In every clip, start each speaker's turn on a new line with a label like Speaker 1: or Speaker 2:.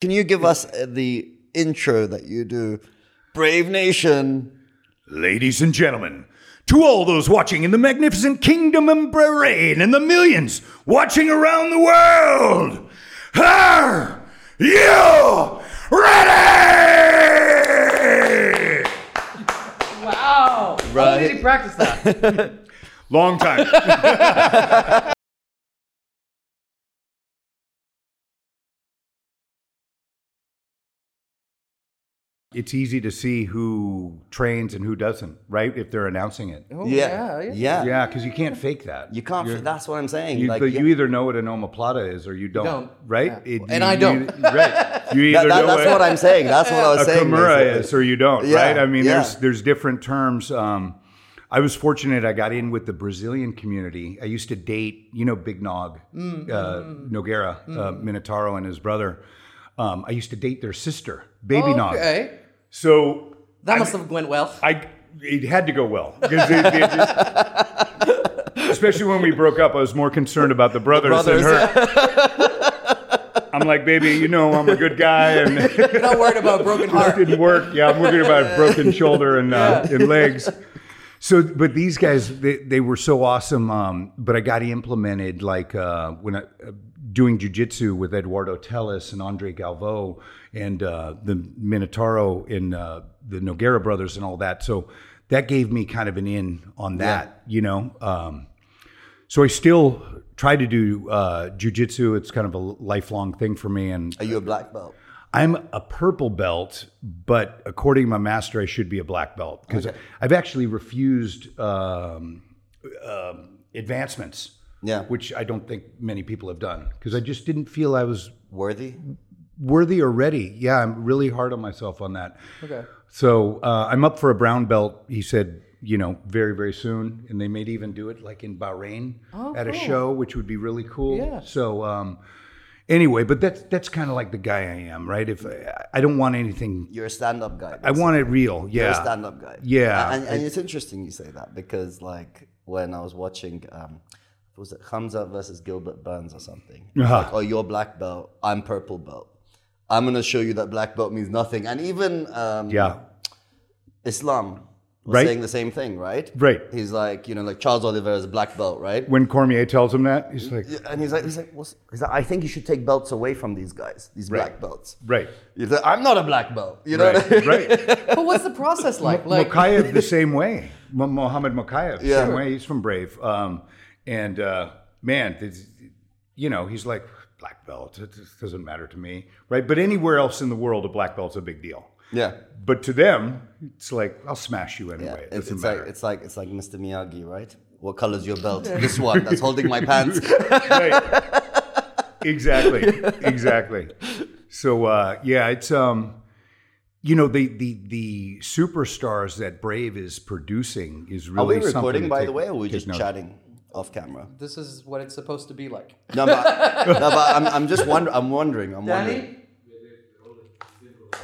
Speaker 1: Can you give us uh, the intro that you do? Brave Nation.
Speaker 2: Ladies and gentlemen, to all those watching in the magnificent kingdom of Bahrain and the millions watching around the world, are you ready?
Speaker 3: Wow. Oh,
Speaker 1: Right.
Speaker 3: How did he practice that?
Speaker 2: Long time. it's easy to see who trains and who doesn't, right? If they're announcing it.
Speaker 3: Oh,
Speaker 1: yeah,
Speaker 3: yeah.
Speaker 1: yeah.
Speaker 2: Yeah, because you can't fake that.
Speaker 1: You can't. that's what I'm saying.
Speaker 2: You,
Speaker 1: like,
Speaker 2: but
Speaker 1: yeah,
Speaker 2: you either know what an omoplata is or you don't,
Speaker 3: don't.
Speaker 2: right?
Speaker 3: Yeah.
Speaker 2: It-
Speaker 3: And
Speaker 2: you-
Speaker 3: I don't.
Speaker 2: you- right. You
Speaker 1: that-
Speaker 2: either
Speaker 1: that-
Speaker 2: know
Speaker 1: that's what I'm saying. That's what I was
Speaker 2: a
Speaker 1: saying.
Speaker 2: Kimura
Speaker 1: basically.
Speaker 2: is or you don't,
Speaker 1: Yeah,
Speaker 2: right? I mean,
Speaker 1: yeah.
Speaker 2: there's there's different terms. Um, I was fortunate; I got in with the Brazilian community. I used to date, you know, Big Nog,
Speaker 1: Mm,
Speaker 2: uh, Nogueira, uh, Minotauro, and his brother. Um, I used to date their sister, Baby Nog.
Speaker 3: Okay.
Speaker 2: So
Speaker 3: That must have went well.
Speaker 2: I it had to go well 'Cause it- it just- especially when we broke up. I was more concerned about the brothers,
Speaker 1: brothers,
Speaker 2: than her. I'm like, baby, you know I'm a good guy, and it
Speaker 3: You're not worried about a broken
Speaker 2: just
Speaker 3: heart.
Speaker 2: didn't work. Yeah, I'm worried about broken shoulder and uh, and legs. So, but these guys, they, they were so awesome. Um, but I got implemented like uh, when I, uh, doing jujitsu with Eduardo Tellez and Andre Galvo and uh, the Minotauro and uh, the Noguera brothers and all that. So that gave me kind of an in on that, you know. Um, so I still try to do uh, jujitsu. It's kind of a lifelong thing for me, and
Speaker 1: Are you a black belt?
Speaker 2: I'm a purple belt, but according to my master, I should be a black belt because I've actually refused um, um, advancements,
Speaker 1: Yeah.
Speaker 2: which I don't think many people have done because I just didn't feel I was
Speaker 1: Worthy?
Speaker 2: worthy or ready. Yeah, I'm really hard on myself on that.
Speaker 3: Okay.
Speaker 2: So uh, I'm up for a brown belt. He said, you know, very very soon, and they may even do it like in Bahrain
Speaker 3: Oh,
Speaker 2: at a
Speaker 3: cool.
Speaker 2: show, which would be really cool.
Speaker 3: Yeah.
Speaker 2: So um, anyway, but that's that's kind of like the guy I am, right? If I, I don't want anything,
Speaker 1: You're a stand-up guy.
Speaker 2: I want it real.
Speaker 1: You're a
Speaker 2: Yeah.
Speaker 1: stand-up guy.
Speaker 2: Yeah.
Speaker 1: And, and it's interesting you say that because, like, when I was watching, um, was it Hamza versus Gilbert Burns or something? It's
Speaker 2: Uh-huh.
Speaker 1: Like, oh, you're black belt. I'm purple belt. I'm gonna show you that black belt means nothing. And even um,
Speaker 2: yeah.
Speaker 1: Islam was
Speaker 2: Right.
Speaker 1: saying the same thing, right?
Speaker 2: Right.
Speaker 1: He's like, you know, like Charles Oliver is a black belt, right?
Speaker 2: When Cormier tells him that, he's like,
Speaker 1: And he's like, he's like, what's, he's like, I think you should take belts away from these guys, these black belts.
Speaker 2: right,
Speaker 1: He's like, I'm not a black belt. You know what I mean?
Speaker 2: right, right.
Speaker 3: But what's the process like? Like,
Speaker 2: Mokayev the same way. Mo- Mohammed Mokayev,
Speaker 1: Yeah.
Speaker 2: same way. He's from Brave. Um, and uh, man, this- you know, he's like black belt. It just doesn't matter to me, right? But anywhere else in the world, a black belt's a big deal.
Speaker 1: Yeah.
Speaker 2: But to them, it's like I'll smash you
Speaker 1: Yeah.
Speaker 2: anyway.
Speaker 1: It's,
Speaker 2: it doesn't
Speaker 1: it's like
Speaker 2: matter.
Speaker 1: it's like it's like Mr. Miyagi, right? What color's your belt? this one that's holding my pants.
Speaker 2: right. Exactly. Exactly. So uh, yeah, it's um, you know the the the superstars that Brave is producing is
Speaker 1: Are
Speaker 2: really
Speaker 1: we
Speaker 2: something
Speaker 1: recording
Speaker 2: to
Speaker 1: by
Speaker 2: take-
Speaker 1: the way, or are we
Speaker 2: take
Speaker 1: just
Speaker 2: note.
Speaker 1: chatting off camera?
Speaker 3: this is what it's supposed to be like.
Speaker 1: No, but, no, but I'm, I'm just wondering. I'm wondering. I'm wondering.
Speaker 3: Danny?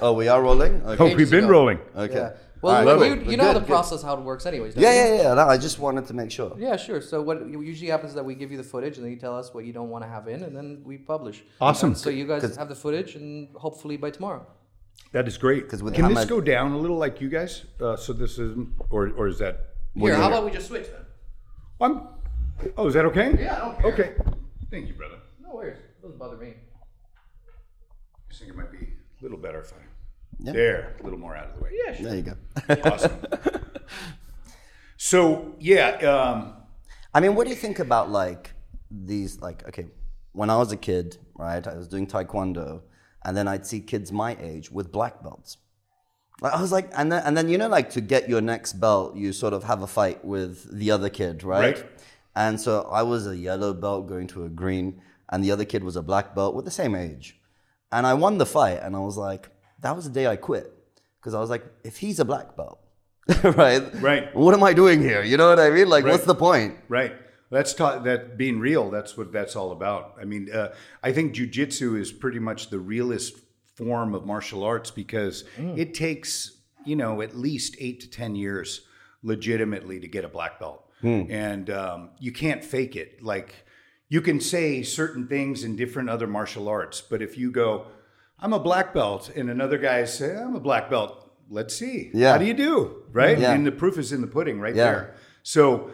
Speaker 1: Oh, we are rolling. Okay.
Speaker 2: Oh, we've been
Speaker 3: ago. Uh,
Speaker 2: rolling.
Speaker 1: okay.
Speaker 3: Yeah.
Speaker 1: All
Speaker 3: Well,
Speaker 1: right,
Speaker 3: you,
Speaker 1: cool.
Speaker 3: you know
Speaker 1: Good,
Speaker 3: the
Speaker 1: good.
Speaker 3: process, how it works, anyways. don't
Speaker 1: Yeah,
Speaker 3: you?
Speaker 1: yeah, yeah. No, I just wanted to make sure.
Speaker 3: Yeah, sure. So what usually happens is that we give you the footage, and then you tell us what you don't want to have in, and then we publish.
Speaker 2: Awesome.
Speaker 3: And so you guys
Speaker 1: 'Cause-
Speaker 3: have the footage, and hopefully by tomorrow.
Speaker 2: That is great.
Speaker 1: 'Cause with
Speaker 2: Can this
Speaker 1: Hamad-
Speaker 2: go down a little like you guys? Uh, so this isn't, or or is that?
Speaker 3: Here, how about we just switch then?
Speaker 2: I'm. Oh, is that okay?
Speaker 3: Yeah, I don't care.
Speaker 2: Okay. Thank you, brother.
Speaker 3: No worries. It doesn't bother me.
Speaker 2: I just think it might be a little better if I.
Speaker 1: Yeah.
Speaker 2: There, a little more out of the way.
Speaker 3: Yeah, sure.
Speaker 1: There you go.
Speaker 2: Awesome. so yeah, um,
Speaker 1: I mean, what do you think about like these? Like, okay, when I was a kid, right, I was doing taekwondo, and then I'd see kids my age with black belts. Like, I was like, and then, and then you know, like to get your next belt, you sort of have a fight with the other kid, right?
Speaker 2: Right.
Speaker 1: And so I was a yellow belt going to a green, and the other kid was a black belt with the same age. And I won the fight, and I was like, that was the day I quit. Because I was like, if he's a black belt, right?
Speaker 2: Right.
Speaker 1: What am I doing here? You know what I mean? Like, what's
Speaker 2: Right.
Speaker 1: the point?
Speaker 2: right. That's ta- that being real. That's what that's all about. I mean, uh, I think jujitsu is pretty much the realest form of martial arts because
Speaker 1: Mm.
Speaker 2: it takes you know at least eight to ten years legitimately to get a black belt,
Speaker 1: Hmm.
Speaker 2: and um, you can't fake it. Like you can say certain things in different other martial arts, but if you go, I'm a black belt, and another guy says, I'm a black belt. Let's see.
Speaker 1: Yeah.
Speaker 2: How do you do? Right?
Speaker 1: Yeah.
Speaker 2: And the proof is in the pudding right
Speaker 1: Yeah.
Speaker 2: there. So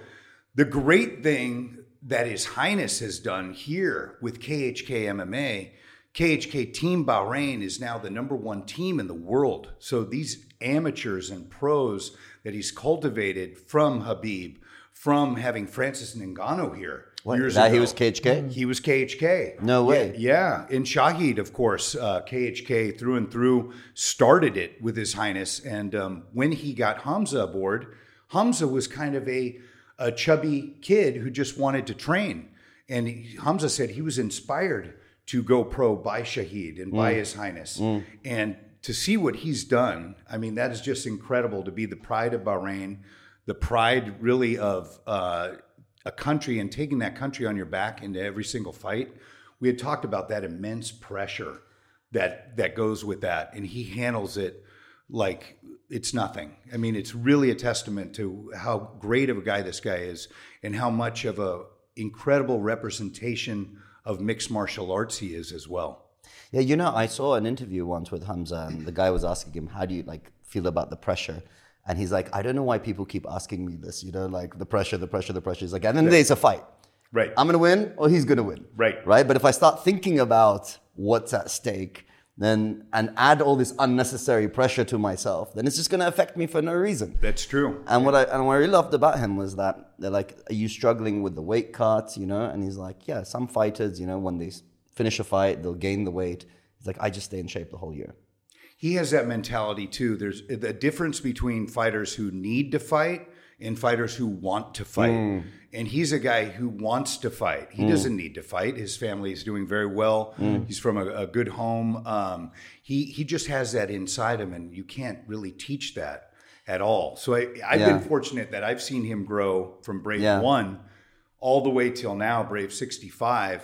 Speaker 2: the great thing that His Highness has done here with KHK MMA, KHK Team Bahrain is now the number one team in the world. So these amateurs and pros that he's cultivated from Habib, from having Francis Ngannou here. years
Speaker 1: That he
Speaker 2: ago.
Speaker 1: was KHK?
Speaker 2: He was KHK.
Speaker 1: No way.
Speaker 2: Mm-hmm. Yeah, yeah. and Shahid, of course, uh, KHK through and through started it with His Highness. And um, when he got Hamza aboard, Hamza was kind of a, a chubby kid who just wanted to train. And he- Hamza said he was inspired to go pro by Shahid and by His Highness. And to see what he's done, I mean, that is just incredible to be the pride of Bahrain, the pride really of uh, a country and taking that country on your back into every single fight. We had talked about that immense pressure that that goes with that, and he handles it like it's nothing. I mean, it's really a testament to how great of a guy this guy is, and how much of a incredible representation of mixed martial arts he is as well.
Speaker 1: Yeah, you know, I saw an interview once with Hamza, and the guy was asking him, "How do you like feel about the pressure?" And he's like, "I don't know why people keep asking me this. You know, like the pressure, the pressure, the pressure." He's like, "And then there's a fight.
Speaker 2: Right.
Speaker 1: I'm gonna win, or he's gonna win.
Speaker 2: Right.
Speaker 1: right. But if I start thinking about what's at stake." Then and add all this unnecessary pressure to myself, then it's just going to affect me for no reason.
Speaker 2: That's true.
Speaker 1: And what I and what I really loved about him was that they're like, "Are you struggling with the weight cut?" You know, and he's like, "Yeah, some fighters, you know, when they s- finish a fight, they'll gain the weight." He's like, "I just stay in shape the whole year."
Speaker 2: he has that mentality too. There's the difference between fighters who need to fight and fighters who want to fight.
Speaker 1: Hmm.
Speaker 2: And he's a guy who wants to fight. He doesn't need to fight. His family is doing very well.
Speaker 1: Hmm.
Speaker 2: He's from a, a good home. Um, he he just has that inside him, and you can't really teach that at all. So I, I've
Speaker 1: Yeah.
Speaker 2: been fortunate that I've seen him grow from Brave
Speaker 1: Yeah.
Speaker 2: One all the way till now, Brave 65.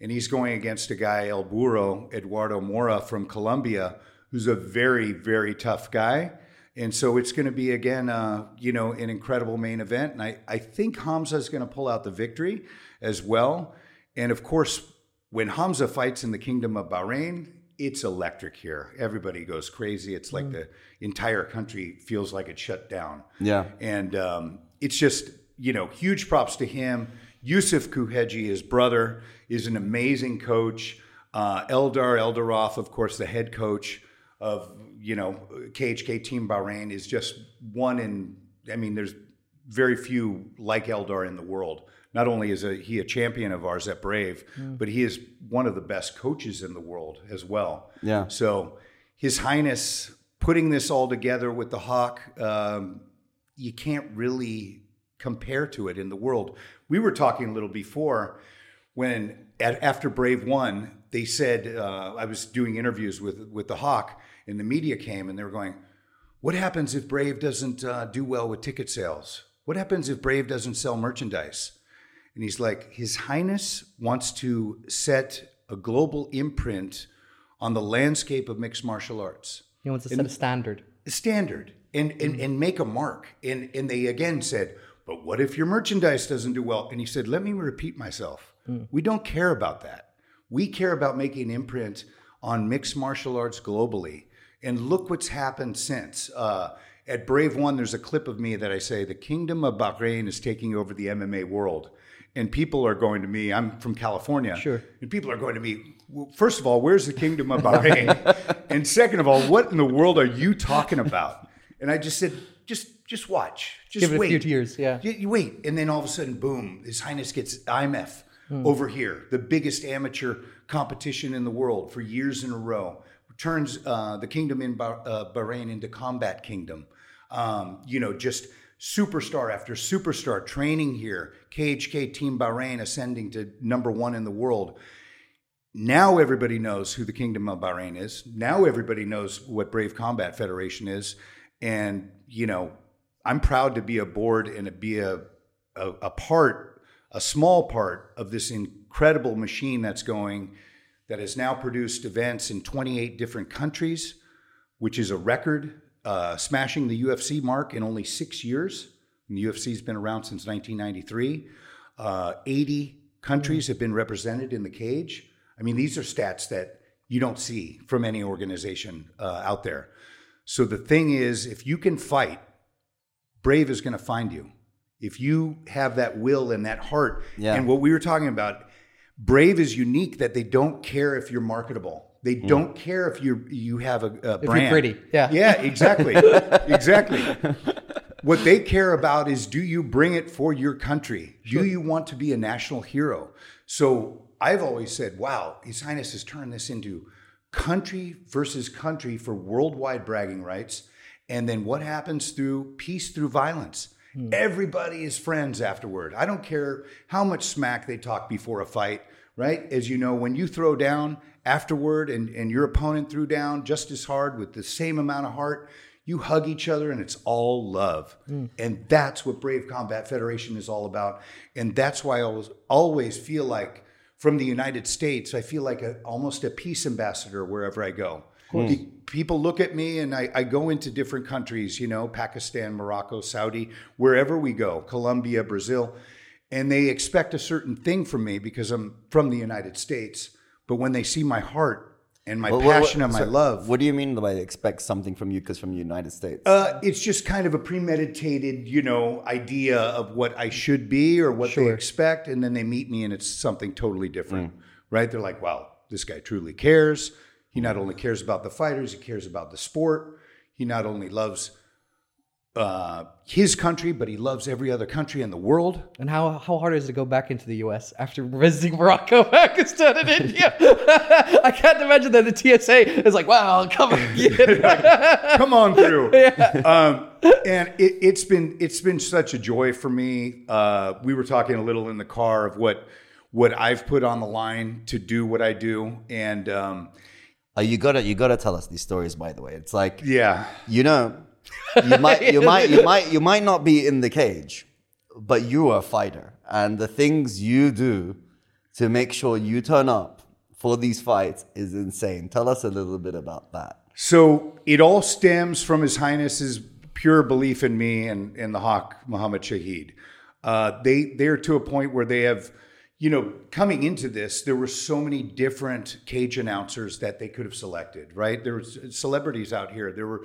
Speaker 2: And he's going against a guy, El Burro, Eduardo Mora from Colombia, who's a very, very tough guy. And so it's going to be, again, uh, you know, an incredible main event. And I, I think Hamza is going to pull out the victory as well. And of course, when Hamza fights in the Kingdom of Bahrain, it's electric here. Everybody goes crazy. It's like the entire country feels like it shut down.
Speaker 1: Yeah.
Speaker 2: And um, it's just, you know, huge props to him. Yusuf Kuheji, his brother, is an amazing coach. Uh, Eldar Eldaroff, of course, the head coach of, you know, KHK Team Bahrain, is just one in, I mean, there's very few like Eldar in the world. Not only is a, he a champion of ours at Brave, but he is one of the best coaches in the world as well.
Speaker 1: Yeah.
Speaker 2: So, His Highness putting this all together with the Hawk, um, you can't really compare to it in the world. We were talking a little before when at, after Brave One, they said uh, I was doing interviews with with the Hawk, and the media came and they were going, "What happens if Brave doesn't uh, do well with ticket sales? What happens if Brave doesn't sell merchandise?" And he's like, His Highness wants to set a global imprint on the landscape of mixed martial arts
Speaker 3: He wants to set a standard.
Speaker 2: standard and and, and make a mark. And and they again said, but what if your merchandise doesn't do well? And he said, let me repeat myself. We don't care about that. We care about making imprint on mixed martial arts globally. And look what's happened since. Uh, at Brave One, there's a clip of me that I say, the kingdom of Bahrain is taking over the MMA world. And people are going to me, I'm from California.
Speaker 3: Sure.
Speaker 2: And people are going to me, well, first of all, where's the kingdom of Bahrain? and second of all, what in the world are you talking about? And I just said, just just watch. Just
Speaker 3: Give it a
Speaker 2: wait.
Speaker 3: few years, yeah.
Speaker 2: You, you wait. And then all of a sudden, boom, His Highness gets IMF over here, the biggest amateur competition in the world for years in a row, turns uh, the kingdom in bah- uh, Bahrain into combat kingdom. Um, you know, just superstar after superstar training here, KHK Team Bahrain ascending to number one in the world. Now everybody knows who the Kingdom of Bahrain is. Now everybody knows what Brave Combat Federation is, and you know, I'm proud to be aboard and to be a a, a part, a small part of this incredible machine that's going, that has now produced events in 28 different countries, which is a record, uh, smashing the UFC mark in only six years. And the UFC's been around since 1993. Uh, 80 countries have been represented in the cage. I mean, these are stats that you don't see from any organization uh, out there. So the thing is, if you can fight, Brave is going to find you. If you have that will and that heart,
Speaker 1: Yeah.
Speaker 2: and what we were talking about, Brave is unique that they don't care if you're marketable. They don't care if you you have a, a brand.
Speaker 3: pretty, yeah.
Speaker 2: Yeah, exactly. exactly. What they care about is do you bring it for your country? Do you want to be a national hero? So I've always said, wow, His Highness has turned this into country versus country for worldwide bragging rights. And then what happens through peace through violence? Everybody is friends afterward. I don't care how much smack they talk before a fight, right? As you know, when you throw down afterward and, and your opponent threw down just as hard with the same amount of heart, you hug each other and it's all love. And that's what Brave Combat Federation is all about. And that's why I always, always feel like from the United States, I feel like a, almost a peace ambassador wherever I go. Pe- People look at me and I, I go into different countries, you know, Pakistan, Morocco, Saudi, wherever we go, Colombia, Brazil, and they expect a certain thing from me because I'm from the United States. But when they see my heart and my
Speaker 1: What- what-
Speaker 2: passion and my
Speaker 1: so
Speaker 2: love,
Speaker 1: What do you mean by expect something from you? Because from the United States,
Speaker 2: uh, it's just kind of a premeditated, you know, idea of what I should be or what they expect, and then they meet me and it's something totally different, right? They're like, "Wow, this guy truly cares. He not only cares about the fighters, he cares about the sport. He not only loves uh, his country, but he loves every other country in the world."
Speaker 3: And how how hard is it to go back into the U.S. after visiting Morocco, Pakistan, and India? I can't imagine that the TSA is like, "Wow, come again."
Speaker 2: come on through. Um, and it, it's been it's been such a joy for me. Uh, we were talking a little in the car of what what I've put on the line to do what I do, and um,
Speaker 1: Uh, you gotta you gotta tell us these stories. By the way, it's like
Speaker 2: yeah,
Speaker 1: you know, you might you might you might you might not be in the cage, but you are a fighter, and the things you do to make sure you turn up for these fights is insane. Tell us a little bit about that.
Speaker 2: So it all stems from His Highness's pure belief in me and, and the Hawk Muhammad Shahid. Uh, they they're to a point where they have, you know, coming into this, there were so many different cage announcers that they could have selected. Right, there were celebrities out here. There were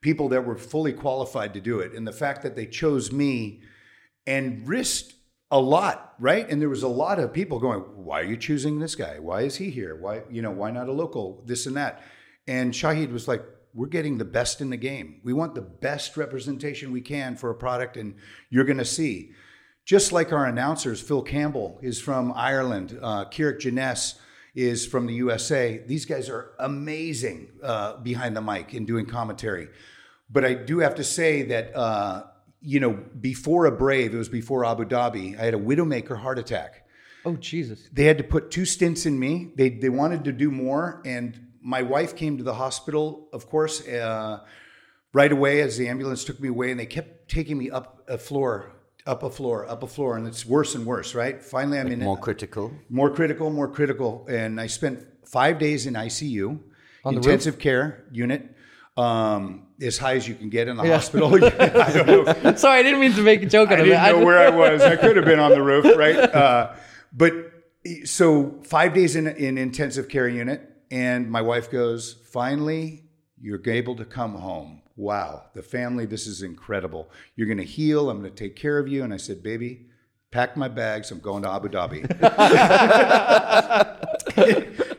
Speaker 2: people that were fully qualified to do it, and the fact that they chose me and risked a lot, right? And there was a lot of people going, "Why are you choosing this guy? Why is he here? Why, you know, why not a local? This and that." And Shahid was like, "We're getting the best in the game. We want the best representation we can for a product, and you're going to see." Just like our announcers, Phil Campbell is from Ireland, uh, Kirik Janess is from the USA. These guys are amazing uh, behind the mic and doing commentary. But I do have to say that, uh, you know, before a Brave, it was before Abu Dhabi, I had a Widowmaker heart attack.
Speaker 3: oh Jesus!
Speaker 2: They had to put two stints in me. They, they wanted to do more. And my wife came to the hospital, of course, uh, right away as the ambulance took me away. And they kept taking me up a floor, up a floor, up a floor. And it's worse and worse, right? Finally, I'm in
Speaker 1: More critical.
Speaker 2: more critical, more critical. And I spent five days in ICU,
Speaker 3: the roof?
Speaker 2: intensive care unit, um, as high as you can get in the hospital. I don't know.
Speaker 3: Sorry, I didn't mean to make a joke out
Speaker 2: I
Speaker 3: of it.
Speaker 2: didn't
Speaker 3: I
Speaker 2: know
Speaker 3: just-
Speaker 2: where I was. I could have been on the roof, right? Uh, but so five days in in intensive care unit, and my wife goes, "Finally, you're able to come home. Wow, the family. This is incredible. You're going to heal. I'm going to take care of you." And I said, "Baby." Pack my bags. I'm going to Abu Dhabi.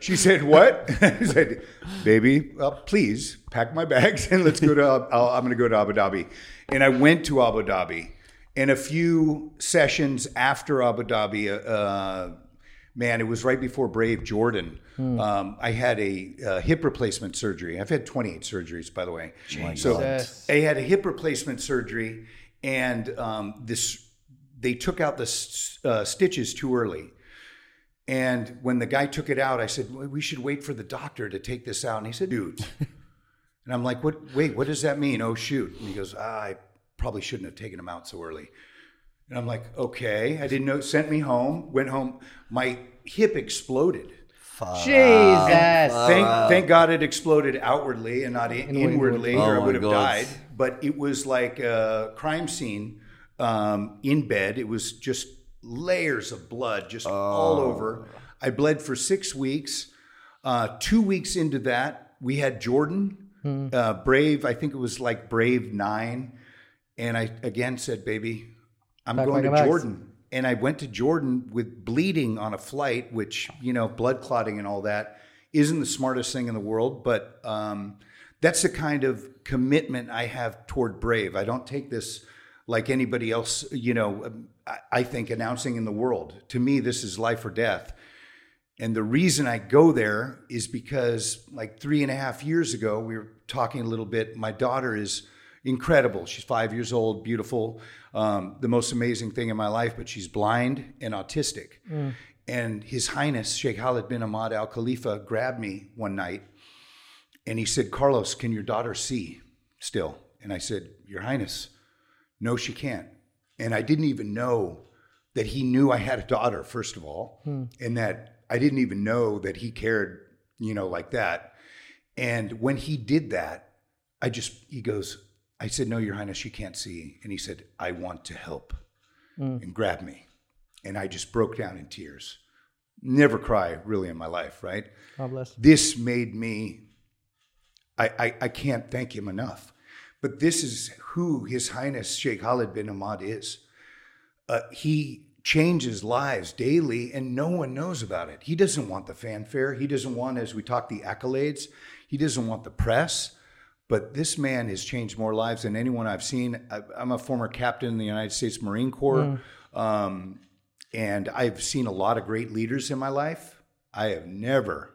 Speaker 2: she said, "What?" I said, "Baby, uh, please pack my bags and let's go to. Uh, I'm going to go to Abu Dhabi." And I went to Abu Dhabi, in a few sessions after Abu Dhabi, uh, man, it was right before Brave Jordan. Um, I had a, uh hip replacement surgery. I've had 28 surgeries, by the way. So
Speaker 3: Jesus.
Speaker 2: I had a hip replacement surgery, and um, this they took out the s- uh, stitches too early. And when the guy took it out, I said, "We should wait for the doctor to take this out." And he said, "Dude." And I'm like, what? Wait, what does that mean? Oh shoot! And he goes, ah, I probably shouldn't have taken him out so early. And I'm like, okay, I didn't know. Sent me home. Went home. My hip exploded.
Speaker 3: Jesus!
Speaker 2: thank,
Speaker 1: Uh,
Speaker 2: thank God it exploded outwardly and not in, inwardly, or
Speaker 1: Oh,
Speaker 2: I
Speaker 1: my
Speaker 2: would have
Speaker 1: God.
Speaker 2: died. But it was like a crime scene um, in bed. It was just
Speaker 1: Oh.
Speaker 2: layers of blood just all over. I bled for six weeks. Uh, two weeks into that, we had Jordan uh, Brave. I think it was like Brave Nine, and I again said, "Baby, I'm
Speaker 3: Back
Speaker 2: going
Speaker 3: like
Speaker 2: to
Speaker 3: a mouse.
Speaker 2: Jordan." And I went to Jordan with bleeding on a flight, which you know, blood clotting and all that isn't the smartest thing in the world, but um, that's the kind of commitment I have toward Brave. I don't take this like anybody else. You know, um, I, I think announcing in the world to me, this is life or death. And the reason I go there is because, like, three and a half years ago, we were talking a little bit. My daughter is incredible. She's five years old, beautiful, um, the most amazing thing in my life, but she's blind and autistic. And His Highness Sheikh Khalid bin Ahmad Al Khalifa grabbed me one night and he said, Carlos, can your daughter see still? And I said, Your Highness, no, she can't. And I didn't even know that he knew I had a daughter, first of all, and that I didn't even know that he cared, you know, like that. And when he did that, I just, he goes, I said, No, Your Highness, you can't see. And he said, I want to help and grabbed me. And I just broke down in tears. Never cry really in my life, right?
Speaker 3: God bless.
Speaker 2: this made me I, I i can't thank him enough but this is who his highness sheikh khalid bin ahmad is uh, he changes lives daily and no one knows about it he doesn't want the fanfare he doesn't want as we talk the accolades he doesn't want the press but this man has changed more lives than anyone i've seen I, i'm a former captain in the united states marine corps um, and I've seen a lot of great leaders in my life. I have never,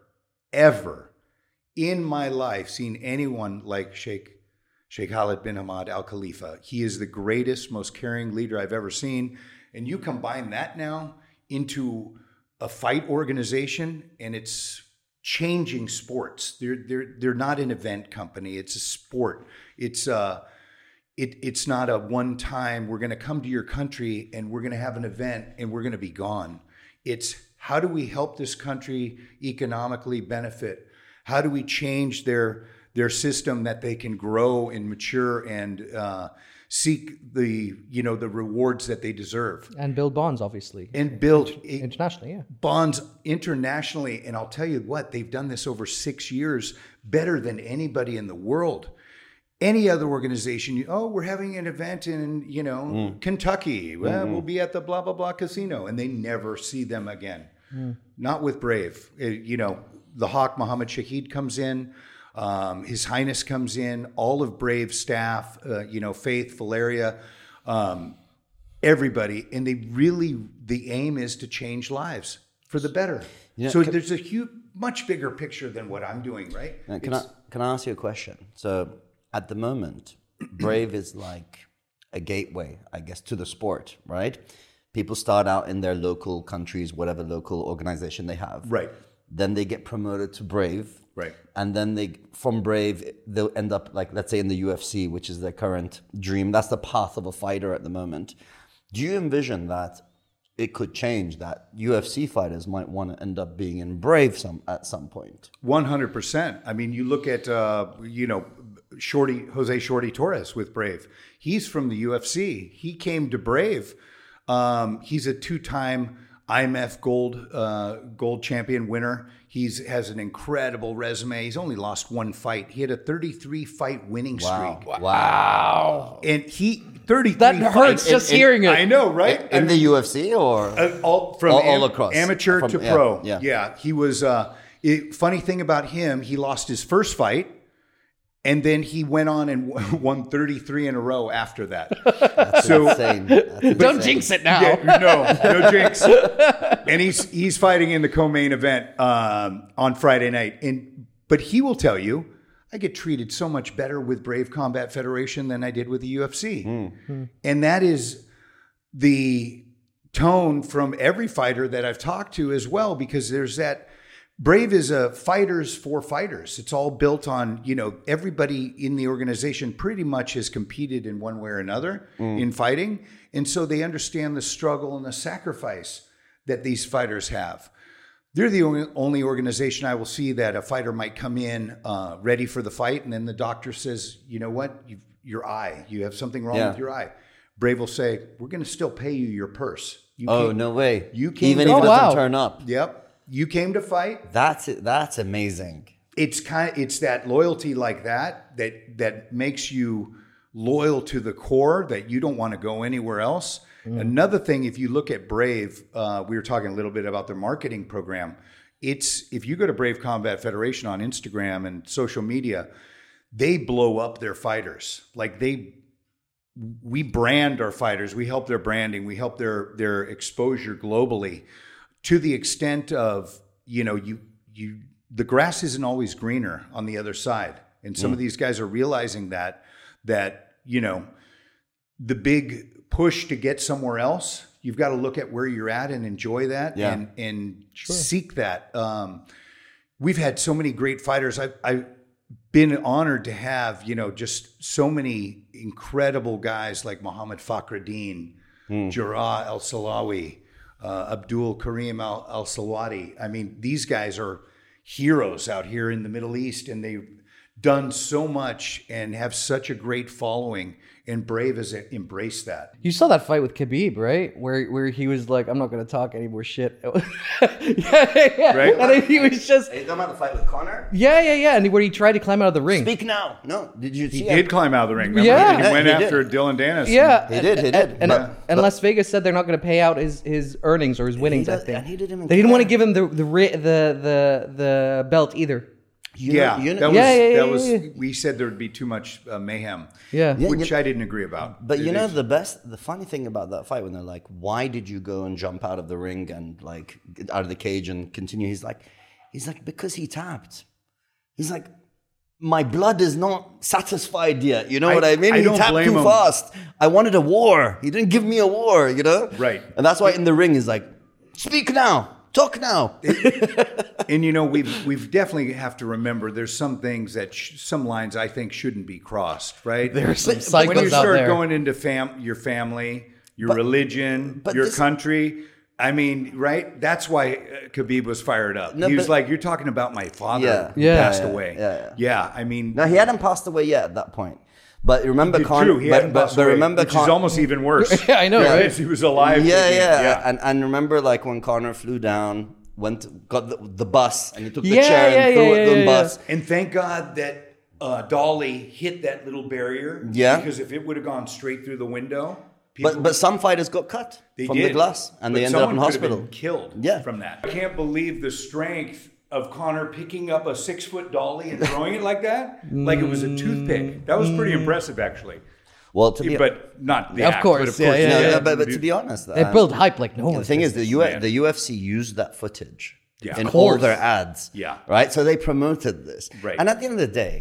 Speaker 2: ever in my life seen anyone like Sheikh Sheikh Khalid bin Hamad Al Khalifa. He is the greatest, most caring leader I've ever seen. And you combine that now into a fight organization, and it's changing sports. They're they're they're not an event company. It's a sport. It's uh it, it's not a one time we're going to come to your country and we're going to have an event and we're going to be gone it's how do we help this country economically benefit how do we change their their system that they can grow and mature and uh, seek the you know the rewards that they deserve
Speaker 3: And build bonds, obviously.
Speaker 2: and build a-
Speaker 3: Internationally, yeah.
Speaker 2: bonds internationally. And I'll tell you what, they've done this over six years better than anybody in the world. Any other organization, you, oh, we're having an event in, you know,
Speaker 1: Hmm.
Speaker 2: Kentucky. Well, we'll be at the blah, blah, blah casino. And they never see them again.
Speaker 1: Hmm.
Speaker 2: Not with Brave. Uh, you know, the Hawk Muhammad Shahid comes in. Um, His Highness comes in. All of Brave staff, uh, you know, Faith, Valeria, um, everybody and they really the aim is to change lives for the better so there's a huge much bigger picture than what i'm doing right
Speaker 1: Now, can I can I ask you a question? So at the moment, Brave is like a gateway, I guess, to the sport, right? People start out in their local countries, whatever local organization they have.
Speaker 2: Right.
Speaker 1: Then they get promoted to Brave.
Speaker 2: Right.
Speaker 1: And then they from Brave they'll end up like let's say in the UFC, which is their current dream. That's the path of a fighter at the moment. Do you envision that it could change that UFC fighters might want to end up being in Brave some at some point?
Speaker 2: 100% i mean you look at uh, you know shorty jose shorty torres with brave he's from the ufc he came to brave um, he's a two-time imf gold uh, gold champion winner he's has an incredible resume he's only lost one fight he had a 33 fight winning streak
Speaker 1: Wow.
Speaker 2: and he 33
Speaker 3: That hurts
Speaker 2: fights-
Speaker 3: just
Speaker 1: in-
Speaker 3: hearing it.
Speaker 2: I know, right?
Speaker 1: In the UFC or
Speaker 2: Uh, all from
Speaker 1: All- all
Speaker 2: am-
Speaker 1: across.
Speaker 2: amateur
Speaker 1: From-
Speaker 2: to
Speaker 1: yeah,
Speaker 2: pro.
Speaker 1: yeah.
Speaker 2: he was. Uh, it, funny thing about him, he lost his first fight, and then he went on and w- won 33 in a row after that. so
Speaker 1: insane. That's
Speaker 3: Don't
Speaker 1: insane.
Speaker 3: jinx it now.
Speaker 2: yeah, no, no jinx. and he's he's fighting in the co-main event um, on Friday night, and but he will tell you, I get treated so much better with Brave Combat Federation than I did with the UFC, and that is the tone from every fighter that I've talked to as well, because there's that. Brave is a fighters for fighters. It's all built on, you know, everybody in the organization pretty much has competed in one way or another
Speaker 1: Mm.
Speaker 2: in fighting. And so they understand the struggle and the sacrifice that these fighters have. They're the only, only organization I will see that a fighter might come in uh, ready for the fight, and then the doctor says, "You know what? You've, your eye. You have something wrong
Speaker 1: Yeah.
Speaker 2: with your eye." Brave will say, "We're going to still pay you your purse." You
Speaker 1: Oh
Speaker 2: came-
Speaker 1: no way!
Speaker 2: You came
Speaker 1: even
Speaker 2: to-
Speaker 1: if it
Speaker 3: Oh,
Speaker 1: doesn't
Speaker 3: wow.
Speaker 1: turn up.
Speaker 2: Yep. you came to fight.
Speaker 1: That's it. That's amazing.
Speaker 2: It's kind. It's that loyalty like that that that makes you loyal to the core that you don't want to go anywhere else. Another thing, if you look at Brave, uh, we were talking a little bit about their marketing program. It's if you go to Brave Combat Federation on Instagram and social media, they blow up their fighters. Like they we brand our fighters. We help their branding. We help their their exposure globally, to the extent of you know you you the grass isn't always greener on the other side, and some of these guys are realizing that that you know the big push to get somewhere else. You've got to look at where you're at and enjoy that
Speaker 1: Yeah.
Speaker 2: and and seek that. Um, we've had so many great fighters. I, I've been honored to have, you know, just so many incredible guys like Muhammad Fakhreddin, Jarrah El Salawi, uh, Abdul Karim Al Al Sawadi. I mean, these guys are heroes out here in the Middle East, and they've done so much and have such a great following. And Brave has e-, embraced that.
Speaker 3: You saw that fight with Khabib, right? Where where he was like, "I'm not gonna talk any more shit." yeah, yeah, yeah.
Speaker 2: Right?
Speaker 3: And then he was just,
Speaker 1: Are you talking about the fight with Connor?
Speaker 3: yeah, yeah, yeah. And where he tried to climb out of the ring.
Speaker 1: Speak now. No, did you see?
Speaker 2: He did climb out of the ring. remember?
Speaker 3: Yeah.
Speaker 2: he went
Speaker 1: He did.
Speaker 2: after Dylan Dennis.
Speaker 3: yeah,
Speaker 1: He did, he
Speaker 3: and-
Speaker 1: did,
Speaker 3: And,
Speaker 1: but-
Speaker 3: and Las Vegas said they're not going to pay out his, his earnings or his winnings. I
Speaker 1: does-
Speaker 3: think
Speaker 1: and he didn't even
Speaker 3: They didn't want to
Speaker 1: care.
Speaker 3: give him the the ri- the the, the belt either.
Speaker 1: You
Speaker 2: Yeah,
Speaker 1: know- you know-
Speaker 2: that was
Speaker 3: Yeah, yeah,
Speaker 2: that
Speaker 3: yeah,
Speaker 2: was.
Speaker 3: yeah.
Speaker 2: We said there would be too much uh, mayhem,
Speaker 3: Yeah.
Speaker 1: Yeah,
Speaker 2: which
Speaker 1: you-
Speaker 2: I didn't agree about.
Speaker 1: But you
Speaker 2: It
Speaker 1: know
Speaker 2: is-
Speaker 1: the best, the funny thing about that fight when they're like, "Why did you go and jump out of the ring and like get out of the cage and continue?" He's like, he's like because he tapped. He's like, my blood is not satisfied yet. You know
Speaker 2: I-
Speaker 1: what I mean?
Speaker 2: I
Speaker 1: he
Speaker 2: don't
Speaker 1: tapped
Speaker 2: blame
Speaker 1: too
Speaker 2: him.
Speaker 1: fast. I wanted a war. He didn't give me a war. You know?
Speaker 2: Right.
Speaker 1: And that's why in the ring he's like, "Speak now, talk now."
Speaker 2: and you know we've we've definitely have to remember there's some things that sh- some lines I think shouldn't be crossed. Right?
Speaker 3: There's some
Speaker 2: But when you
Speaker 3: psychos out
Speaker 2: start
Speaker 3: there.
Speaker 2: going into fam your family, your religion,
Speaker 1: but
Speaker 2: your
Speaker 1: this-
Speaker 2: country. I mean, right? That's why uh, Khabib was fired up.
Speaker 1: No,
Speaker 2: he was
Speaker 1: but-
Speaker 2: like, "You're talking about my father
Speaker 1: Yeah.
Speaker 2: who
Speaker 3: Yeah.
Speaker 2: passed
Speaker 1: Yeah, yeah,
Speaker 2: away."
Speaker 1: yeah, yeah.
Speaker 2: I mean,
Speaker 1: no, he hadn't passed away yet at that point. But remember, Con-
Speaker 2: true. He
Speaker 1: but,
Speaker 2: hadn't
Speaker 1: but-
Speaker 2: passed
Speaker 1: but
Speaker 2: away,
Speaker 1: remember,
Speaker 2: which is
Speaker 1: Con-
Speaker 2: almost even worse.
Speaker 3: Yeah, I know,
Speaker 2: Yeah,
Speaker 3: right?
Speaker 2: if He was alive.
Speaker 1: yeah,
Speaker 2: he-
Speaker 1: yeah, And and remember, like when Connor flew down, went got the, the bus, and he took the
Speaker 3: Yeah,
Speaker 1: chair
Speaker 3: yeah,
Speaker 1: and threw
Speaker 3: yeah,
Speaker 1: it
Speaker 3: yeah,
Speaker 1: on
Speaker 3: yeah,
Speaker 1: bus.
Speaker 2: And thank God that uh, Dolly hit that little barrier.
Speaker 1: Yeah.
Speaker 2: Because if it would have gone straight through the window, people
Speaker 1: But but some fighters got cut
Speaker 2: they
Speaker 1: from
Speaker 2: did.
Speaker 1: the glass, and
Speaker 2: But
Speaker 1: they ended up
Speaker 2: someone
Speaker 1: in
Speaker 2: could have been
Speaker 1: hospital.
Speaker 2: killed
Speaker 1: Yeah.
Speaker 2: from that. I can't believe the strength of Connor picking up a six foot Dolly and throwing it like that, like it was a toothpick. That was
Speaker 1: Mm.
Speaker 2: pretty impressive, actually.
Speaker 1: Well, to be
Speaker 2: But not the
Speaker 3: Of
Speaker 2: act,
Speaker 3: course,
Speaker 2: But of course,
Speaker 3: yeah, yeah,
Speaker 1: no,
Speaker 3: yeah.
Speaker 1: no, but, but to be honest,
Speaker 3: They
Speaker 1: um,
Speaker 3: build hype like no one.
Speaker 1: the thing is the U
Speaker 2: man.
Speaker 1: the UFC used that footage
Speaker 2: Yeah.
Speaker 1: in
Speaker 2: Of
Speaker 1: all
Speaker 3: course.
Speaker 1: their ads.
Speaker 2: Yeah.
Speaker 1: right. So they promoted this.
Speaker 2: Right.
Speaker 1: And at the end of the day,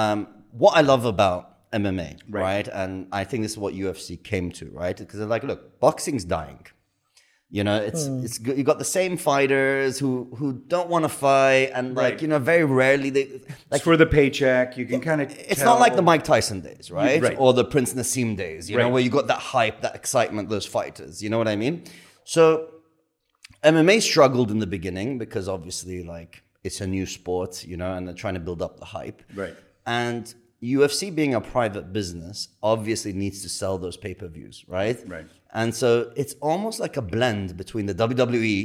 Speaker 1: um, what I love about MMA,
Speaker 2: Right.
Speaker 1: right. and I think this is what UFC came to, right? Because they're like, look, boxing's dying. You know, it's
Speaker 2: Hmm.
Speaker 1: it's good. you got the same fighters who who don't want to fight, and like
Speaker 2: Right.
Speaker 1: you know, very rarely they like
Speaker 2: It's for the paycheck. You can kind of.
Speaker 1: it's not like the Mike Tyson days, right?
Speaker 2: right.
Speaker 1: Or the Prince Nassim days, you know,
Speaker 2: Right.
Speaker 1: where you got that hype, that excitement, those fighters. You know what I mean? So MMA struggled in the beginning because obviously, like, it's a new sport, you know, and they're trying to build up the hype.
Speaker 2: Right.
Speaker 1: And UFC being a private business obviously needs to sell those pay per views, right?
Speaker 2: Right.
Speaker 1: And so it's almost like a blend between the WWE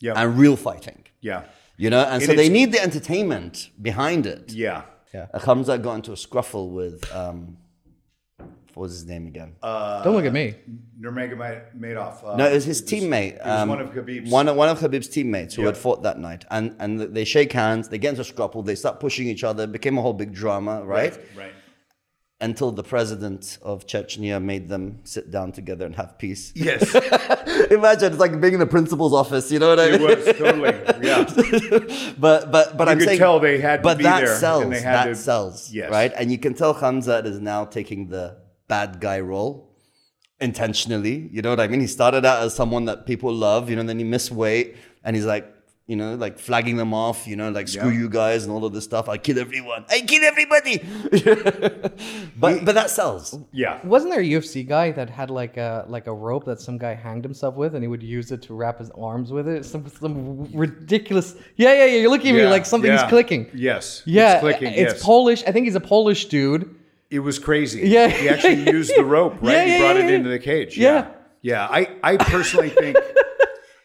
Speaker 2: Yeah.
Speaker 1: and real fighting,
Speaker 2: Yeah.
Speaker 1: you know? And
Speaker 2: It
Speaker 1: so they
Speaker 2: is-
Speaker 1: need the entertainment behind it.
Speaker 2: Yeah.
Speaker 1: Uh, Hamza got into a scruffle with um, what was his name again?
Speaker 3: Don't
Speaker 1: uh,
Speaker 3: look at me.
Speaker 2: Nurmagomedov. Madoff. Uh,
Speaker 1: no, it was his teammate. um,
Speaker 2: it was one of Khabib's-
Speaker 1: One, of- one of Khabib's teammates who
Speaker 2: Yeah.
Speaker 1: had fought that night, and and they shake hands. They get into a scruffle. They start pushing each other. It became a whole big drama, right?
Speaker 2: Right.
Speaker 1: Until the president of Chechnya made them sit down together and have peace.
Speaker 2: Yes,
Speaker 1: Imagine it's like being in the principal's office. You know what I
Speaker 2: it
Speaker 1: mean?
Speaker 2: was totally. Yeah.
Speaker 1: but but but I'm
Speaker 2: could
Speaker 1: saying
Speaker 2: tell they had to
Speaker 1: but
Speaker 2: be
Speaker 1: that
Speaker 2: there, and
Speaker 1: sells
Speaker 2: they had
Speaker 1: that
Speaker 2: to-
Speaker 1: sells
Speaker 2: Yes.
Speaker 1: right and you can tell Hamza is now taking the bad guy role intentionally you know what I mean he started out as someone that people love you know then he missed weight and he's like you know like flagging them off you know like screw
Speaker 2: Yeah.
Speaker 1: you guys and all of this stuff I kill everyone I kill everybody but but that sells
Speaker 2: Yeah.
Speaker 3: Wasn't there a UFC guy that had like a like a rope that some guy hanged himself with, and he would use it to wrap his arms with it? Some some ridiculous. Yeah, yeah, yeah. You're looking at me
Speaker 2: Yeah,
Speaker 3: like something's
Speaker 2: yeah.
Speaker 3: clicking.
Speaker 2: Yes.
Speaker 3: Yeah,
Speaker 2: It's clicking.
Speaker 3: it's
Speaker 2: yes.
Speaker 3: Polish. I think he's a Polish dude.
Speaker 2: it was crazy.
Speaker 3: Yeah.
Speaker 2: He actually used the rope, right?
Speaker 3: Yeah,
Speaker 2: he
Speaker 3: yeah,
Speaker 2: brought
Speaker 3: yeah,
Speaker 2: it
Speaker 3: yeah.
Speaker 2: into the cage.
Speaker 3: Yeah.
Speaker 2: Yeah. Yeah. I, I personally think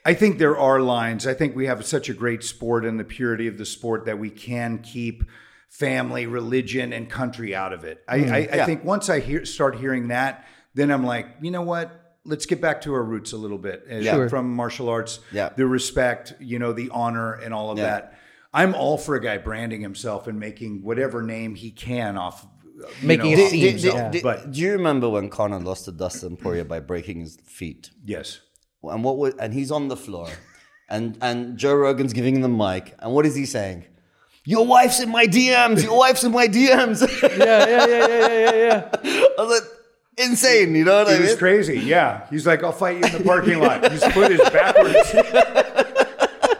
Speaker 2: I think there are lines. I think we have such a great sport and the purity of the sport that we can keep family, religion, and country out of it. I,
Speaker 3: Mm-hmm.
Speaker 2: I, I
Speaker 1: Yeah.
Speaker 2: think once I hear, start hearing that, then I'm like, you know what? Let's get back to our roots a little bit and
Speaker 1: Sure.
Speaker 2: from martial arts.
Speaker 1: Yeah.
Speaker 2: The respect, you know, the honor and all of
Speaker 1: Yeah.
Speaker 2: that. I'm all for a guy branding himself and making whatever name he can off. you
Speaker 3: Making
Speaker 2: know,
Speaker 3: a
Speaker 2: off
Speaker 3: scene.
Speaker 1: Do-
Speaker 3: Seems
Speaker 1: do-
Speaker 2: himself.
Speaker 1: do-
Speaker 2: But
Speaker 1: do you remember when Connor lost to Dustin Poirier by breaking his feet?
Speaker 2: yes.
Speaker 1: And what was, and he's on the floor, and and Joe Rogan's giving him the mic, and what is he saying? Your wife's in my DMs. Your wife's in my DMs.
Speaker 3: Yeah, yeah, yeah, yeah, yeah, yeah, yeah.
Speaker 1: I was like, insane. You know what I
Speaker 2: It was
Speaker 1: mean?
Speaker 2: crazy. Yeah. He's like, I'll fight you in the parking lot. His foot is backwards.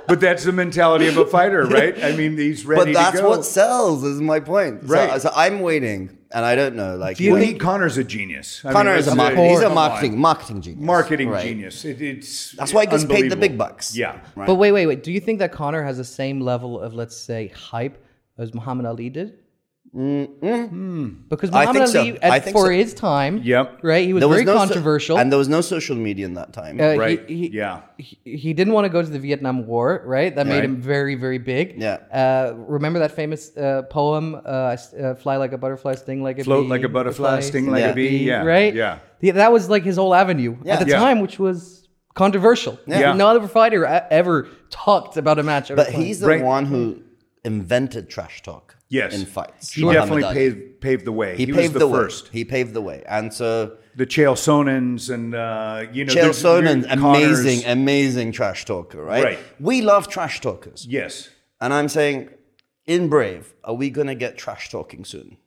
Speaker 2: but that's the mentality of a fighter, right? I mean, he's ready
Speaker 1: But that's
Speaker 2: to go.
Speaker 1: what sells. Is my point. So-
Speaker 2: Right.
Speaker 1: So, I'm waiting, and I don't know. Like
Speaker 3: you
Speaker 2: well,
Speaker 1: what-
Speaker 2: he, Connor's a genius. I
Speaker 1: Connor
Speaker 2: mean,
Speaker 1: is a
Speaker 2: that's
Speaker 1: marketing.
Speaker 2: it.
Speaker 1: He's a
Speaker 2: Come on.
Speaker 1: marketing marketing genius.
Speaker 2: Marketing
Speaker 1: Right.
Speaker 2: genius. It, it's
Speaker 1: That's why he gets paid the
Speaker 2: unbelievable.
Speaker 1: big bucks.
Speaker 2: Yeah.
Speaker 1: Right.
Speaker 3: But wait, wait, wait. Do you think that Connor has the same level of, let's say, hype as Muhammad Ali did? Hmm. Because
Speaker 1: I
Speaker 3: Muhammad
Speaker 1: think so.
Speaker 3: Ali,
Speaker 1: I
Speaker 3: at,
Speaker 1: think
Speaker 3: for
Speaker 1: so.
Speaker 3: his time,
Speaker 2: Yep.
Speaker 3: right, he was
Speaker 1: There was
Speaker 3: very
Speaker 1: no so-
Speaker 3: controversial.
Speaker 1: and there was no social media in that time.
Speaker 3: Uh, he-
Speaker 2: Right.
Speaker 3: he-
Speaker 2: yeah.
Speaker 3: he he didn't want to go to the Vietnam War, right? That made
Speaker 2: Right.
Speaker 3: him very, very big.
Speaker 1: Yeah.
Speaker 3: Uh, remember that famous uh, poem, uh, I s- uh, "Fly like a butterfly, sting like a
Speaker 2: Float
Speaker 3: bee,
Speaker 2: like a butterfly, sting like
Speaker 1: a
Speaker 2: bee." Yeah,
Speaker 3: Right.
Speaker 2: yeah.
Speaker 3: The- that was like his whole avenue
Speaker 1: Yeah.
Speaker 3: at the
Speaker 2: Yeah.
Speaker 3: time, which was controversial.
Speaker 2: Yeah.
Speaker 3: Not every fighter e- ever talked about a match.
Speaker 1: But he's the
Speaker 2: Right.
Speaker 1: one who invented trash talk.
Speaker 2: Yes.
Speaker 1: In fights.
Speaker 2: He
Speaker 1: Muhammad
Speaker 2: definitely
Speaker 1: Ali.
Speaker 2: paved, paved the way.
Speaker 1: He,
Speaker 2: was
Speaker 1: paved the, way.
Speaker 2: first.
Speaker 1: He paved the way. And so
Speaker 2: The Chael Sonnens and, uh, you know,
Speaker 1: Chael
Speaker 2: there's- there's
Speaker 1: Sonnen's
Speaker 2: Connors.
Speaker 1: amazing, amazing trash talker, right?
Speaker 2: Right.
Speaker 1: We love trash talkers.
Speaker 2: Yes.
Speaker 1: And I'm saying, in Brave, are we going to get trash talking soon?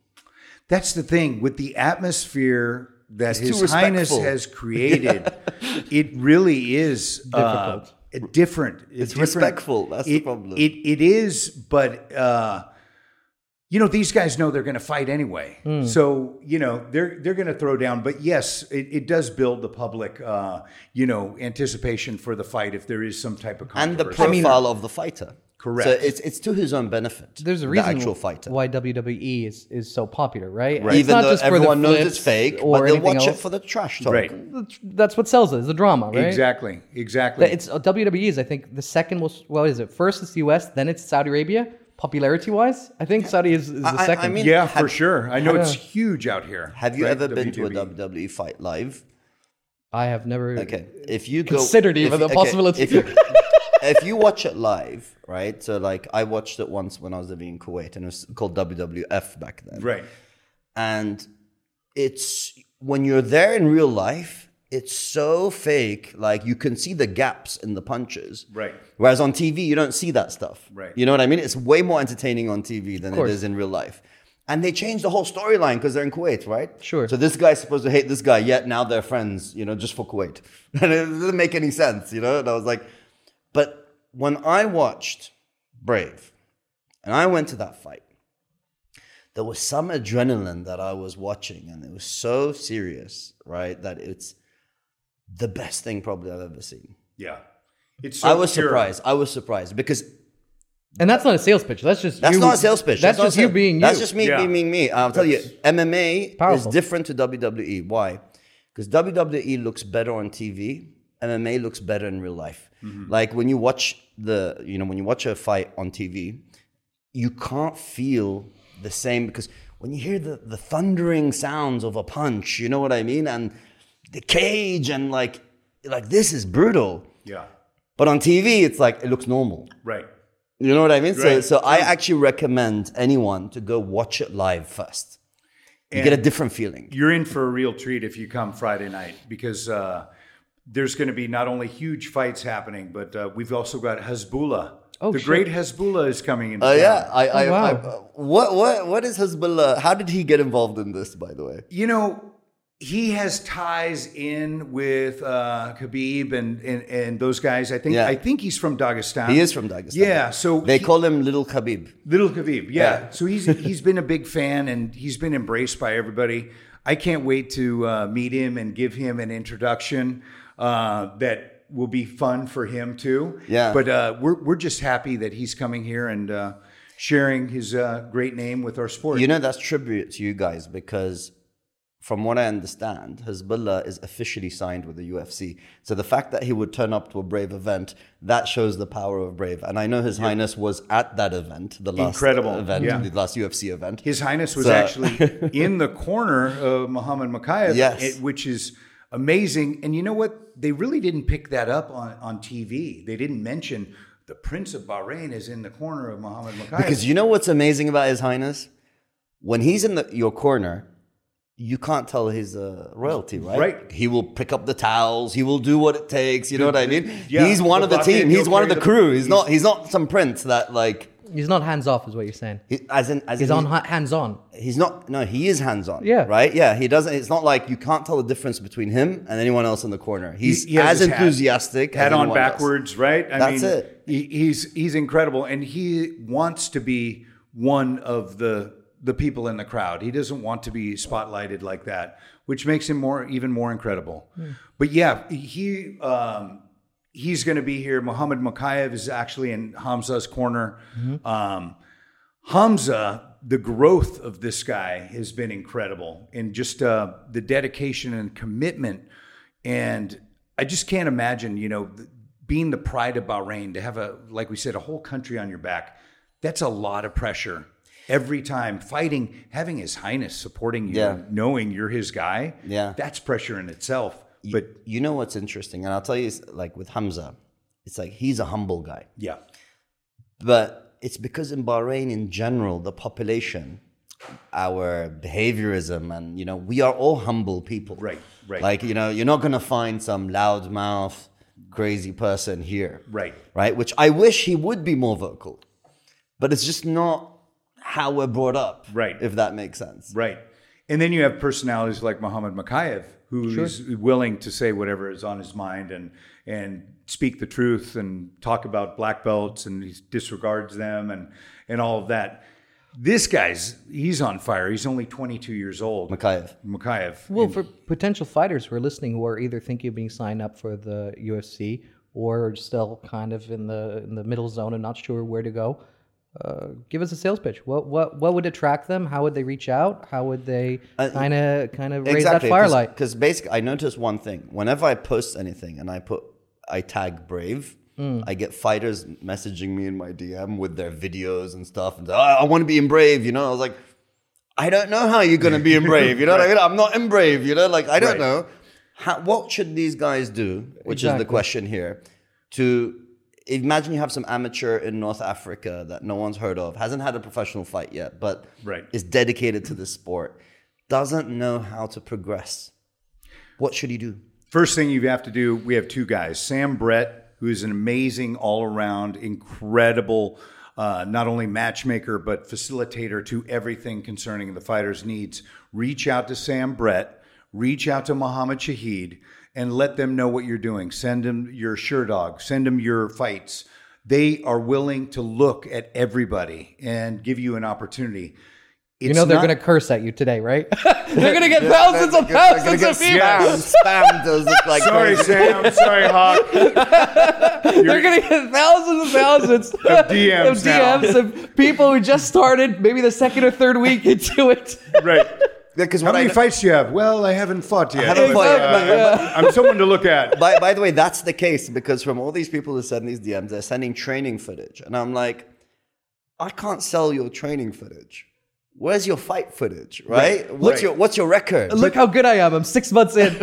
Speaker 2: That's the thing with the atmosphere that
Speaker 1: too
Speaker 2: His Highness
Speaker 1: respectful.
Speaker 2: has created. it really is uh,
Speaker 3: Difficult.
Speaker 2: a different. It's
Speaker 1: respectful. That's the problem.
Speaker 2: It it is, but uh, you know these guys know they're going to fight anyway,
Speaker 1: Hmm.
Speaker 2: so you know they're they're going to throw down. But yes, it, it does build the public, uh, you know, anticipation for the fight if there is some type of
Speaker 1: And the
Speaker 2: controversy.
Speaker 1: profile of the fighter.
Speaker 2: Correct.
Speaker 1: So it's, it's to his own benefit.
Speaker 3: there's a
Speaker 1: The
Speaker 3: reason
Speaker 1: actual fighter.
Speaker 3: why WWE is, is so popular, right? It's
Speaker 1: Even
Speaker 3: not
Speaker 1: though
Speaker 3: just for the
Speaker 1: everyone knows
Speaker 3: flips
Speaker 1: it's fake,
Speaker 3: or
Speaker 1: but they'll
Speaker 3: anything
Speaker 1: watch it
Speaker 3: else.
Speaker 1: for the trash talk.
Speaker 2: right?
Speaker 3: That's what sells it. Is the drama, right?
Speaker 2: Exactly. Exactly.
Speaker 3: That It's uh, WWE is I think the second most. What is it? First is the U.S., then it's Saudi Arabia. Popularity wise, I think Saudi is, is the
Speaker 1: I- I
Speaker 3: second.
Speaker 1: mean-
Speaker 2: yeah, for
Speaker 1: Have-
Speaker 2: sure. I know it's huge out here.
Speaker 1: Have you
Speaker 2: right? E.
Speaker 1: ever been to a
Speaker 2: WWE.
Speaker 1: WWE fight live?
Speaker 3: I have never.
Speaker 1: Okay, if you go,
Speaker 3: Considered even
Speaker 1: if-
Speaker 3: the possibility.
Speaker 1: If you, if you watch it live, right? So like I watched it once when I was living in Kuwait, and it was called WWF back then.
Speaker 2: Right.
Speaker 1: And it's when you're there in real life, it's so fake. Like you can see the gaps in the punches.
Speaker 2: Right.
Speaker 1: Whereas on TV, you don't see that stuff.
Speaker 2: Right.
Speaker 1: You know what I mean? It's way more entertaining on TV than it
Speaker 3: course.
Speaker 1: is in real life. And they changed the whole storyline because they're in Kuwait, right?
Speaker 3: Sure.
Speaker 1: So this guy's supposed to hate this guy, yet now they're friends, you know, just for Kuwait. And it doesn't make any sense, you know? And I was like, but when I watched Brave and I went to that fight, there was some adrenaline that I was watching, and it was so serious, right? That it's the best thing probably I've ever seen.
Speaker 2: Yeah. It's
Speaker 1: I was
Speaker 2: pure.
Speaker 1: surprised. I was surprised because
Speaker 3: and that's not a sales pitch. That's just
Speaker 1: that's
Speaker 3: you-
Speaker 1: not a sales pitch.
Speaker 3: That's,
Speaker 1: not
Speaker 3: just
Speaker 1: a
Speaker 3: you
Speaker 1: sale-
Speaker 3: being you.
Speaker 1: That's just me
Speaker 2: Yeah.
Speaker 1: being, being me. I'll tell you, MMA
Speaker 3: Powerful.
Speaker 1: is different to WWE. Why? Because WWE E looks better on TV. MMA looks better in real life. Like when you watch the, you know, when you watch a fight on TV, you can't feel the same because when you hear the, the thundering sounds of a punch, you know what I mean, and the cage and like, like this is brutal.
Speaker 2: Yeah.
Speaker 1: But on TV, it's like it looks normal.
Speaker 2: Right.
Speaker 1: You know what I mean?
Speaker 2: Right.
Speaker 1: So, so I actually recommend anyone to go watch it live first. You get a different feeling.
Speaker 2: You're in for a real treat if you come Friday night because uh, there's going to be not only huge fights happening, but uh, we've also got Hezbollah.
Speaker 3: Oh,
Speaker 2: the
Speaker 3: shit.
Speaker 2: great Hezbollah is coming in.
Speaker 1: Oh yeah, I, I,
Speaker 3: Oh, wow.
Speaker 1: I, what, what, what is Hezbollah? How did he get involved in this? By the way,
Speaker 2: You know, he has ties in with uh, Khabib and, and, and those guys. I think
Speaker 1: Yeah.
Speaker 2: I think he's from Dagestan.
Speaker 1: he is from Dagestan.
Speaker 2: Yeah, so
Speaker 1: they
Speaker 2: he-
Speaker 1: call him Little Khabib.
Speaker 2: Little Khabib, yeah.
Speaker 1: Yeah.
Speaker 2: So he's he's been a big fan and he's been embraced by everybody. I can't wait to uh, meet him and give him an introduction uh, that will be fun for him too.
Speaker 1: Yeah.
Speaker 2: But uh, we're we're just happy that he's coming here and uh, sharing his uh, great name with our sport.
Speaker 1: You know that's tribute to you guys because from what I understand, Hezbollah is officially signed with the UFC. So the fact that he would turn up to a Brave event, that shows the power of Brave. And I know His Highness was at that event, the last
Speaker 2: Incredible.
Speaker 1: event,
Speaker 2: Yeah.
Speaker 1: the last UFC event.
Speaker 2: His Highness was
Speaker 1: So-
Speaker 2: actually in the corner of Muhammad Makayev,
Speaker 1: Yes.
Speaker 2: it- which is amazing. And you know what? They really didn't pick that up on, on TV. They didn't mention the Prince of Bahrain is in the corner of Muhammad Makayev.
Speaker 1: Because you know what's amazing about His Highness? When he's in the, your corner, you can't tell he's a royalty, right?
Speaker 2: Right.
Speaker 1: He will pick up the towels. He will do what it takes. You know what I mean?
Speaker 2: yeah,
Speaker 1: he's one
Speaker 2: the
Speaker 1: of the
Speaker 2: bucket,
Speaker 1: team.
Speaker 2: he'll
Speaker 1: He's one of the
Speaker 2: carry the-
Speaker 1: crew. He's,
Speaker 2: he's-
Speaker 1: not. He's not some prince that like.
Speaker 3: He's not hands off, is what you're saying.
Speaker 1: He, as in, as
Speaker 3: He's
Speaker 1: in
Speaker 3: on hands on.
Speaker 1: he's not no he is hands-on
Speaker 3: Yeah.
Speaker 1: right yeah he doesn't it's not like you can't tell the difference between him and anyone else in the corner he's
Speaker 2: He- he has
Speaker 1: as
Speaker 2: his hat.
Speaker 1: enthusiastic
Speaker 2: Head
Speaker 1: as
Speaker 2: on
Speaker 1: anyone else.
Speaker 2: backwards, right? I
Speaker 1: That's
Speaker 2: mean,
Speaker 1: it.
Speaker 2: He, he's he's incredible, and he wants to be one of the the people in the crowd. He doesn't want to be spotlighted like that, which makes him more even more incredible. But yeah, he um, he's going to be here. Muhammad Makayev is actually in Hamza's corner. Um, Hamza, the growth of this guy has been incredible, and just uh, the dedication and commitment. And I just can't imagine, you know, th- being the pride of Bahrain to have a, like we said, a whole country on your back. That's a lot of pressure every time. Fighting, having His Highness supporting you,
Speaker 1: Yeah.
Speaker 2: knowing you're his guy.
Speaker 1: Yeah.
Speaker 2: that's pressure in itself. But
Speaker 1: you know what's interesting and i'll tell you it's like with hamza it's like he's a humble guy
Speaker 2: yeah,
Speaker 1: but it's because in bahrain in general the population our behaviorism and you know we are all humble people
Speaker 2: Right, right.
Speaker 1: like you know you're not gonna find some loudmouth crazy person here
Speaker 2: right.
Speaker 1: right? Which I wish he would be more vocal, but it's just not how we're brought up,
Speaker 2: Right.
Speaker 1: If that makes sense.
Speaker 2: Right. And then you have personalities like Muhammad Makayev, who is willing to say whatever is on his mind and and speak the truth and talk about black belts and he disregards them and and all of that. This guy's he's on fire. He's only 22 years old.
Speaker 1: Makayev.
Speaker 2: Makayev.
Speaker 3: Well, for potential fighters who are listening, who are either thinking of being signed up for the UFC or still kind of in the in the middle zone and not sure where to go, uh, give us a sales pitch. What what what would attract them? How would they reach out? How would they kind of kind of raise that firelight?
Speaker 1: Because basically, I noticed one thing: whenever I post anything and I put, I tag Brave.
Speaker 3: Mm.
Speaker 1: I get fighters messaging me in my DM with their videos and stuff, and say, "Oh, I want to be in Brave. You know, I was like, I don't know how you're going to be in Brave. You know what I mean? I'm not in Brave. You know, like I don't
Speaker 2: Right.
Speaker 1: know. How, what should these guys do? Which is the
Speaker 3: Exactly.
Speaker 1: question here. To imagine you have some amateur in North Africa that no one's heard of, hasn't had a professional fight yet, but
Speaker 2: Right.
Speaker 1: is dedicated to this sport, doesn't know how to progress. What should he do?
Speaker 2: First thing you have to do, we have two guys Sam Brett, who is an amazing, all around, incredible, uh, not only matchmaker, but facilitator to everything concerning the fighter's needs. Reach out to Sam Brett, reach out to Muhammad Shahid, and let them know what you're doing. Send them your sure dog, send them your fights. They are willing to look at everybody and give you an opportunity.
Speaker 3: You know they're
Speaker 2: not-
Speaker 3: going to curse at you today, right? they're going to get thousands and thousands of emails.
Speaker 1: spammed, spammed those look like
Speaker 2: Sorry,
Speaker 1: crazy.
Speaker 2: Sam. Sorry, Hawk.
Speaker 3: They're gonna get thousands and thousands of
Speaker 2: DMs now.
Speaker 3: DMs of people who just started, maybe the second or third week into it.
Speaker 2: Right.
Speaker 1: Because
Speaker 2: How
Speaker 1: what I
Speaker 2: many
Speaker 1: know-
Speaker 2: fights do you have? Well, I haven't fought yet.
Speaker 1: haven't
Speaker 2: but,
Speaker 1: fought,
Speaker 2: uh, I'm someone to look at.
Speaker 1: by, by the way, that's the case because from all these people who send these DMs, they're sending training footage. And I'm like, I can't sell your training footage. Where's your fight footage, right? What's
Speaker 2: right.
Speaker 1: your what's your record?
Speaker 3: Look how good I am. I'm six months in.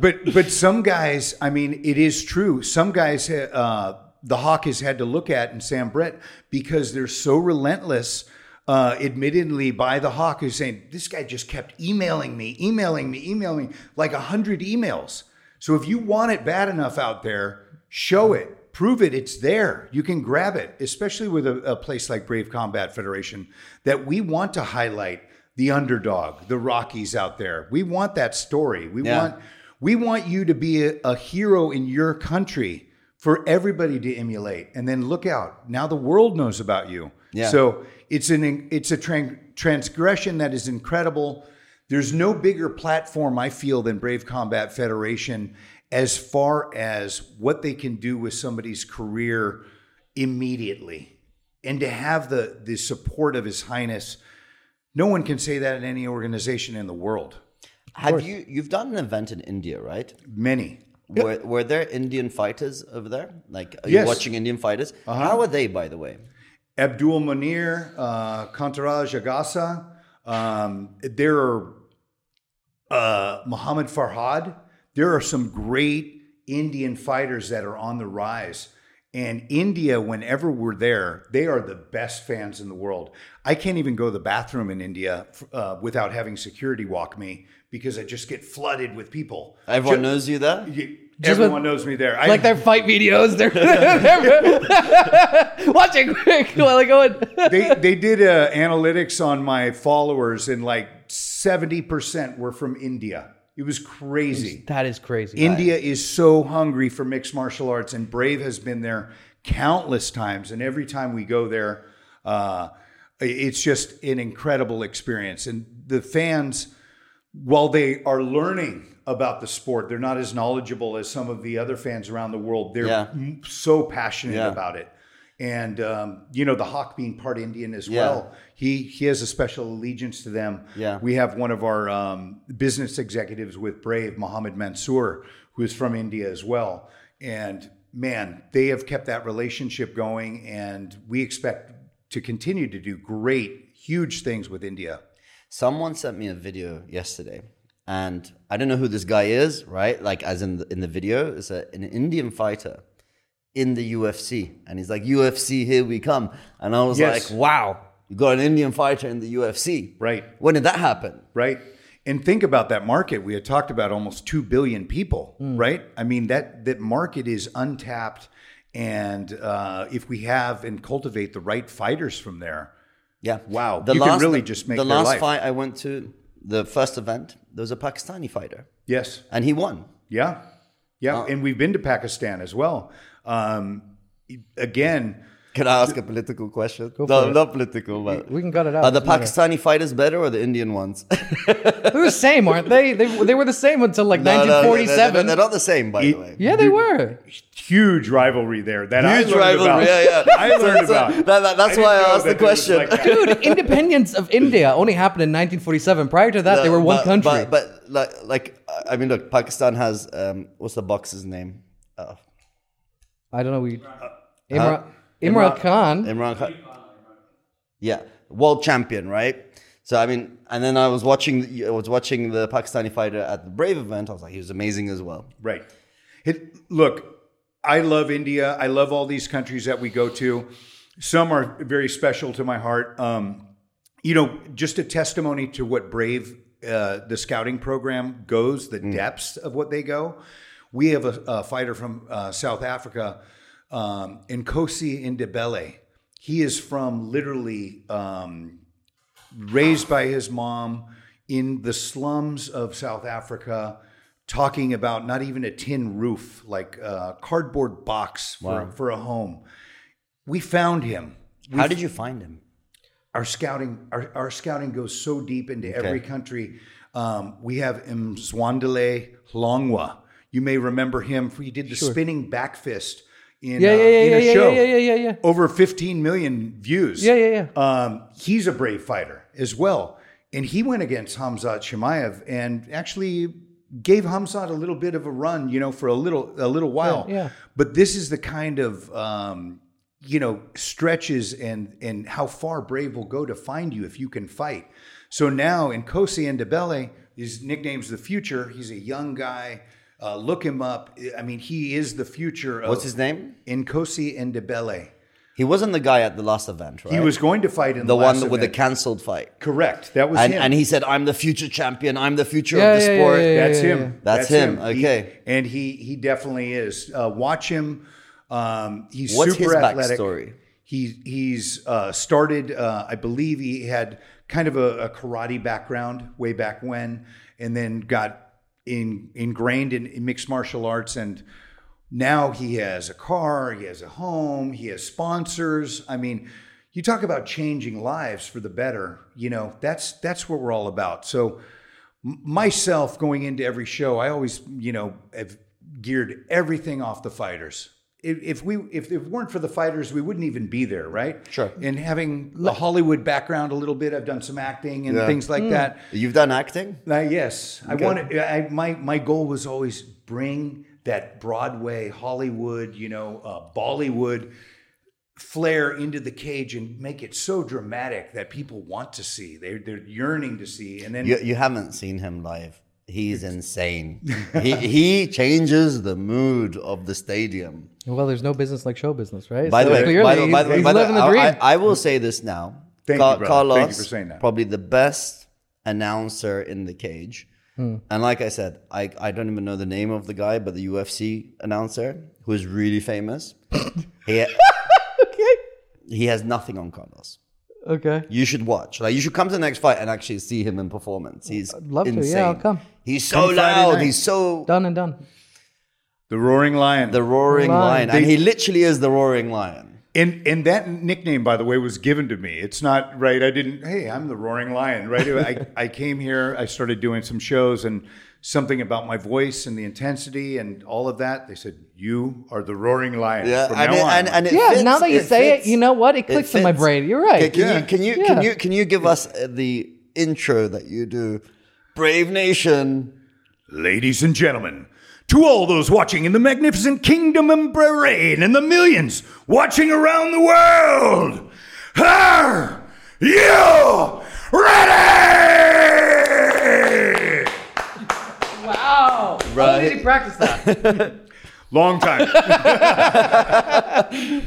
Speaker 2: But but some guys, I mean, it is true. Some guys, uh, the Hawk has had to look at and Sam Brett because they're so relentless. Uh, admittedly, by the Hawk who's saying this guy just kept emailing me, emailing me, emailing me, like a hundred emails. So if you want it bad enough out there, show it, prove it. It's there. You can grab it, especially with a, a place like Brave Combat Federation that we want to highlight the underdog, the Rockies out there. We want that story. We
Speaker 1: Yeah.
Speaker 2: want we want you to be a, a hero in your country for everybody to emulate. And then look out. Now the world knows about you.
Speaker 1: Yeah.
Speaker 2: So it's an it's a tran- transgression that is incredible. There's no bigger platform I feel than Brave Combat Federation as far as what they can do with somebody's career immediately. And to have the the support of his highness No one can say that in any organization in the world.
Speaker 1: Have you you've done an event in India, right?
Speaker 2: Many.
Speaker 1: Were, were there Indian fighters over there? Like, are
Speaker 2: Yes. Uh-huh.
Speaker 1: you watching Indian fighters? How are they, by the way?
Speaker 2: Abdul Munir, uh, Kantaraj Agassa. Um, there are uh, Muhammad Farhad. There are some great Indian fighters that are on the rise. And India, whenever we're there, they are the best fans in the world. I can't even go to the bathroom in India uh, without having security walk me because I just get flooded with people.
Speaker 1: Everyone knows you there.
Speaker 2: You-
Speaker 3: Just
Speaker 2: everyone
Speaker 3: with-
Speaker 2: knows me there. I-
Speaker 3: Like their fight videos, they're, they're watch it quick while I go in.
Speaker 2: they they did uh, analytics on my followers, and like seventy percent were from India. It was crazy.
Speaker 3: That is crazy.
Speaker 2: India is so hungry for mixed martial arts, and Brave has been there countless times. And every time we go there, uh, it's just an incredible experience. And the fans, while they are learning about the sport, they're not as knowledgeable as some of the other fans around the world. They're
Speaker 1: Yeah.
Speaker 2: m- so passionate
Speaker 1: Yeah.
Speaker 2: about it. And um, you know the hawk being part Indian as
Speaker 1: Yeah.
Speaker 2: well. He he has a special allegiance to them.
Speaker 1: Yeah.
Speaker 2: we have one of our um, business executives with Brave, Mohammed Mansoor, who is from India as well. And man, they have kept that relationship going, and we expect to continue to do great, huge things with India.
Speaker 1: Someone sent me a video yesterday, and I don't know who this guy is, right? Like, as in the, in the video, it's a, an Indian fighter in the UFC, and he's like, "UFC, here we come!" And I was
Speaker 2: Yes.
Speaker 1: like, "Wow, you got an Indian fighter in the UFC,
Speaker 2: Right.
Speaker 1: When did that happen?"
Speaker 2: right? And think about that market. We had talked about almost two billion people, right? I mean that that market is untapped, and uh, if we have and cultivate the right fighters from there,
Speaker 1: Yeah.
Speaker 2: Wow. You can really just make
Speaker 1: the
Speaker 2: their
Speaker 1: last
Speaker 2: life.
Speaker 1: fight I went to, the first event, there was a Pakistani fighter,
Speaker 2: yes,
Speaker 1: and he won.
Speaker 2: yeah, yeah. and we've been to Pakistan as well. Um, again,
Speaker 1: Can I ask a political question?
Speaker 3: for
Speaker 1: No,
Speaker 3: it.
Speaker 1: not political, but
Speaker 3: we can cut it out.
Speaker 1: are the
Speaker 3: Doesn't matter.
Speaker 1: Pakistani fighters better or the Indian ones?
Speaker 3: They were the same, aren't they? They, they were the same until like
Speaker 1: No, no, no, no,
Speaker 3: 1947.
Speaker 1: They're, not the same, by the way.
Speaker 3: yeah, they were.
Speaker 2: huge rivalry there. That I
Speaker 1: Huge
Speaker 2: learned
Speaker 1: rivalry,
Speaker 2: about.
Speaker 1: yeah, yeah.
Speaker 2: I learned
Speaker 1: So-
Speaker 2: about.
Speaker 1: that- that- that's
Speaker 2: didn't
Speaker 1: why I
Speaker 2: know
Speaker 1: asked the
Speaker 2: that it was
Speaker 1: question.
Speaker 2: like that.
Speaker 3: Dude, independence of India only happened in 1947. Prior to that, they were one
Speaker 1: but,
Speaker 3: country.
Speaker 1: But, but like, like, I mean, look, Pakistan has um, what's the boxer's name? Uh,
Speaker 3: I don't know. We Imran, Imran Khan.
Speaker 1: Imran Khan. Yeah, world champion, right? So I mean, and then I was watching, I was watching the Pakistani fighter at the Brave event. I was like, he was amazing as well.
Speaker 2: Right. It, look, I love India. I love all these countries that we go to. Some are very special to my heart. Um, you know, just a testimony to what Brave, uh, the scouting program goes, the depths of what they go. We have a, a fighter from uh, South Africa, um, Nkosi Ndebele. He is from literally um, raised by his mom in the slums of South Africa, talking about not even a tin roof, like a cardboard box for, for a home. We found him.
Speaker 1: How did you find him?
Speaker 2: Our scouting, our, our scouting goes so deep into every country. Um, we have Mzwandele Longwa. You may remember him. He did the spinning back fist in,
Speaker 3: Yeah,
Speaker 2: uh,
Speaker 3: yeah, yeah,
Speaker 2: in
Speaker 3: yeah,
Speaker 2: a
Speaker 3: yeah,
Speaker 2: show.
Speaker 3: yeah, yeah, yeah, yeah.
Speaker 2: Over 15 million views.
Speaker 3: Yeah, yeah, yeah.
Speaker 1: Uh,
Speaker 2: Um, he's a brave fighter as well. And he went against Hamzat Shemaev and actually gave Hamzat a little bit of a run, you know, for a little a little while.
Speaker 3: Yeah, yeah.
Speaker 2: But this is the kind of um, you know stretches and and how far Brave will go to find you if you can fight. So now in Kosi and Debele, his nickname's the future. He's a young guy. Uh, look him up. I mean, he is the future of
Speaker 1: What's his name?
Speaker 2: Nkosi and Debele.
Speaker 1: He wasn't the guy at the last event, right?
Speaker 2: He was going to fight in the,
Speaker 1: the one
Speaker 2: last
Speaker 1: with the
Speaker 2: event.
Speaker 1: cancelled fight.
Speaker 2: Correct. That was
Speaker 1: And,
Speaker 2: him.
Speaker 1: and he said, I'm the future champion. I'm the future
Speaker 3: Yeah,
Speaker 1: of the
Speaker 3: yeah, yeah,
Speaker 1: sport.
Speaker 3: yeah, yeah.
Speaker 2: That's him.
Speaker 1: That's him.
Speaker 2: He-
Speaker 1: Okay.
Speaker 2: and he he definitely is. Uh, watch him. Um, he's
Speaker 1: What's
Speaker 2: super
Speaker 1: his
Speaker 2: athletic.
Speaker 1: backstory?
Speaker 2: He he's uh, started. Uh, I believe he had kind of a, a karate background way back when, and then got in, ingrained in, in mixed martial arts and. Now he has a car, he has a home, he has sponsors. I mean, you talk about changing lives for the better. You know, that's that's what we're all about. So m- myself going into every show, I always, you know, have geared everything off the fighters. if if we if it weren't for the fighters, we wouldn't even be there, right?
Speaker 1: Sure.
Speaker 2: And having a Hollywood background a little bit, I've done some acting and
Speaker 1: Yeah.
Speaker 2: things like that.
Speaker 1: You've done acting?
Speaker 2: Uh, yes, I wanted. I, my my goal was always bring that Broadway, Hollywood, you know, uh, Bollywood flair into the cage and make it so dramatic that people want to see. They're they're yearning to see, and then
Speaker 1: You, you haven't seen him live. He's insane. he, he changes the mood of the stadium.
Speaker 3: Well, there's no business like show business, right?
Speaker 1: By the
Speaker 3: So
Speaker 1: way,
Speaker 3: clearly
Speaker 1: by the, by the,
Speaker 3: he's,
Speaker 1: by the,
Speaker 3: living the
Speaker 1: I-
Speaker 3: dream.
Speaker 1: I, I will say this now.
Speaker 2: Thank you,
Speaker 1: Ca-
Speaker 2: brother.
Speaker 1: Carlos,
Speaker 2: Thank you for saying that.
Speaker 1: probably the best announcer in the cage.
Speaker 2: Hmm.
Speaker 1: And like I said, I, I don't even know the name of the guy, but the UFC announcer who is really famous. he, he has nothing on Carlos.
Speaker 3: okay.
Speaker 1: You should watch. Like you should come to the next fight and actually see him in performance. He's
Speaker 3: love to. Yeah,
Speaker 1: insane.
Speaker 3: I'll come.
Speaker 1: He's so
Speaker 2: Friday
Speaker 1: loud.
Speaker 2: night.
Speaker 1: He's so
Speaker 3: Done and done.
Speaker 2: the Roaring Lion.
Speaker 1: the roaring lion,
Speaker 3: Lion.
Speaker 1: and he literally is the roaring lion.
Speaker 2: And and that nickname, by the way, was given to me. It's not right. I didn't. Hey, I'm the Roaring Lion, right? I, I came here. I started doing some shows, and something about my voice and the intensity and all of that. They said you are the Roaring Lion.
Speaker 1: Yeah,
Speaker 2: from
Speaker 1: and,
Speaker 2: now
Speaker 1: it,
Speaker 2: on.
Speaker 1: and, and it
Speaker 3: Yeah,
Speaker 1: fits,
Speaker 3: now that you say it,
Speaker 1: fits.
Speaker 3: you know what? It clicks in my
Speaker 1: fits.
Speaker 3: brain. You're
Speaker 1: Can,
Speaker 3: right.
Speaker 1: can
Speaker 2: Yeah.
Speaker 1: you can you can
Speaker 3: Yeah.
Speaker 1: you can you give us uh, the intro that you do? Brave Nation.
Speaker 2: Ladies and gentlemen, to all those watching in the magnificent kingdom and Bahrain and the millions watching around the world, are you ready?
Speaker 3: Wow.
Speaker 1: Right. did he
Speaker 3: practice that?
Speaker 2: Long time.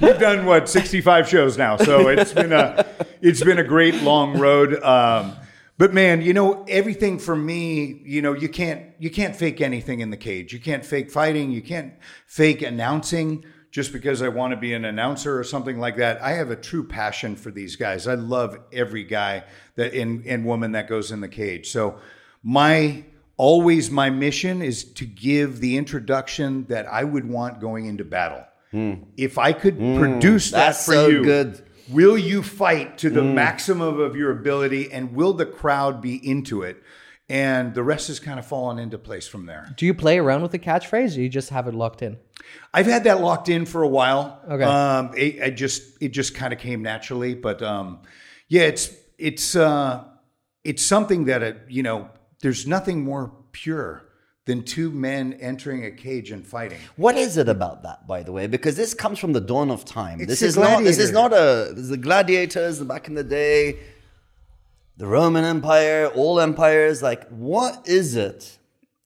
Speaker 2: We've done what sixty-five shows now, so it's been a it's been a great long road. Um, but man, you know everything for me. You know you can't you can't fake anything in the cage. You can't fake fighting. You can't fake announcing. Just because I want to be an announcer or something like that, I have a true passion for these guys. I love every guy that and, and woman that goes in the cage. So my always my mission is to give the introduction that I would want going into battle. If I could produce that
Speaker 1: Mm, that's
Speaker 2: for
Speaker 1: so
Speaker 2: you,
Speaker 1: good. Mm.
Speaker 2: will you fight to the maximum of your ability and will the crowd be into it? And the rest is kind of falling into place from there.
Speaker 3: Do you play around with the catchphrase or you just have it locked in?
Speaker 2: I've had that locked in for a while.
Speaker 3: Okay.
Speaker 2: Um, it, I just it just kind of came naturally, but um, yeah, it's it's uh, it's something that it, you know. There's nothing more pure than two men entering a cage and fighting.
Speaker 1: What is it about that, by the way? Because this comes from the dawn of time. this
Speaker 2: the
Speaker 1: is not. This is
Speaker 2: gladiator.
Speaker 1: not a. This is the gladiators the back in the day. The Roman Empire, all empires. Like, what is it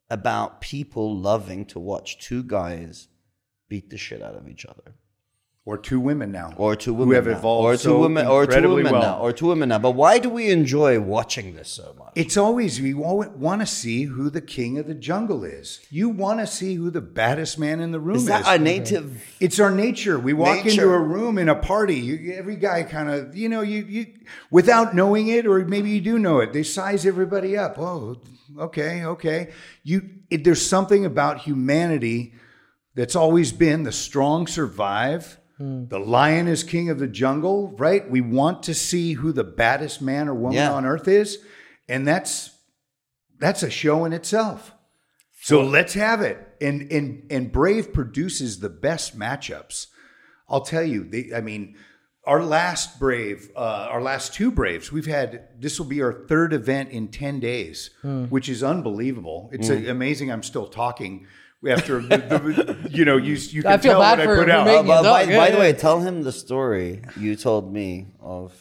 Speaker 1: about people loving to watch two guys beat the shit out of each other?
Speaker 2: Or two women now,
Speaker 1: or two
Speaker 2: who
Speaker 1: women
Speaker 2: have
Speaker 1: now,
Speaker 2: evolved,
Speaker 1: or two
Speaker 2: so
Speaker 1: women, or two
Speaker 2: incredibly
Speaker 1: women
Speaker 2: well.
Speaker 1: now, or two women now. But why do we enjoy watching this so much?
Speaker 2: It's always you want to see who the king of the jungle is. You want to see who the baddest man in the room
Speaker 1: Is that
Speaker 2: is.
Speaker 1: our native?
Speaker 2: It's our nature. We walk into
Speaker 1: Nature.
Speaker 2: a room in a party. You, you- every guy kind of, you know, you, you, without knowing it, or maybe you do know it, they size everybody up. Oh, okay, okay. You, it, there's something about humanity that's always been the strong survive.
Speaker 1: Hmm.
Speaker 2: The lion is king of the jungle, right? We want to see who the baddest man or woman
Speaker 1: Yeah.
Speaker 2: on earth is, and that's that's a show in itself. So let's have it. And and and Brave produces the best matchups. I'll tell you. They, I mean, our last Brave, uh, our last two Braves, we've had. This will be our third event in ten days,
Speaker 3: Hmm.
Speaker 2: which is unbelievable. It's uh, amazing. I'm still talking after the, the, you know you you can
Speaker 3: I feel
Speaker 2: tell
Speaker 3: bad
Speaker 2: what
Speaker 3: for-
Speaker 2: I put
Speaker 3: for
Speaker 2: out.
Speaker 1: Uh,
Speaker 3: making-
Speaker 1: but by,
Speaker 3: Yeah,
Speaker 1: by the
Speaker 3: yeah.
Speaker 1: way, tell him the story you told me of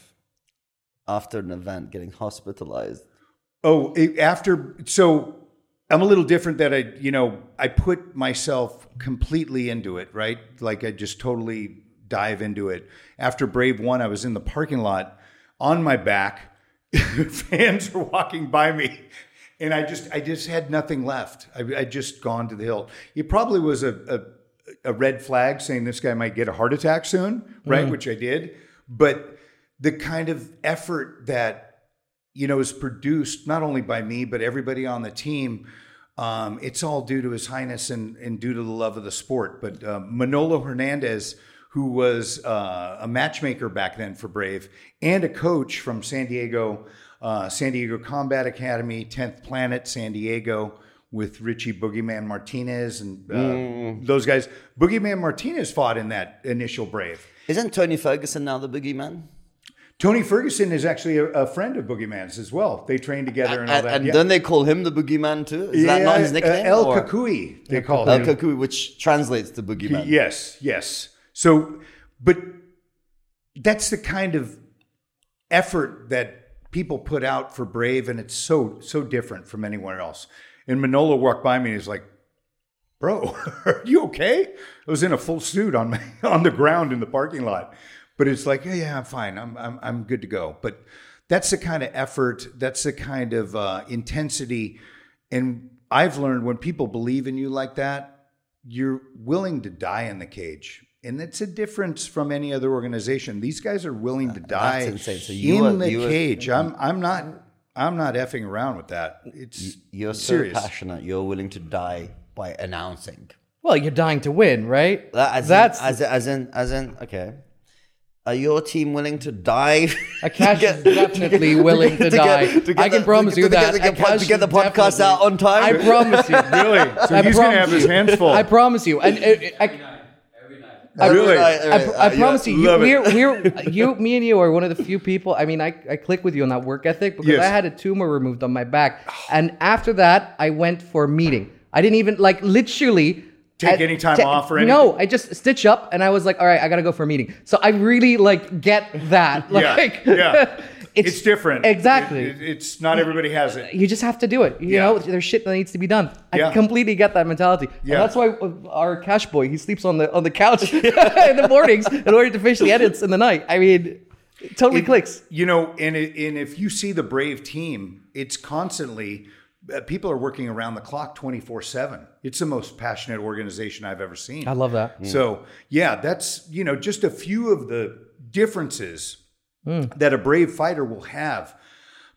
Speaker 1: after an event getting hospitalized.
Speaker 2: Oh, it, after so I'm a little different that I, you know, I put myself completely into it, right? Like I just totally dive into it. After Brave 1, I was in the parking lot on my back. Fans were walking by me and I just I just had nothing left. I I just gone to the hill. It probably was a a, a red flag saying this guy might get a heart attack soon, right? Which I did. But the kind of effort that you know, is produced not only by me but everybody on the team. Um, it's all due to His Highness and, and due to the love of the sport. But uh, Manolo Hernandez, who was uh, a matchmaker back then for Brave and a coach from San Diego, uh, San Diego Combat Academy, Tenth Planet, San Diego, with Richie Boogeyman Martinez and uh,
Speaker 1: Mm.
Speaker 2: those guys. Boogeyman Martinez fought in that initial Brave.
Speaker 1: Isn't Tony Ferguson now the boogeyman?
Speaker 2: Tony Ferguson is actually a, a friend of Boogeyman's as well. They trained together and, all
Speaker 1: And,
Speaker 2: that.
Speaker 1: and
Speaker 2: yeah.
Speaker 1: then they call him the boogeyman too. Is that not his
Speaker 2: uh,
Speaker 1: nickname?
Speaker 2: El
Speaker 1: or-
Speaker 2: Kakui, they call
Speaker 1: El
Speaker 2: him.
Speaker 1: Kakui, which translates to boogeyman.
Speaker 2: Yes, yes. So, but that's the kind of effort that people put out for Brave, and it's so so different from anywhere else. And Manolo walked by me and he's like, "Bro, are you okay?" I was in a full suit on my, on the ground in the parking lot, but it's like, "Yeah, yeah, I'm fine. I'm I'm I'm good to go." But that's the kind of effort. That's the kind of uh, intensity. And I've learned when people believe in you like that, you're willing to die in the cage. And it's a difference from any other organization. These guys are willing to die
Speaker 1: Uh, insane. So you
Speaker 2: in
Speaker 1: are-
Speaker 2: the
Speaker 1: you are- Mm-hmm.
Speaker 2: cage. I'm I'm not I'm not effing around with that. It's
Speaker 1: You're so
Speaker 2: serious.
Speaker 1: passionate. You're willing to die by announcing.
Speaker 3: Well, you're dying to win, right?
Speaker 1: That- as
Speaker 3: That's
Speaker 1: in, as, in- as in as in okay. Are your team willing to die?
Speaker 3: a cash is definitely willing to,
Speaker 1: to get-
Speaker 3: die.
Speaker 1: to get
Speaker 3: I can
Speaker 1: the-
Speaker 3: promise
Speaker 1: to
Speaker 3: you
Speaker 1: get-
Speaker 3: that.
Speaker 1: to get-
Speaker 3: A
Speaker 1: to
Speaker 3: cash
Speaker 1: get the
Speaker 3: is
Speaker 1: podcast out
Speaker 3: definitely-
Speaker 1: on time.
Speaker 3: I promise you.
Speaker 2: Really? So
Speaker 3: I
Speaker 2: he's gonna
Speaker 3: promise
Speaker 2: have his
Speaker 3: you.
Speaker 2: hands full.
Speaker 3: I promise you. And it- I, I-
Speaker 2: Really?
Speaker 3: I,
Speaker 1: uh,
Speaker 3: I promise you, you
Speaker 2: uh, Love it.
Speaker 3: we're, we're, you, me and you are one of the few people. I mean, I, I click with you on that work ethic because
Speaker 2: Yes.
Speaker 3: I had a tumor removed on my back. And after that, I went for a meeting. I didn't even, like, literally.
Speaker 2: Take
Speaker 3: I-
Speaker 2: any time
Speaker 3: ta-
Speaker 2: off or
Speaker 3: No, I just stitch up and I was like, all right, I got to go for a meeting. So I really, like, get that.
Speaker 2: Yeah,
Speaker 3: Like,
Speaker 2: yeah. It's, different.
Speaker 3: Exactly.
Speaker 2: It- it- it's not everybody has it.
Speaker 3: you just have to do it. You
Speaker 2: Yeah.
Speaker 3: know, there's shit that needs to be done. I
Speaker 2: Yeah.
Speaker 3: completely get that mentality.
Speaker 2: Yeah.
Speaker 3: And that's why uh, our cash boy, he sleeps on the on the couch in the mornings in order to finish the edits in the night. I mean, it totally clicks.
Speaker 2: You know, and it, and if you see the Brave team, it's constantly uh, people are working around the clock 24/7. It's the most passionate organization I've ever seen.
Speaker 3: I love that.
Speaker 2: So, yeah, that's, you know, just a few of the differences
Speaker 3: Hmm.
Speaker 2: that a brave fighter will have.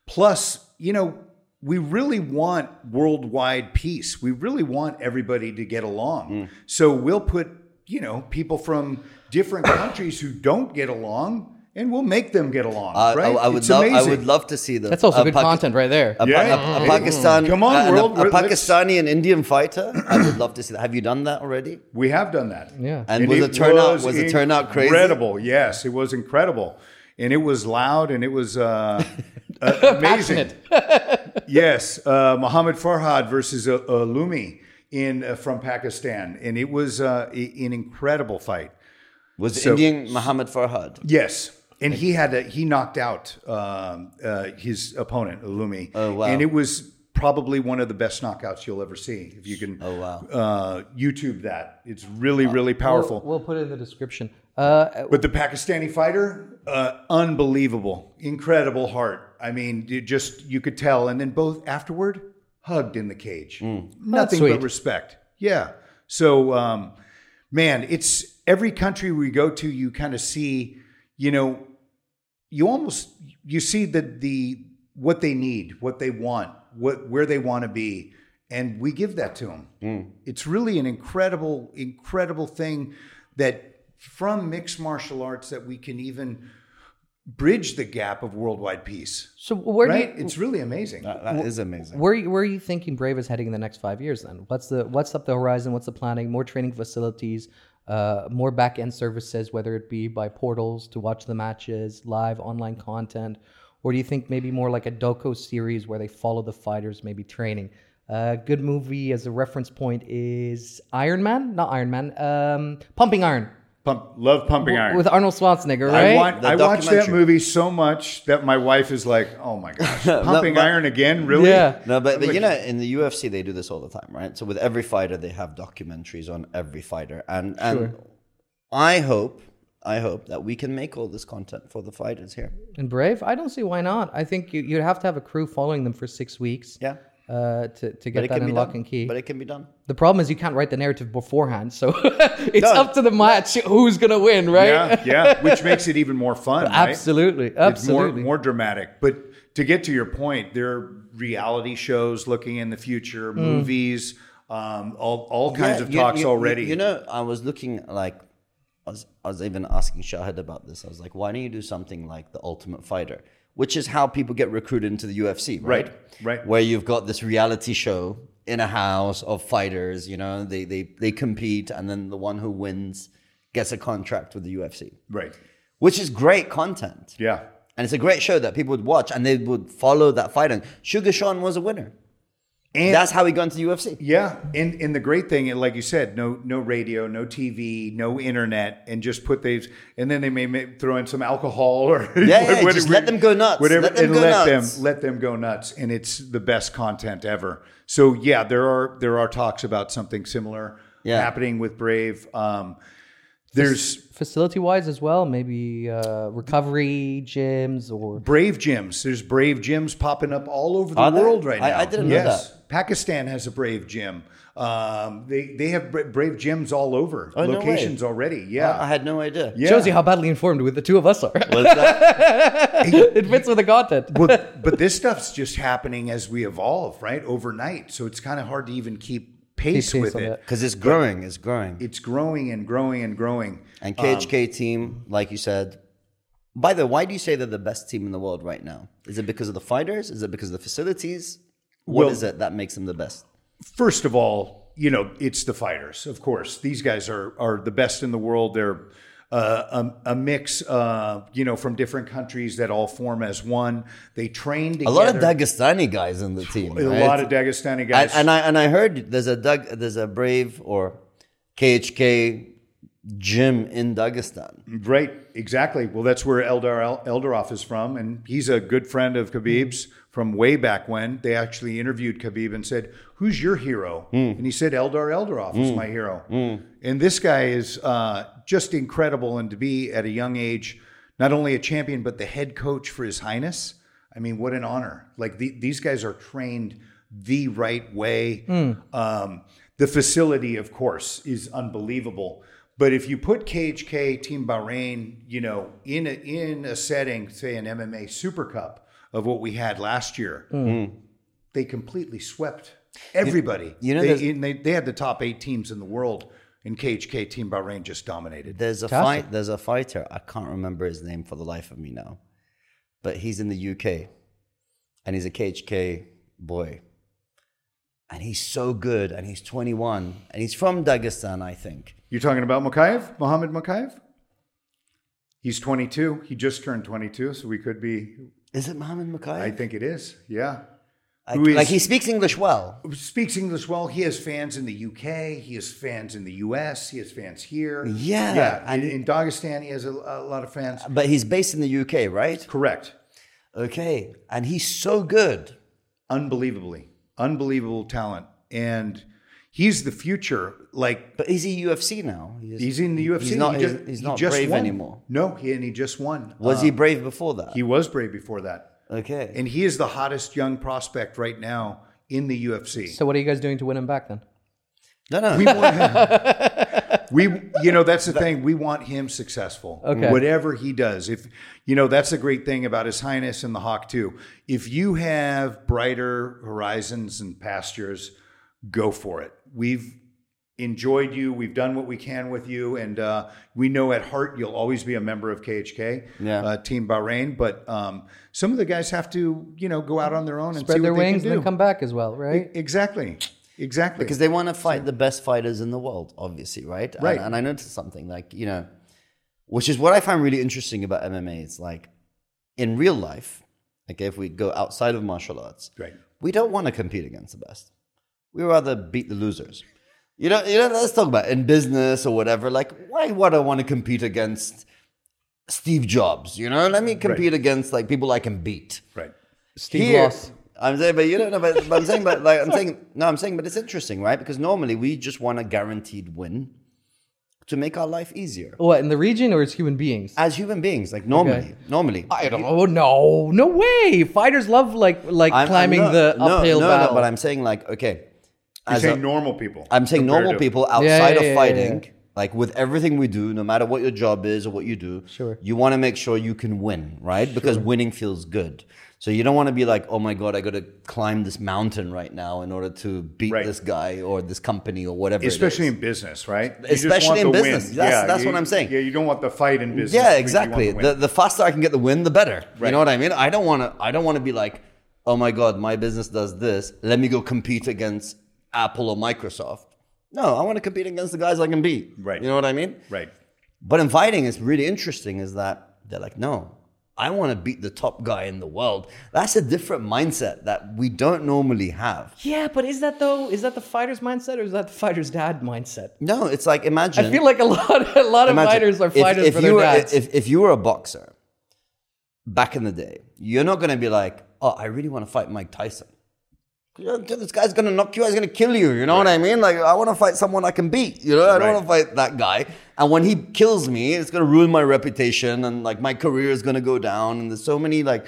Speaker 2: Plus, you know, we really want worldwide peace. We really want everybody to get along.
Speaker 1: Mm.
Speaker 2: So, we'll put, you know, people from different countries who don't get along and we'll make them get along.
Speaker 1: Uh, I,
Speaker 2: right?
Speaker 1: I, I would
Speaker 2: It's
Speaker 1: love. I
Speaker 2: amazing.
Speaker 1: would love to see them.
Speaker 3: That's also
Speaker 1: A
Speaker 3: good
Speaker 1: Paki-
Speaker 3: content right there.
Speaker 1: A, Pa-
Speaker 2: Yeah.
Speaker 1: a, a Pakistan.
Speaker 2: Come on,
Speaker 1: and a-
Speaker 2: world,
Speaker 1: A,
Speaker 2: let's-
Speaker 1: Pakistani and Indian fighter. I would love to see that. Have you done that already?
Speaker 2: We have done that.
Speaker 3: Yeah.
Speaker 1: And was the turnout- was the turnout crazy?
Speaker 2: Incredible. Yes, it was incredible. And it was loud and it was uh, uh, amazing. yes, uh, Mohammed Farhad versus uh, uh, Lumi in uh, from Pakistan and it was uh, i- an incredible fight.
Speaker 1: Was
Speaker 2: So-
Speaker 1: Indian Muhammad Farhad?
Speaker 2: Yes. And he had a, he knocked out um, uh, his opponent Lumi. Oh
Speaker 1: wow.
Speaker 2: And it was probably one of the best knockouts you'll ever see if you can oh,
Speaker 1: wow.
Speaker 2: uh, YouTube that. It's really really powerful.
Speaker 3: We'll, put it in the description. Uh,
Speaker 2: But the Pakistani fighter, uh, unbelievable, incredible heart. I mean, you just you could tell. And then both afterward, hugged in the cage. Nothing
Speaker 3: Hmm. That's
Speaker 2: but
Speaker 3: sweet.
Speaker 2: respect. Yeah. So, um, man, it's every country we go to, you kind of see, you know, you almost you see the the what they need, what they want, what where they want to be, and we give that to them. It's really an incredible, incredible thing that from mixed martial arts that we can even bridge the gap of worldwide peace.
Speaker 3: so where
Speaker 2: Right?
Speaker 3: do you,
Speaker 2: It's really amazing.
Speaker 1: That is amazing.
Speaker 3: where you- where are you thinking Brave is heading in the next five years? Then what's the what's up the horizon? What's the planning? More training facilities, uh, more back end services, whether it be by portals to watch the matches, live online content, or do you think maybe more like a doco series where they follow the fighters, maybe training? uh, good movie as a reference point is Iron Man, not Iron Man, um, Pumping Iron
Speaker 2: Pump, love pumping iron.
Speaker 3: with Arnold Schwarzenegger, right?
Speaker 2: I, want,
Speaker 1: The
Speaker 2: I watched that
Speaker 1: documentary.
Speaker 2: movie so much that my wife is like, "Oh my gosh, pumping
Speaker 1: but-
Speaker 2: iron again? Really?
Speaker 3: Yeah.
Speaker 1: No, but, but you know, in the UFC, they do this all the time, right? So with every fighter, they have documentaries on every fighter, and and I hope, I hope that we can make all this content for the fighters here.
Speaker 3: and Brave, I don't see why not. I think you, you'd have to have a crew following them for six weeks.
Speaker 1: Yeah,
Speaker 3: uh, to, to
Speaker 1: but
Speaker 3: get
Speaker 1: it
Speaker 3: that
Speaker 1: can be
Speaker 3: in lock
Speaker 1: done.
Speaker 3: and key.
Speaker 1: But it can be done.
Speaker 3: the problem is you can't write the narrative beforehand, so it's
Speaker 1: No.
Speaker 3: up to the match who's gonna win, right?
Speaker 2: yeah, yeah, which makes it even more fun. right?
Speaker 3: absolutely,
Speaker 2: It's more,
Speaker 3: absolutely.
Speaker 2: more dramatic. But to get to your point, there are reality shows looking in the future, movies, um, all, all kinds
Speaker 1: Hmm. Yeah,
Speaker 2: of
Speaker 1: you-
Speaker 2: talks
Speaker 1: you-
Speaker 2: already.
Speaker 1: You, you know, I was looking like I was, I was even asking Shahid about this. I was like, why don't you do something like the Ultimate Fighter, which is how people get recruited into the UFC, right?
Speaker 2: Right, right.
Speaker 1: Where you've got this reality show in a house of fighters. You know, they they they compete, and then the one who wins gets a contract with the UFC,
Speaker 2: Right.
Speaker 1: which is great content.
Speaker 2: Yeah.
Speaker 1: And it's a great show that people would watch and they would follow that fight. And Sugar Sean was a winner.
Speaker 2: And-
Speaker 1: that's how he got into the UFC.
Speaker 2: Yeah, and and the great thing, and like you said, no no radio, no TV, no internet, and just put these, and then they may, may throw in some alcohol or
Speaker 1: yeah, just let them go nuts.
Speaker 2: whatever,
Speaker 1: Let them
Speaker 2: and
Speaker 1: go
Speaker 2: let
Speaker 1: nuts.
Speaker 2: them let them go nuts, and it's the best content ever. So yeah, there are there are talks about something similar
Speaker 1: Yeah.
Speaker 2: happening with Brave. Um, there's
Speaker 3: Facility wise as well, maybe uh, recovery gyms or
Speaker 2: Brave gyms. There's Brave gyms popping up all over the
Speaker 1: Are there?
Speaker 2: world right
Speaker 1: I-
Speaker 2: now.
Speaker 1: I didn't know
Speaker 2: yes. Pakistan has a Brave gym. Um, they they have Bra- Brave gyms all over
Speaker 1: Oh, no way.
Speaker 2: locations already. Yeah.
Speaker 1: I had no idea.
Speaker 2: Yeah.
Speaker 3: shows you how badly informed with the two of us are. it fits with the content.
Speaker 2: but but this stuff's just happening as we evolve, right? Overnight. So it's kind of hard to even keep pace
Speaker 3: pace
Speaker 2: with
Speaker 3: on
Speaker 2: it.
Speaker 3: that.
Speaker 1: Because it's growing, it's growing.
Speaker 2: It's growing and growing and growing.
Speaker 1: And KHK team, like you said, by the way, why do you say they're the best team in the world right now? Is it because of the fighters? Is it because of the facilities? What is
Speaker 2: Well-
Speaker 1: it that makes them the best?
Speaker 2: First of all, you know, it's the fighters, of course. These guys are are the best in the world. They're uh, a, a mix, uh, you know, from different countries that all form as one. They train
Speaker 1: A
Speaker 2: together.
Speaker 1: lot of Dagestani guys in the team.
Speaker 2: a
Speaker 1: right?
Speaker 2: lot of Dagestani
Speaker 1: and,
Speaker 2: guys.
Speaker 1: and I and I heard there's a Dag, there's a Brave or KHK gym in Dagestan.
Speaker 2: Right, exactly. Well, that's where Eldar El- Eldaroff is from, and he's a good friend of Khabib's from way back when. They actually interviewed Khabib and said, "Who's your hero?" And he said, "Eldar Eldaroff is my hero." And this guy is uh, just incredible, and to be at a young age, not only a champion but the head coach for His Highness. I mean, what an honor! Like the, these guys are trained the right way. Um, the facility, of course, is unbelievable. But if you put KHK Team Bahrain, you know, in a, in a setting, say an MMA Super Cup of what we had last year, they completely swept everybody.
Speaker 1: Hmm. you know, there's-
Speaker 2: they, and they they had the top eight teams in the world, and KHK Team Bahrain just dominated.
Speaker 1: There's a
Speaker 3: Fantastic.
Speaker 1: fight. There's a fighter. I can't remember his name for the life of me now, but he's in the UK, and he's a KHK boy, and he's so good, and he's 21, and he's from Dagestan, I think.
Speaker 2: You're talking about Makayev, Mohammed Makayev. He's 22. He just turned 22, so we could be.
Speaker 1: Is it Mohammed
Speaker 2: I
Speaker 1: Makai?
Speaker 2: think it is. Yeah.
Speaker 1: Like,
Speaker 2: who is-
Speaker 1: like he speaks English well.
Speaker 2: Speaks English well. He has fans in the UK. He has fans in the US. He has fans here.
Speaker 1: Yeah,
Speaker 2: Yeah.
Speaker 1: and-
Speaker 2: in, in Dagestan, he has a, a lot of fans.
Speaker 1: But he's based in the UK, right?
Speaker 2: Correct.
Speaker 1: Okay. And he's so good.
Speaker 2: Unbelievably. Unbelievable talent. And he's the future. Like,
Speaker 1: But is he UFC now? He's,
Speaker 2: he's in the UFC.
Speaker 1: He's not,
Speaker 2: He ju-
Speaker 1: he's, he's
Speaker 2: he
Speaker 1: not
Speaker 2: just
Speaker 1: brave
Speaker 2: won.
Speaker 1: anymore.
Speaker 2: No, he, and he just won.
Speaker 1: Was
Speaker 2: Uh,
Speaker 1: he brave before that?
Speaker 2: He was brave before that.
Speaker 1: okay.
Speaker 2: And he is the hottest young prospect right now in the UFC.
Speaker 3: So what are you guys doing to win him back then?
Speaker 1: no, no.
Speaker 2: we want we you know that's the thing we want him successful
Speaker 3: Okay.
Speaker 2: whatever he does if you know that's the great thing about his highness and the hawk too if you have brighter horizons and pastures go for it we've enjoyed you we've done what we can with you and uh, we know at heart you'll always be a member of khk
Speaker 1: Yeah.
Speaker 2: uh, team bahrain but um, some of the guys have to you know go out on their own and see
Speaker 3: Spread their
Speaker 2: what
Speaker 3: wings
Speaker 2: they can
Speaker 3: and
Speaker 2: do
Speaker 3: then come back as well, right?
Speaker 2: exactly exactly
Speaker 1: because they want to fight the best fighters in the world, obviously, right? And-
Speaker 2: Right.
Speaker 1: And, I noticed something like you know, which is what I find really interesting about MMA. It's like in real life, like if we go outside of martial arts,
Speaker 2: Right.
Speaker 1: we don't want to compete against the best. We rather beat the losers. You know, you know. Let's talk about in business or whatever. Like, why would I want to compete against Steve Jobs? You know, let me compete against like people I can beat.
Speaker 2: right
Speaker 3: Steve
Speaker 1: Here-
Speaker 3: Ross.
Speaker 1: I'm saying, but you don't know. But, but I'm saying, but like I'm saying, no, I'm saying, but it's interesting, right? Because normally we just want a guaranteed win to make our life easier
Speaker 3: What in the region or as human beings?
Speaker 1: as human beings. Like normally, normally,
Speaker 3: I don't know. No, no way. Fighters love like like
Speaker 1: I'm- I'm
Speaker 3: Uh, climbing
Speaker 1: not-
Speaker 3: the uphill
Speaker 1: no,
Speaker 3: battle.
Speaker 1: No, but I'm saying like okay,
Speaker 2: You're
Speaker 1: as
Speaker 2: saying
Speaker 1: a-
Speaker 2: normal people.
Speaker 1: I'm saying
Speaker 2: compared
Speaker 1: normal
Speaker 2: to-
Speaker 1: people
Speaker 3: yeah,
Speaker 1: outside
Speaker 3: yeah,
Speaker 1: of
Speaker 3: yeah,
Speaker 1: fighting,
Speaker 3: yeah.
Speaker 1: like with everything we do, no matter what your job is or what you do,
Speaker 3: Sure.
Speaker 1: you want to make sure you can win, right? Because winning feels good. So you don't want to be like, oh my God, I got to climb this mountain right now in order to beat
Speaker 2: Right.
Speaker 1: this guy or this company or whatever. it
Speaker 2: Especially
Speaker 1: is.
Speaker 2: in business, right? You just
Speaker 1: Especially
Speaker 2: want
Speaker 1: in
Speaker 2: the win.
Speaker 1: business. That's- that's
Speaker 2: you-
Speaker 1: what I'm saying.
Speaker 2: Yeah, you don't want the fight in business.
Speaker 1: yeah,
Speaker 2: but you
Speaker 1: exactly.
Speaker 2: want the
Speaker 1: The,
Speaker 2: win.
Speaker 1: the faster I can get the win, the better. You
Speaker 2: Right.
Speaker 1: know what I mean? I don't want to. I don't want to be like, oh my God, my business does this. Let me go compete against Apple or Microsoft. No, I want to compete against the guys I can beat.
Speaker 2: Right.
Speaker 1: You know what I mean?
Speaker 2: Right.
Speaker 1: But in fighting, it's really interesting is that they're like, no, I want to beat the top guy in the world. That's a different mindset that we don't normally have.
Speaker 3: Yeah, but is that though? Is that the fighter's mindset or is that the fighter's dad mindset?
Speaker 1: No, it's like imagine.
Speaker 3: I feel like a lot, a lot of
Speaker 1: Imagine,
Speaker 3: fighters are
Speaker 1: if-
Speaker 3: fighters
Speaker 1: if
Speaker 3: for
Speaker 1: you
Speaker 3: their
Speaker 1: were,
Speaker 3: dads.
Speaker 1: If, if you were a boxer back in the day, you're not going to be like, oh, I really want to fight Mike Tyson. You know, This guy's going to knock you out. He's going to kill you. You know what I mean? Like, I want to fight someone I can beat. You know, I don't
Speaker 2: Right.
Speaker 1: want to fight that guy. And when he kills me, it's going to ruin my reputation and like my career is going to go down. And there's so many like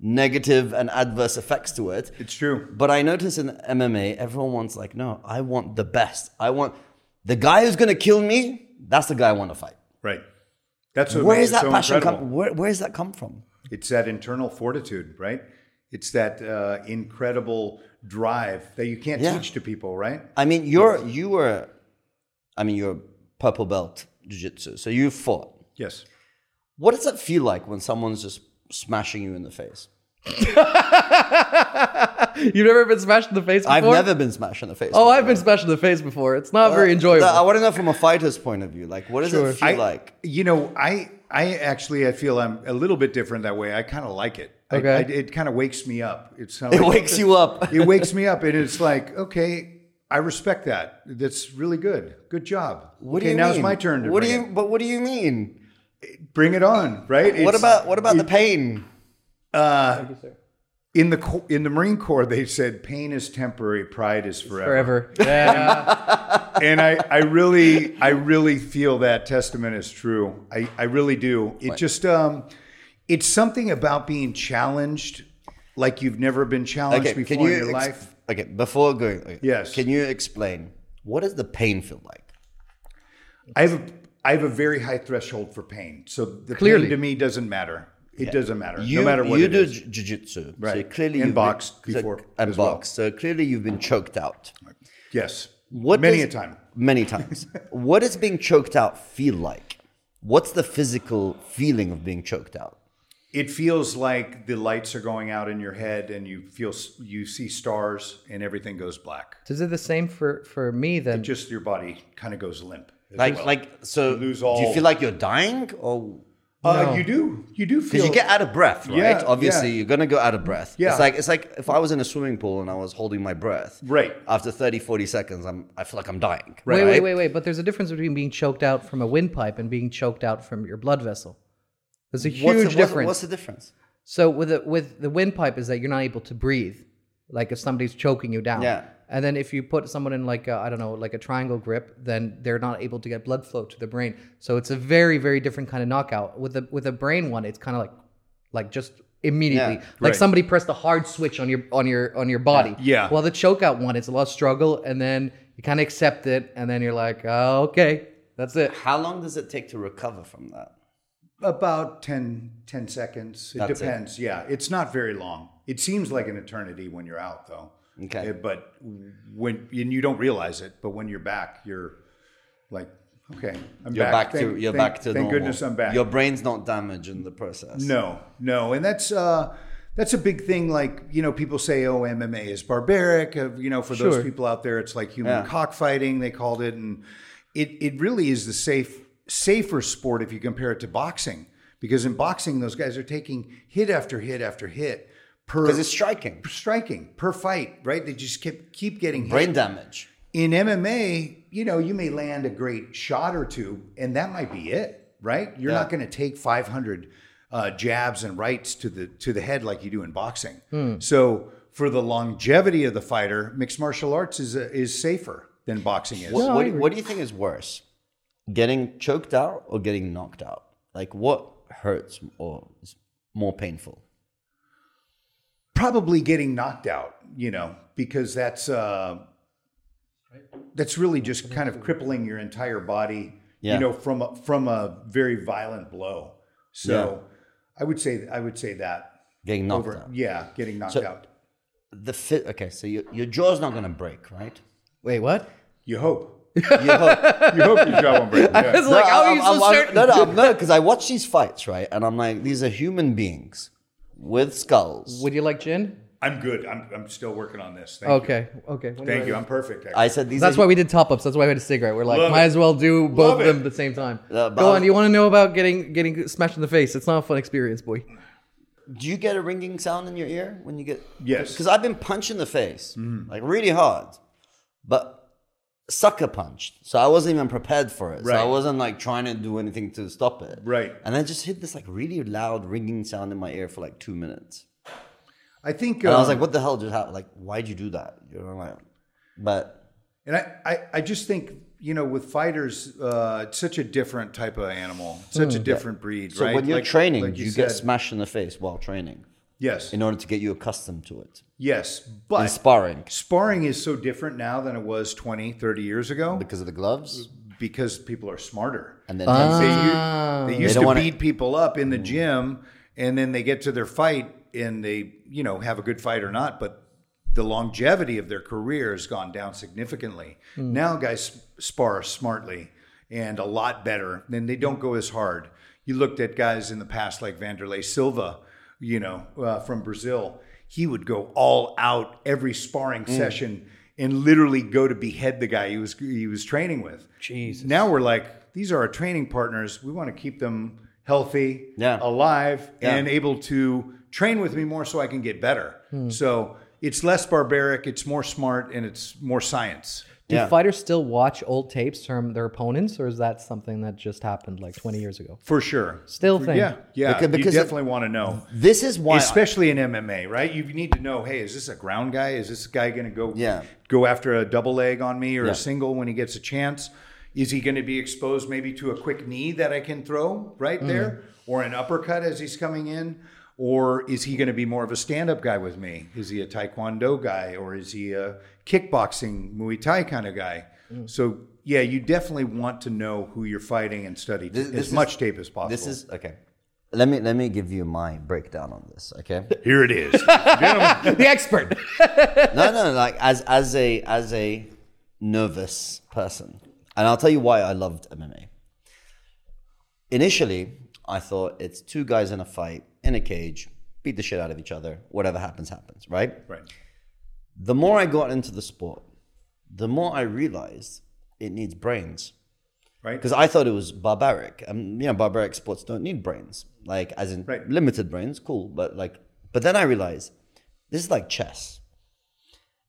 Speaker 1: negative and adverse effects to it.
Speaker 2: It's true.
Speaker 1: But I notice in MMA, everyone wants like, no, I want the best. I want the guy who's gonna kill me. That's the guy I want to fight.
Speaker 2: Right. That's what
Speaker 1: Where
Speaker 2: makes
Speaker 1: is
Speaker 2: it
Speaker 1: that
Speaker 2: so
Speaker 1: passion
Speaker 2: incredible.
Speaker 1: come? Where, where does that come from?
Speaker 2: It's that internal fortitude, right? It's that uh, incredible drive that you can't
Speaker 1: Yeah.
Speaker 2: teach to people, right?
Speaker 1: I mean, you're you were, I mean, you're purple belt jiu-jitsu, so you fought.
Speaker 2: Yes.
Speaker 1: What does that feel like when someone's just smashing you in the face?
Speaker 3: You've never been smashed in the face before.
Speaker 1: I've never been smashed in the face.
Speaker 3: Oh,
Speaker 1: by the
Speaker 3: I've
Speaker 1: way.
Speaker 3: been smashed in the face before. It's not very enjoyable.
Speaker 1: I want to know from a fighter's point of view, like, what does
Speaker 3: Sure.
Speaker 1: it feel
Speaker 2: I
Speaker 1: like?
Speaker 2: You know, I I actually I feel I'm a little bit different that way. I kind of like it. I-
Speaker 3: Okay.
Speaker 2: I, it kind of wakes me up. It's
Speaker 1: It wakes you up.
Speaker 2: it wakes me up, and it's like, okay, I respect that. That's really good. Good job.
Speaker 1: What do
Speaker 2: okay,
Speaker 1: you
Speaker 2: now
Speaker 1: mean?
Speaker 2: it's my turn to
Speaker 1: what
Speaker 2: bring,
Speaker 1: do you?
Speaker 2: it.
Speaker 1: But what do you mean?
Speaker 2: bring it on, right?
Speaker 1: what
Speaker 2: It's-
Speaker 1: about what about the pain?
Speaker 2: in the co- in the Marine Corps? They said pain is temporary, pride is
Speaker 3: Forever. Yeah.
Speaker 2: and I, I really I really feel that testament is true. I, I really do. It just um it's something about being challenged like you've never been challenged before in your
Speaker 1: ex-
Speaker 2: life.
Speaker 1: Okay, before going, okay,
Speaker 2: Yes.
Speaker 1: Can you explain what does the pain feel like?
Speaker 2: I have a, I have a very high threshold for pain. So the
Speaker 3: Clearly.
Speaker 2: pain to me doesn't matter. It doesn't matter.
Speaker 1: You,
Speaker 2: no matter what
Speaker 1: you
Speaker 2: it
Speaker 1: do
Speaker 2: is.
Speaker 1: ju- jujitsu, So
Speaker 2: Right.
Speaker 1: clearly,
Speaker 2: And
Speaker 1: you've been-
Speaker 2: boxed before
Speaker 1: so, and
Speaker 2: as well.
Speaker 1: boxed. So clearly, you've been choked out.
Speaker 2: Yes.
Speaker 1: What
Speaker 2: many
Speaker 1: does-
Speaker 2: a time.
Speaker 1: Many times. what does being choked out feel like? What's the physical feeling of being choked out?
Speaker 2: It feels like the lights are going out in your head and you feel s- you see stars and everything goes black.
Speaker 3: Is it the same for for me then?
Speaker 2: Just your body kind of goes limp. as
Speaker 1: Like,
Speaker 2: well.
Speaker 1: like, so
Speaker 2: lose
Speaker 1: do you
Speaker 2: all-
Speaker 1: feel like you're dying, or
Speaker 2: Uh, you do. You do feel
Speaker 1: Because you get out of breath, right?
Speaker 2: Yeah,
Speaker 1: Obviously,
Speaker 2: yeah.
Speaker 1: you're gonna go out of breath.
Speaker 2: Yeah.
Speaker 1: It's like it's like if I was in a swimming pool and I was holding my breath.
Speaker 2: Right.
Speaker 1: After 30, 40 seconds, I'm I feel like I'm dying.
Speaker 3: Wait, wait, wait, wait. But there's a difference between being choked out from a windpipe and being choked out from your blood vessel. There's a huge
Speaker 1: What's the- what's-
Speaker 3: difference.
Speaker 1: What's the difference?
Speaker 3: So with the, with the windpipe is that you're not able to breathe, like if somebody's choking you down.
Speaker 1: Yeah.
Speaker 3: And then if you put someone in like I I don't know like a triangle grip, then they're not able to get blood flow to the brain. So it's a very very different kind of knockout. With the with a brain one, it's kind of like like just immediately
Speaker 1: Yeah.
Speaker 3: like
Speaker 2: Right.
Speaker 3: somebody pressed a hard switch on your on your on your body.
Speaker 2: Yeah.
Speaker 3: While the chokeout one, it's a lot of struggle, and then you kind of accept it, and then you're like, oh, okay, that's it.
Speaker 1: How long does it take to recover from that?
Speaker 2: about 10, 10 seconds. It
Speaker 1: That's it.
Speaker 2: depends. Yeah, it's not very long. It seems like an eternity when you're out, though.
Speaker 1: Okay.
Speaker 2: Uh, But when and you don't realize it, but when you're back, you're like, okay, I'm
Speaker 1: You're back, to
Speaker 2: Thank-
Speaker 1: you're
Speaker 2: thank-
Speaker 1: back to
Speaker 2: Thank
Speaker 1: normal.
Speaker 2: goodness I'm back.
Speaker 1: Your brain's not damaged in the process.
Speaker 2: No, no, and that's uh, that's a big thing. Like you know, people say, "Oh, MMA is barbaric." Uh, you know, for
Speaker 3: Sure.
Speaker 2: those people out there, it's like human
Speaker 1: Yeah.
Speaker 2: cockfighting. They called it, and it it really is the safe safer sport if you compare it to boxing, because in boxing, those guys are taking hit after hit after hit per
Speaker 1: Because it's striking.
Speaker 2: striking per fight. Right? They just keep keep getting hit
Speaker 1: Brain damage.
Speaker 2: in MMA, you know, you may land a great shot or two, and that might be it, right? You're
Speaker 1: Yeah.
Speaker 2: not going to take 500 uh, jabs and rights to the to the head like you do in boxing.
Speaker 1: Hmm.
Speaker 2: So for the longevity of the fighter, mixed martial arts is uh, is safer than boxing is.
Speaker 1: What,
Speaker 3: No, I
Speaker 1: what, do-
Speaker 3: agree.
Speaker 1: what do you think is worse? Getting choked out or getting knocked out? Like what hurts or is more painful?
Speaker 2: Probably getting knocked out, you know, because that's uh, that's really just kind of crippling your entire body,
Speaker 1: Yeah.
Speaker 2: you know, from a, from a very violent blow. So I would say I would say that.
Speaker 1: Getting knocked
Speaker 2: over.
Speaker 1: out.
Speaker 2: Yeah, getting knocked out.
Speaker 1: The fit. Okay, so your, your jaw's not gonna break, right?
Speaker 3: Wait, what?
Speaker 2: You hope. You
Speaker 1: You hope.
Speaker 2: hope your jaw won't break.
Speaker 3: I was
Speaker 2: Yeah.
Speaker 3: like, how are
Speaker 1: I'm-
Speaker 3: you so
Speaker 1: I'm- I'm-
Speaker 3: certain?
Speaker 1: No, no, I'm- no, because I watch these fights, right? And I'm like, these are human beings with skulls.
Speaker 3: Would you like gin?
Speaker 2: I'm good. I'm, I'm still working on this. Thank you.
Speaker 3: Okay. Okay. when
Speaker 2: Thank
Speaker 3: do
Speaker 2: you.
Speaker 3: I-
Speaker 2: I'm perfect. actually.
Speaker 1: I said these.
Speaker 3: That's
Speaker 1: are,
Speaker 3: why we did top ups. That's why we had a cigarette. We're like,
Speaker 2: Love
Speaker 3: might
Speaker 2: it.
Speaker 3: as well do both
Speaker 2: Love
Speaker 3: of them
Speaker 2: it.
Speaker 3: at the same time.
Speaker 1: Uh, but I
Speaker 3: Go on.
Speaker 1: was-
Speaker 3: You want to know about getting getting smashed in the face? It's not a fun experience, boy.
Speaker 1: Do you get a ringing sound in your ear when you get?
Speaker 2: Yes.
Speaker 1: Because I've been punched in the face,
Speaker 3: Mm-hmm.
Speaker 1: like really hard, but sucker punched. So I wasn't even prepared for it. So I
Speaker 2: Right.
Speaker 1: wasn't like trying to do anything to stop it.
Speaker 2: Right.
Speaker 1: And I just hit this like really loud ringing sound in my ear for like two minutes,
Speaker 2: I think.
Speaker 1: and I was
Speaker 2: um,
Speaker 1: like, "What the hell just happened? Like, why'd you do that?" You know, like, but
Speaker 2: And I, I, I just think, you know, with fighters, uh, it's such a different type of animal, It's such a different breed,
Speaker 1: Mm. so
Speaker 2: right?
Speaker 1: when you're
Speaker 2: Like-
Speaker 1: training,
Speaker 2: like
Speaker 1: you,
Speaker 2: said.
Speaker 1: get smashed in the face while training
Speaker 2: Yes.
Speaker 1: in order to get you accustomed to it.
Speaker 2: yes. But
Speaker 1: In sparring,
Speaker 2: sparring is so different now than it was 20, 30 years ago
Speaker 1: because of the gloves
Speaker 2: because people are smarter.
Speaker 1: and then
Speaker 2: They,
Speaker 1: tense-
Speaker 2: u- they used
Speaker 1: don't
Speaker 2: to
Speaker 1: wanna-
Speaker 2: beat people up in the gym and then they get to their fight and they, you know, have a good fight or not. But the longevity of their career has gone down significantly. Now guys spar smartly and a lot better and they don't go as hard. You looked at guys in the past like Vanderlei Silva, you know, uh, from Brazil. He would go all out every sparring
Speaker 1: Mm.
Speaker 2: session and literally go to behead the guy he was he was training with.
Speaker 3: Jesus.
Speaker 2: Now we're like, these are our training partners. We want to keep them healthy,
Speaker 1: Yeah.
Speaker 2: alive,
Speaker 1: Yeah.
Speaker 2: and able to train with me more so I can get better.
Speaker 1: Hmm.
Speaker 2: So it's less barbaric, it's more smart, and it's more science.
Speaker 3: Do
Speaker 1: Yeah.
Speaker 3: fighters still watch old tapes from their opponents, or is that something that just happened like 20 years ago?
Speaker 2: For sure.
Speaker 3: Still think.
Speaker 2: Yeah, yeah.
Speaker 1: Because- because it-
Speaker 2: you definitely want to know.
Speaker 1: This is why.
Speaker 2: Especially in MMA, right? You need to know, hey, is this a ground guy? Is this guy going to go
Speaker 1: Yeah.
Speaker 2: go after a double leg on me or
Speaker 1: Yeah.
Speaker 2: a single when he gets a chance? Is he going to be exposed maybe to a quick knee that I can throw right
Speaker 1: Mm-hmm.
Speaker 2: there or an uppercut as he's coming in? Or is he going to be more of a stand up guy with me? Is he a taekwondo guy or is he a kickboxing Muay Thai kind of guy?
Speaker 1: Mm.
Speaker 2: So, yeah, you definitely want to know who you're fighting and study
Speaker 1: This-
Speaker 2: as
Speaker 1: this is-
Speaker 2: much tape as possible.
Speaker 1: This is okay. Let me let me give you my breakdown on this. Okay.
Speaker 2: here it is.
Speaker 3: the expert.
Speaker 1: no, no. Like as as a as a nervous person, and I'll tell you why I loved MMA. Initially, I thought it's two guys in a fight in a cage, beat the shit out of each other. Whatever happens, happens. Right.
Speaker 2: right.
Speaker 1: The more I got into the sport, the more I realized it needs brains.
Speaker 2: Right.
Speaker 1: because I thought it was barbaric. Um, you know, barbaric sports don't need brains, like as in
Speaker 2: Right.
Speaker 1: limited brains, cool. But like, but then I realized this is like chess.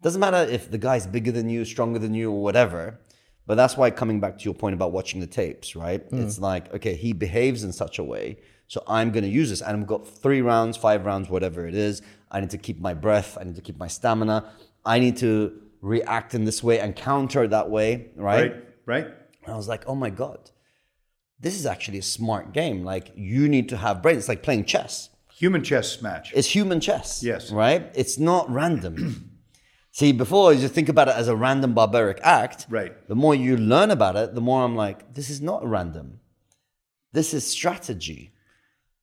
Speaker 1: Doesn't matter if the guy's bigger than you, stronger than you, or whatever. But that's why coming back to your point about watching the tapes, right?
Speaker 2: Mm.
Speaker 1: It's like okay, he behaves in such a way, so I'm going to use this, and I've got three rounds, five rounds, whatever it is. I need to keep my breath. I need to keep my stamina. I need to react in this way and counter that way, right?
Speaker 2: Right. Right.
Speaker 1: And I was like, oh my God, this is actually a smart game. Like, you need to have brains. It's like playing chess,
Speaker 2: Human chess match.
Speaker 1: it's human chess.
Speaker 2: Yes.
Speaker 1: Right? It's not random. See, before you just think about it as a random barbaric act.
Speaker 2: Right.
Speaker 1: The more you learn about it, the more I'm like, this is not random. This is strategy.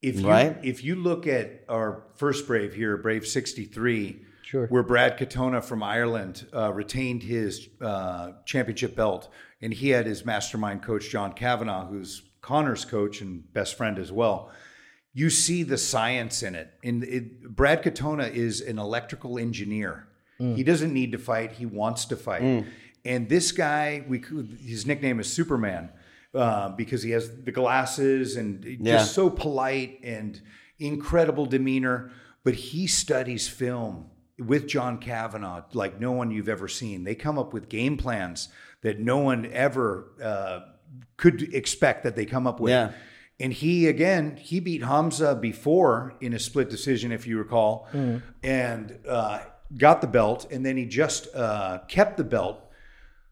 Speaker 2: If you,
Speaker 1: Right.
Speaker 2: If you look at our first Brave here, Brave 63,
Speaker 3: Sure.
Speaker 2: where Brad Katona from Ireland uh, retained his uh, championship belt, and he had his mastermind coach, John Kavanaugh, who's Connor's coach and best friend as well. You see the science in it. And it, Brad Katona is an electrical engineer. He doesn't need to fight, he wants to fight. And this guy, we could- his nickname is Superman. Uh, because he has the glasses and just
Speaker 1: Yeah.
Speaker 2: so polite and incredible demeanor, but he studies film with John Kavanaugh like no one you've ever seen. They come up with game plans that no one ever uh, could expect that they come up with.
Speaker 1: Yeah.
Speaker 2: And he again, he beat Hamza before in a split decision, if you recall, and uh, got the belt. And then he just uh, kept the belt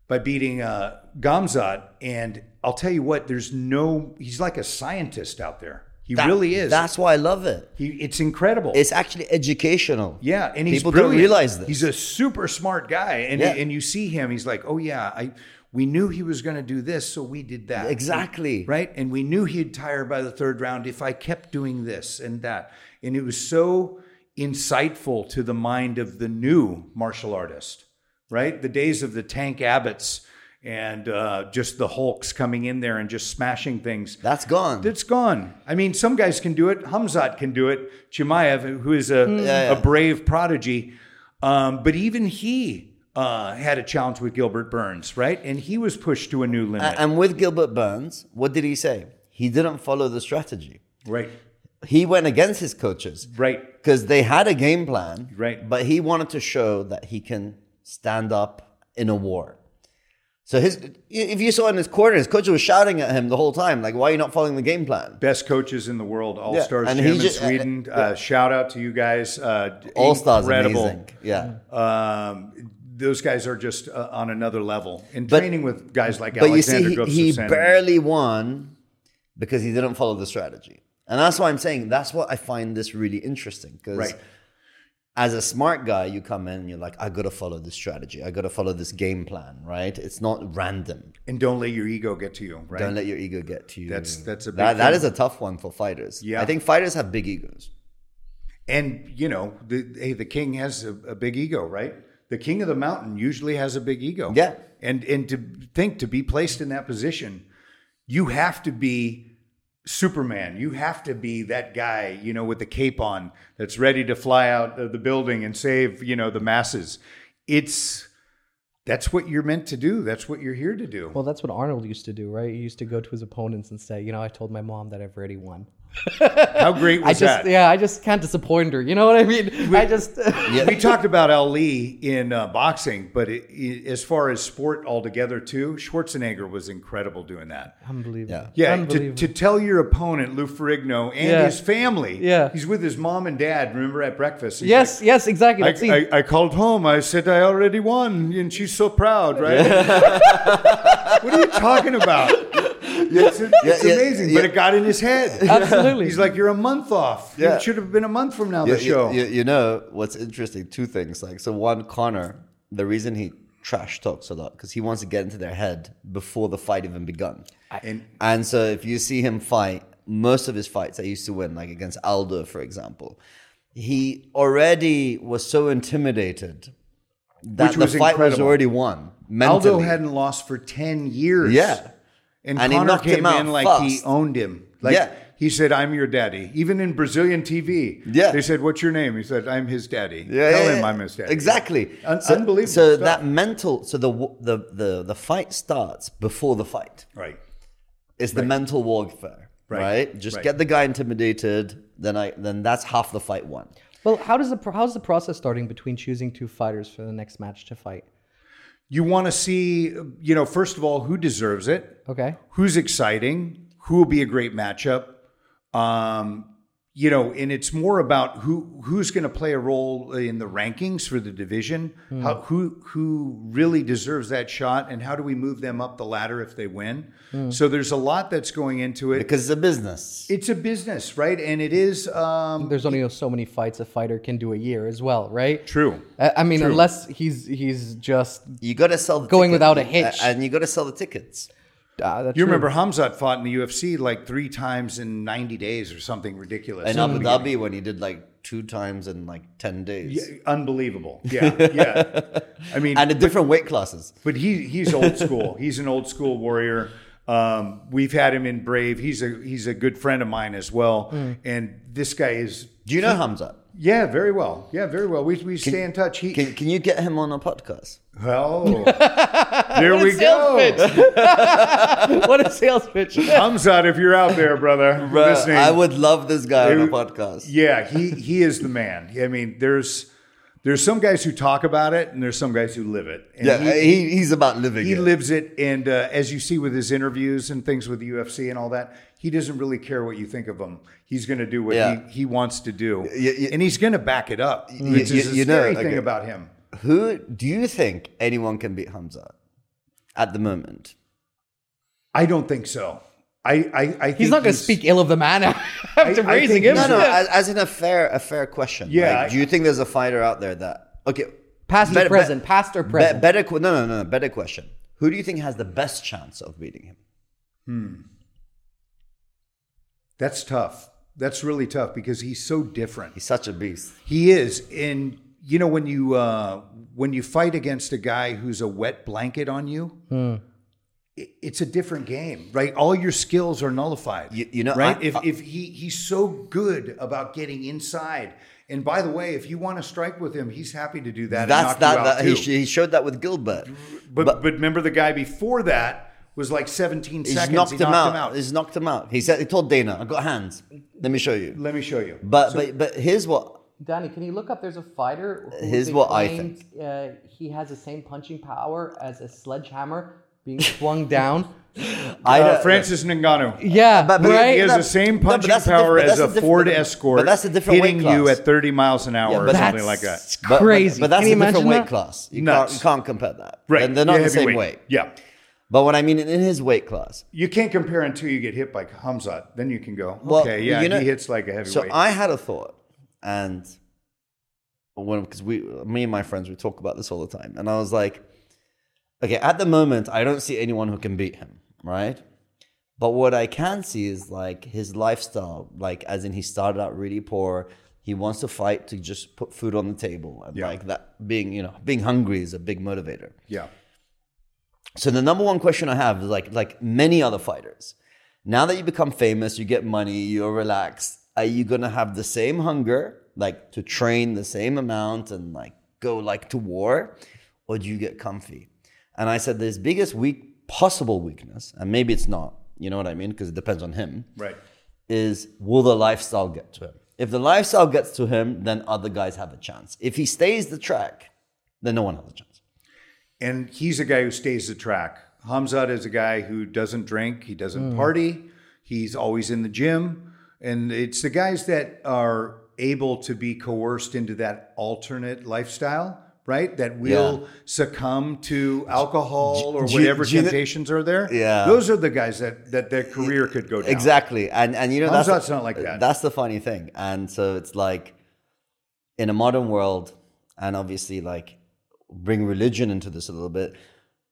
Speaker 2: by beating uh, Gamzat. And I'll tell you what, there's no, he's like a scientist out there. He
Speaker 1: That-
Speaker 2: really is.
Speaker 1: That's why I love it.
Speaker 2: he, it's incredible.
Speaker 1: It's actually educational.
Speaker 2: yeah, and he's
Speaker 1: people
Speaker 2: brilliant.
Speaker 1: don't realize this.
Speaker 2: He's a super smart guy, and
Speaker 1: Yeah.
Speaker 2: and you see him, he's like, oh yeah, I we knew he was going to do this, so we did that
Speaker 1: exactly
Speaker 2: right? And we knew he'd tire by the third round if I kept doing this and that. And it was so insightful to the mind of the new martial artist, right? The days of the Tank Abbots and uh, just the Hulks coming in there and just smashing things.
Speaker 1: That's gone.
Speaker 2: It's gone. I mean, some guys can do it. Hamzat can do it. Chimaev, who is a, a brave prodigy, um, but even he uh, had a challenge with Gilbert Burns, right? And he was pushed to a new limit,
Speaker 1: and with Gilbert Burns, what did he say? He didn't follow the strategy.
Speaker 2: right?
Speaker 1: He went against his coaches.
Speaker 2: Right.
Speaker 1: Because they had a game plan.
Speaker 2: Right.
Speaker 1: But he wanted to show that he can stand up in a war. So his if you saw in his corner, his coach was shouting at him the whole time, like, why are you not following the game plan?
Speaker 2: Best coaches in the world, all stars
Speaker 1: and
Speaker 2: gym
Speaker 1: he
Speaker 2: in
Speaker 1: just-
Speaker 2: Sweden. Uh, shout out to you guys. Uh,
Speaker 1: All stars
Speaker 2: incredible. Mm-hmm.
Speaker 1: amazing. Yeah.
Speaker 2: Um, those guys are just uh, on another level. And
Speaker 1: But-
Speaker 2: training with guys like
Speaker 1: But you
Speaker 2: Alexander
Speaker 1: see,
Speaker 2: Gustafsson.
Speaker 1: he, he barely won because he didn't follow the strategy. And that's why I'm saying that's what I find this really interesting. Because
Speaker 2: Right.
Speaker 1: as a smart guy, you come in and you're like, I gotta follow this strategy. I gotta follow this game plan, right? It's not random.
Speaker 2: and don't let your ego get to you, right?
Speaker 1: Don't let your ego get to you.
Speaker 2: That's- that's a big
Speaker 1: that, that
Speaker 2: thing.
Speaker 1: is a tough one for fighters.
Speaker 2: Yeah.
Speaker 1: I think fighters have big egos.
Speaker 2: and you know, the, hey, the king has a, a big ego, right? The king of the mountain usually has a big ego.
Speaker 1: Yeah.
Speaker 2: and and to think to be placed in that position, you have to be Superman. You have to be that guy, you know, with the cape on that's ready to fly out of the building and save, you know, the masses. It's that's what you're meant to do. That's what you're here to do.
Speaker 3: Well, that's what Arnold used to do, right? He used to go to his opponents and say, "You know, I told my mom that I've already won."
Speaker 2: How great was
Speaker 3: I just,
Speaker 2: that?
Speaker 3: yeah, I just can't disappoint her. You know what I mean? I just,
Speaker 2: We talked about Ali in uh, boxing, but it, it- as far as sport altogether, too, Schwarzenegger was incredible doing that.
Speaker 3: unbelievable.
Speaker 2: Yeah, to,
Speaker 3: unbelievable.
Speaker 2: to tell your opponent Lou Ferrigno and
Speaker 3: Yeah.
Speaker 2: his family,
Speaker 3: Yeah.
Speaker 2: he's with his mom and dad. Remember at breakfast? He's
Speaker 3: yes, yes, exactly.
Speaker 2: like,
Speaker 3: That's it.
Speaker 2: I, I, I called home. I said I already won, and she's so proud, right? what are you talking about? It's, it's
Speaker 1: yeah,
Speaker 2: amazing, but
Speaker 1: yeah.
Speaker 2: it got in his head.
Speaker 3: Absolutely.
Speaker 2: He's like, "You're a month off.
Speaker 1: Yeah.
Speaker 2: It should have been a month from now."
Speaker 1: You,
Speaker 2: the show.
Speaker 1: you- you know what's interesting? Two things. Like so, one Connor, the reason he trash talks a lot because he wants to get into their head before the fight even begun.
Speaker 2: And
Speaker 1: And so if you see him fight, most of his fights I used to win, like against Aldo, for example, he already was so intimidated that
Speaker 2: Which
Speaker 1: the
Speaker 2: was
Speaker 1: fight was
Speaker 2: incredible.
Speaker 1: already won. Mentally.
Speaker 2: Aldo hadn't lost for 10 years.
Speaker 1: Yeah.
Speaker 2: And,
Speaker 1: And he
Speaker 2: Connor
Speaker 1: knocked
Speaker 2: came
Speaker 1: him out
Speaker 2: in like he
Speaker 1: fast.
Speaker 2: owned him. Like
Speaker 1: Yeah.
Speaker 2: he said, I'm your daddy. Even in Brazilian TV,
Speaker 1: Yeah.
Speaker 2: they said, What's your name? He said, I'm his daddy.
Speaker 1: Yeah,
Speaker 2: Tell
Speaker 1: yeah,
Speaker 2: him
Speaker 1: yeah.
Speaker 2: I'm his daddy.
Speaker 1: Exactly.
Speaker 2: Un-
Speaker 1: so,
Speaker 2: unbelievable
Speaker 1: So
Speaker 2: stuff.
Speaker 1: that mental, so the w- the the the fight starts before the fight.
Speaker 2: Right.
Speaker 1: It's the mental warfare,
Speaker 2: Right.
Speaker 1: right? Just
Speaker 2: Right.
Speaker 1: get the guy intimidated, then I then that's half the fight won.
Speaker 3: well, how does the pro- how's the process starting between choosing two fighters for the next match to fight?
Speaker 2: You want to see, you know, first of all, who deserves it,
Speaker 3: Okay,
Speaker 2: who's exciting, who will be a great matchup. Um, you know, and it's more about who who's going to play a role in the rankings for the division. How, who who really deserves that shot, and how do we move them up the ladder if they win? So there's a lot that's going into it.
Speaker 1: Because it's a business.
Speaker 2: It's a business, right? And it is um,
Speaker 3: there's only so many fights a fighter can do a year as well, right?
Speaker 2: true.
Speaker 3: I, I mean, unless he's he's just
Speaker 1: You gotta sell the
Speaker 3: Going
Speaker 1: ticket-
Speaker 3: without a hitch.
Speaker 1: a- And you gotta sell the tickets.
Speaker 3: uh, that's
Speaker 2: You
Speaker 3: true.
Speaker 2: remember Hamzat fought in the UFC like three times in 90 days or something ridiculous.
Speaker 1: In Abu Dhabi when he did like two times in like ten days.
Speaker 2: Unbelievable. Yeah, yeah. I mean,
Speaker 1: And in different weight classes.
Speaker 2: but he he's old school. he's an old school warrior. Um, we've had him in Brave. He's a he's a good friend of mine as well.
Speaker 1: Mm.
Speaker 2: And this guy is
Speaker 1: Do you know Hamza?
Speaker 2: yeah, very well. Yeah, very well. We we stay in touch. He
Speaker 1: Can, can you get him on a podcast?
Speaker 2: oh, there we
Speaker 3: sales
Speaker 2: go.
Speaker 3: what a sales pitch.
Speaker 2: Hamzat, if you're out there, brother, listening,
Speaker 1: I would love this guy on a
Speaker 2: Dude.
Speaker 1: podcast.
Speaker 2: Yeah, he he is the man. I mean, there's there's some guys who talk about it, and there's some guys who live it. And
Speaker 1: Yeah,
Speaker 2: he,
Speaker 1: he, he's about living.
Speaker 2: he
Speaker 1: it.
Speaker 2: lives it, and uh, as you see with his interviews and things with the UFC and all that, he doesn't really care what you think of him. He's going to do what
Speaker 1: Yeah.
Speaker 2: he, he wants to do,
Speaker 1: Y- y-
Speaker 2: and he's going to back it up. which
Speaker 1: y-
Speaker 2: is the
Speaker 1: you know, uh,
Speaker 2: scary thing
Speaker 1: okay.
Speaker 2: about him.
Speaker 1: Who do you think anyone can beat Hamza at the moment?
Speaker 2: I don't think so. I I, I think
Speaker 3: He's not going to speak ill of the man after
Speaker 2: I
Speaker 3: raising
Speaker 2: think-
Speaker 3: him.
Speaker 2: No,
Speaker 1: No, no, as, as in a fair, a fair question.
Speaker 2: Yeah,
Speaker 1: Like,
Speaker 2: I-
Speaker 1: do you think there's a fighter out there that okay,
Speaker 3: Past or
Speaker 1: better-
Speaker 3: present, past or
Speaker 1: be-
Speaker 3: present.
Speaker 1: better, que- no, no, no, no, better question. Who do you think has the best chance of beating him?
Speaker 2: That's tough. That's really tough because he's so different.
Speaker 1: He's such a beast.
Speaker 2: He is, and you know when you uh, when you fight against a guy who's a wet blanket on you, it- it's a different game, right? All your skills are nullified.
Speaker 1: You- you know,
Speaker 2: right?
Speaker 1: I-
Speaker 2: if if he he's so good about getting inside, and by the way, if you want to strike with him, he's happy to do that. and
Speaker 1: That's
Speaker 2: knock you
Speaker 1: that.
Speaker 2: out
Speaker 1: that he,
Speaker 2: too.
Speaker 1: sh- he showed that with Gilbert.
Speaker 2: but, but remember the guy before that was like 17
Speaker 1: He's
Speaker 2: seconds.
Speaker 1: knocked,
Speaker 2: he
Speaker 1: him, out. He's knocked him out. He said he told Dana, "I got hands. Let me show you."
Speaker 2: Let me show you.
Speaker 1: But but but here's what
Speaker 2: Uh,
Speaker 3: Donnie, can you look up? There's a fighter. who
Speaker 1: Here's
Speaker 3: they
Speaker 1: what I
Speaker 3: claimed, Uh, he has the same punching power as a sledgehammer being swung down.
Speaker 1: I
Speaker 2: uh,
Speaker 1: don't-
Speaker 2: Francis Ngannou.
Speaker 3: Yeah,
Speaker 1: But- but
Speaker 3: right.
Speaker 2: He has
Speaker 1: that-
Speaker 2: the same
Speaker 1: no, but
Speaker 2: punching
Speaker 1: that's a diff-
Speaker 2: power
Speaker 1: but
Speaker 2: as
Speaker 1: that's
Speaker 2: a,
Speaker 1: a diff-
Speaker 2: Ford
Speaker 1: but-
Speaker 2: Escort.
Speaker 1: but that's a different weight
Speaker 2: hitting you
Speaker 1: class.
Speaker 2: at 30 miles an hour
Speaker 1: Yeah,
Speaker 2: or
Speaker 1: but
Speaker 2: something
Speaker 3: that's-
Speaker 2: like that.
Speaker 1: but- but-
Speaker 3: Crazy.
Speaker 1: But, that's
Speaker 3: Can
Speaker 1: a
Speaker 3: you
Speaker 1: different
Speaker 3: imagine
Speaker 1: weight
Speaker 3: that?
Speaker 1: class. You can't,
Speaker 2: Nuts.
Speaker 1: you can't compare that.
Speaker 2: Right.
Speaker 1: And they're not
Speaker 2: Yeah,
Speaker 1: the same
Speaker 2: heavyweight.
Speaker 1: weight.
Speaker 2: Yeah.
Speaker 1: But what I mean in in his weight class.
Speaker 2: You can't compare until you get hit like Hamzat. Then you can go, okay,
Speaker 1: Well,
Speaker 2: yeah,
Speaker 1: you know-
Speaker 2: he hits like a heavyweight.
Speaker 1: So I had a thought, and one because we, me and my friends, we talk about this all the time, and I was like, okay, at the moment, I don't see anyone who can beat him, right? But what I can see is like his lifestyle, like as in he started out really poor. He wants to fight to just put food on the table, and
Speaker 2: Yeah.
Speaker 1: like that being, you know, being hungry is a big motivator.
Speaker 2: yeah.
Speaker 1: So the number one question I have is like like many other fighters. Now that you become famous, you get money, you're relaxed. Are you gonna have the same hunger, like to train the same amount and like go like to war, or do you get comfy? And I said this biggest weak possible weakness, and maybe it's not. You know what I mean? Because it depends on him.
Speaker 2: Right.
Speaker 1: Is will the lifestyle get to him? If the lifestyle gets to him, then other guys have a chance. If he stays the track, then no one has a chance.
Speaker 2: And he's a guy who stays the track. Hamzat is a guy who doesn't drink, he
Speaker 1: Mm.
Speaker 2: doesn't party, he's always in the gym. And it's the guys that are able to be coerced into that alternate lifestyle, right? That will
Speaker 1: Yeah.
Speaker 2: succumb to alcohol or
Speaker 1: do you-
Speaker 2: whatever
Speaker 1: do you know-
Speaker 2: temptations are there.
Speaker 1: Yeah.
Speaker 2: Those are the guys that, that their career could go down.
Speaker 1: Exactly, and and you know that's
Speaker 2: Hamzat's not like that.
Speaker 1: That's the funny thing, and so it's like in a modern world, and obviously like bring religion into this a little bit.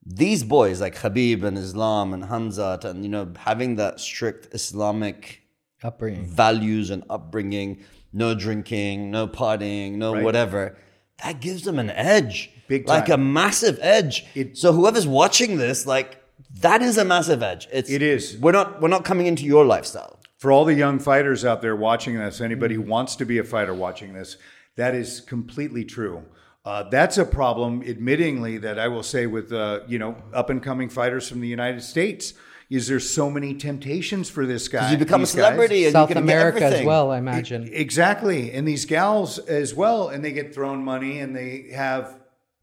Speaker 1: These boys like Habib and Islam and Hamzat, and you know having that strict Islamic
Speaker 3: Upbringing.
Speaker 1: values and upbringing, no drinking, no partying, no whatever. That gives them an edge,
Speaker 2: Big
Speaker 1: like a
Speaker 2: time.
Speaker 1: massive edge.
Speaker 2: It-
Speaker 1: so whoever's watching this, like that is a massive edge. It's,
Speaker 2: It is.
Speaker 1: We're not we're not coming into your lifestyle.
Speaker 2: for all the young fighters out there watching this, anybody
Speaker 1: Mm-hmm.
Speaker 2: who wants to be a fighter watching this, that is completely true. Uh, that's a problem, admittingly, that I will say with uh, you know up and coming fighters from the United States is there's so many temptations for this guy.
Speaker 1: You become a
Speaker 2: these guys.
Speaker 1: celebrity and
Speaker 3: South
Speaker 1: you can get
Speaker 3: America as
Speaker 1: everything.
Speaker 3: well, I imagine.
Speaker 2: Exactly. And these gals as well, and they get thrown money and they have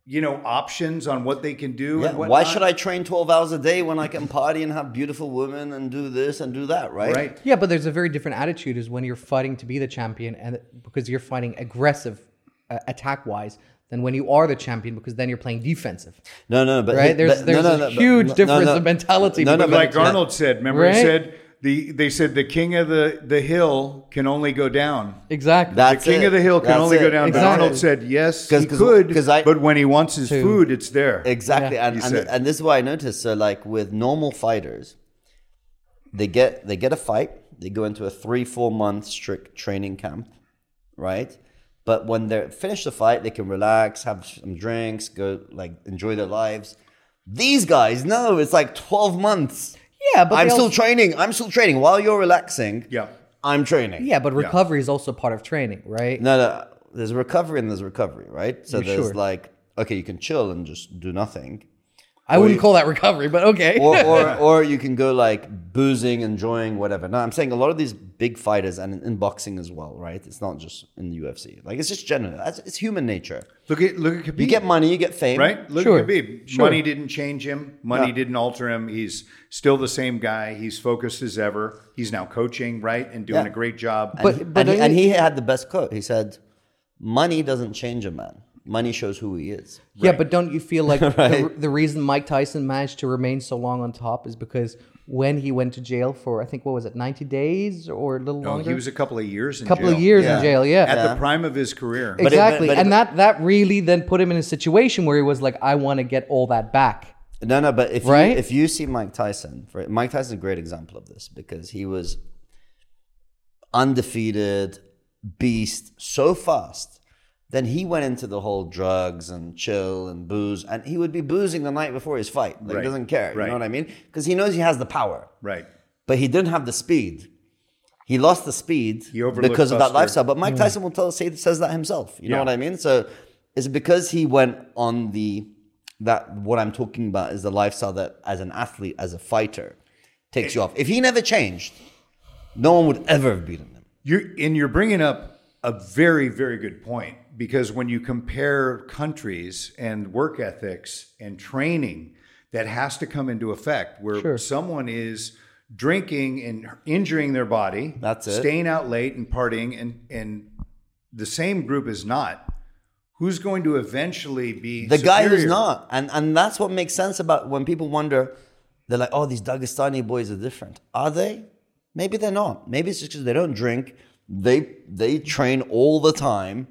Speaker 2: you know options on what they can do.
Speaker 1: Yeah,
Speaker 2: and
Speaker 1: why
Speaker 2: whatnot.
Speaker 1: should I train twelve hours a day when I can party and have beautiful women and do this and do that? Right.
Speaker 2: Right.
Speaker 3: Yeah, but there's a very different attitude is when you're fighting to be the champion, and because you're fighting aggressive, uh, attack wise, than when you are the champion, because then you're playing defensive.
Speaker 1: No, no, but
Speaker 3: Right? There's-
Speaker 1: but-
Speaker 3: there's a
Speaker 1: but-
Speaker 3: huge difference
Speaker 1: no.
Speaker 3: in mentality
Speaker 1: No, no,
Speaker 3: between-
Speaker 1: but-
Speaker 2: like Arnold said, remember he
Speaker 3: Right?
Speaker 2: said the they said the king of the, the hill can only go down.
Speaker 3: Exactly.
Speaker 1: That's
Speaker 2: the king
Speaker 1: it.
Speaker 2: of the hill can
Speaker 1: That's
Speaker 2: only
Speaker 1: it.
Speaker 2: go down.
Speaker 3: Exactly.
Speaker 2: But Arnold said yes,
Speaker 1: 'Cause-
Speaker 2: he
Speaker 1: 'cause-
Speaker 2: could,
Speaker 1: 'cause I-
Speaker 2: but when he wants his food, it's there.
Speaker 1: Exactly,
Speaker 3: Yeah.
Speaker 1: and
Speaker 2: You
Speaker 1: and,
Speaker 2: said.
Speaker 1: and this is what I noticed. So, like with normal fighters, they get they get a fight, they go into a three four month strict training camp, right? But when they finish the fight, they can relax, have some drinks, go like enjoy their lives. These guys, no, it's like twelve months.
Speaker 3: yeah, but
Speaker 1: I'm
Speaker 3: they
Speaker 1: still
Speaker 3: also-
Speaker 1: training. I'm still training while you're relaxing.
Speaker 2: Yeah.
Speaker 1: I'm training.
Speaker 3: yeah, but recovery is also part of training, right?
Speaker 1: No, no. There's recovery and there's recovery, right? So there's
Speaker 3: sure.
Speaker 1: like okay, you can chill and just do nothing.
Speaker 3: I wouldn't call that recovery, but okay.
Speaker 1: or, or, or you can go like boozing, enjoying whatever. Now, I'm saying a lot of these big fighters and in, in boxing as well, right? It's not just in the UFC. Like it's just general. It's, it's human nature.
Speaker 2: Look at look at Khabib,
Speaker 1: You get money, you get fame,
Speaker 2: right? Look
Speaker 3: Sure.
Speaker 2: at Khabib.
Speaker 3: Sure.
Speaker 2: Money didn't change him. Money didn't alter him. He's still the same guy. He's focused as ever. He's now coaching, right, and doing
Speaker 1: Yeah.
Speaker 2: a great job.
Speaker 1: But,
Speaker 3: But-
Speaker 1: and,
Speaker 3: but
Speaker 1: he,
Speaker 3: I-
Speaker 1: and he had the best quote. He said, "Money doesn't change a man. Money shows who he is."
Speaker 3: Yeah, but don't you feel like the, the reason Mike Tyson managed to remain so long on top is because when he went to jail for I think what was it, ninety days or a little
Speaker 2: No,
Speaker 3: longer,
Speaker 2: he was a couple of years. in
Speaker 3: a couple of
Speaker 2: jail.
Speaker 3: years
Speaker 1: Yeah.
Speaker 3: in jail. Yeah,
Speaker 2: at the prime of his career.
Speaker 1: But it-
Speaker 3: exactly.
Speaker 1: but it-
Speaker 3: and that that really then put him in a situation where he was like, I want to get all that back.
Speaker 1: No, no, but if
Speaker 3: Right?
Speaker 1: you, if you see Mike Tyson, for Mike Tyson's a great example of this because he was undefeated, beast, so fast Then he went into the whole drugs and chill and booze, and he would be boozing the night before his fight. Like
Speaker 2: Right.
Speaker 1: he doesn't care.
Speaker 2: Right.
Speaker 1: You know what I mean? Because he knows he has the power,
Speaker 2: Right.
Speaker 1: but he didn't have the speed. He lost the speed
Speaker 2: He overlooked
Speaker 1: because of that
Speaker 2: Buster.
Speaker 1: lifestyle. But Mike Tyson will tell say, says that himself. You know
Speaker 2: Yeah.
Speaker 1: what I mean? So it's because he went on the that what I'm talking about is the lifestyle that as an athlete, as a fighter, takes you off. If he never changed, no one would ever have beaten him.
Speaker 2: You're and you're bringing up a very very good point because when you compare countries and work ethics and training, that has to come into effect where someone is drinking and injuring their body.
Speaker 1: That's it.
Speaker 2: Staying out late and partying, and and the same group is not. Who's going to eventually be
Speaker 1: The guy who's
Speaker 2: superior?
Speaker 1: not. And and that's what makes sense about when people wonder, they're like, oh, these Dagestani boys are different. Are they? Maybe they're not. Maybe it's just because they don't drink. They they train all the time.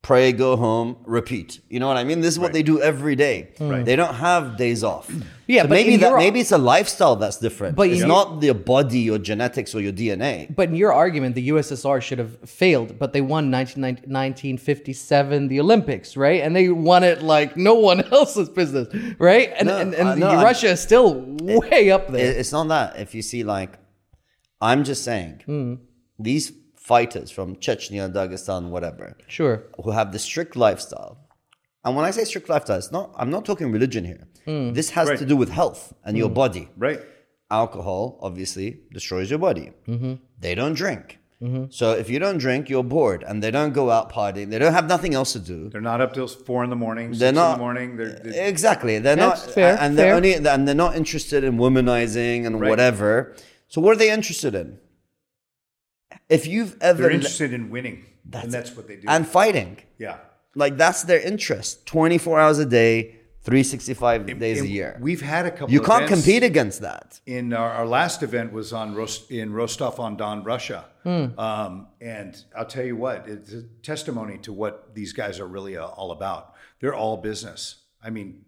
Speaker 1: Pray, go home, repeat. You know what I mean? This is what they do every day.
Speaker 2: Hmm.
Speaker 1: They don't have days off.
Speaker 3: Yeah,
Speaker 1: So
Speaker 3: but
Speaker 1: maybe
Speaker 3: in
Speaker 1: that
Speaker 3: Europe-
Speaker 1: maybe it's a lifestyle that's different.
Speaker 3: But
Speaker 1: But it's
Speaker 3: in-
Speaker 1: not your body, your genetics, or your DNA.
Speaker 3: But in your argument, the USSR should have failed, but they won 19, 1957 the Olympics, right? And they won it like no one else's business, right? And,
Speaker 1: No,
Speaker 3: and, and
Speaker 1: uh, no, I'm-
Speaker 3: Russia is still way up there.
Speaker 1: It- It's not that. If you see, like, I'm just saying, these fighters from Chechnya, Dagestan, whatever,
Speaker 3: sure.
Speaker 1: who have the strict lifestyle. And when I say strict lifestyle, it's not. I'm not talking religion here. This has
Speaker 2: Right.
Speaker 1: to do with health and your body.
Speaker 2: right.
Speaker 1: Alcohol obviously destroys your body. They don't drink. So if you don't drink, you're bored, and they don't go out partying. They don't have nothing else to do.
Speaker 2: They're not up till four in the morning.
Speaker 1: They're
Speaker 2: six
Speaker 1: not Eh,
Speaker 2: in the morning. They're, they're-
Speaker 1: exactly. They're
Speaker 3: That's
Speaker 1: not
Speaker 3: fair,
Speaker 1: and they're
Speaker 3: fair.
Speaker 1: only and they're not interested in womanizing and
Speaker 2: Right.
Speaker 1: whatever. So what are they interested in? If you've ever
Speaker 2: they're interested in winning, and that's what they do.
Speaker 1: eh, and fighting,
Speaker 2: yeah.
Speaker 1: like that's their interest. Twenty four hours a day, three sixty five days a
Speaker 2: And
Speaker 1: year.
Speaker 2: We've had a couple.
Speaker 1: you can't
Speaker 2: events.
Speaker 1: compete against that.
Speaker 2: in our, our last event was on Rost- in Rostov on Don, Russia.
Speaker 1: Hmm.
Speaker 2: Um, and I'll tell you what, it's a testimony to what these guys are really uh, all about. They're all business. I mean,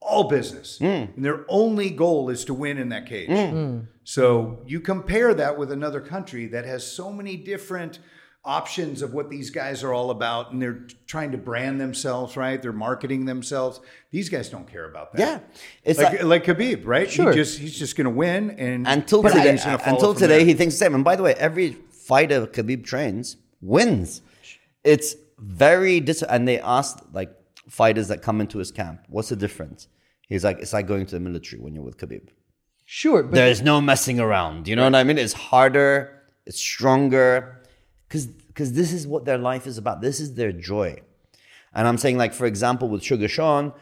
Speaker 2: all business.
Speaker 1: Hmm.
Speaker 2: And their only goal is to win in that cage. So you compare that with another country that has so many different options of what these guys are all about and they're trying to brand themselves, right? They're marketing themselves. These guys don't care about that
Speaker 1: Yeah, it's like,
Speaker 2: like, like Khabib, right?
Speaker 3: Sure.
Speaker 2: He just he's just going to win and
Speaker 1: until
Speaker 2: and
Speaker 1: today. uh,
Speaker 2: he's gonna follow
Speaker 1: Until
Speaker 2: from
Speaker 1: today,
Speaker 2: there.
Speaker 1: he thinks the same. And by the way, every fighter Khabib trains wins. It's very dis. And they asked like fighters that come into his camp, "What's the difference?" He's like, "It's like going to the military when you're with Khabib.
Speaker 3: Sure. But
Speaker 1: There's no messing around. You know what I mean? It's harder. It's stronger. Because because this is what their life is about. This is their joy. And I'm saying like for example with Sugar Sean,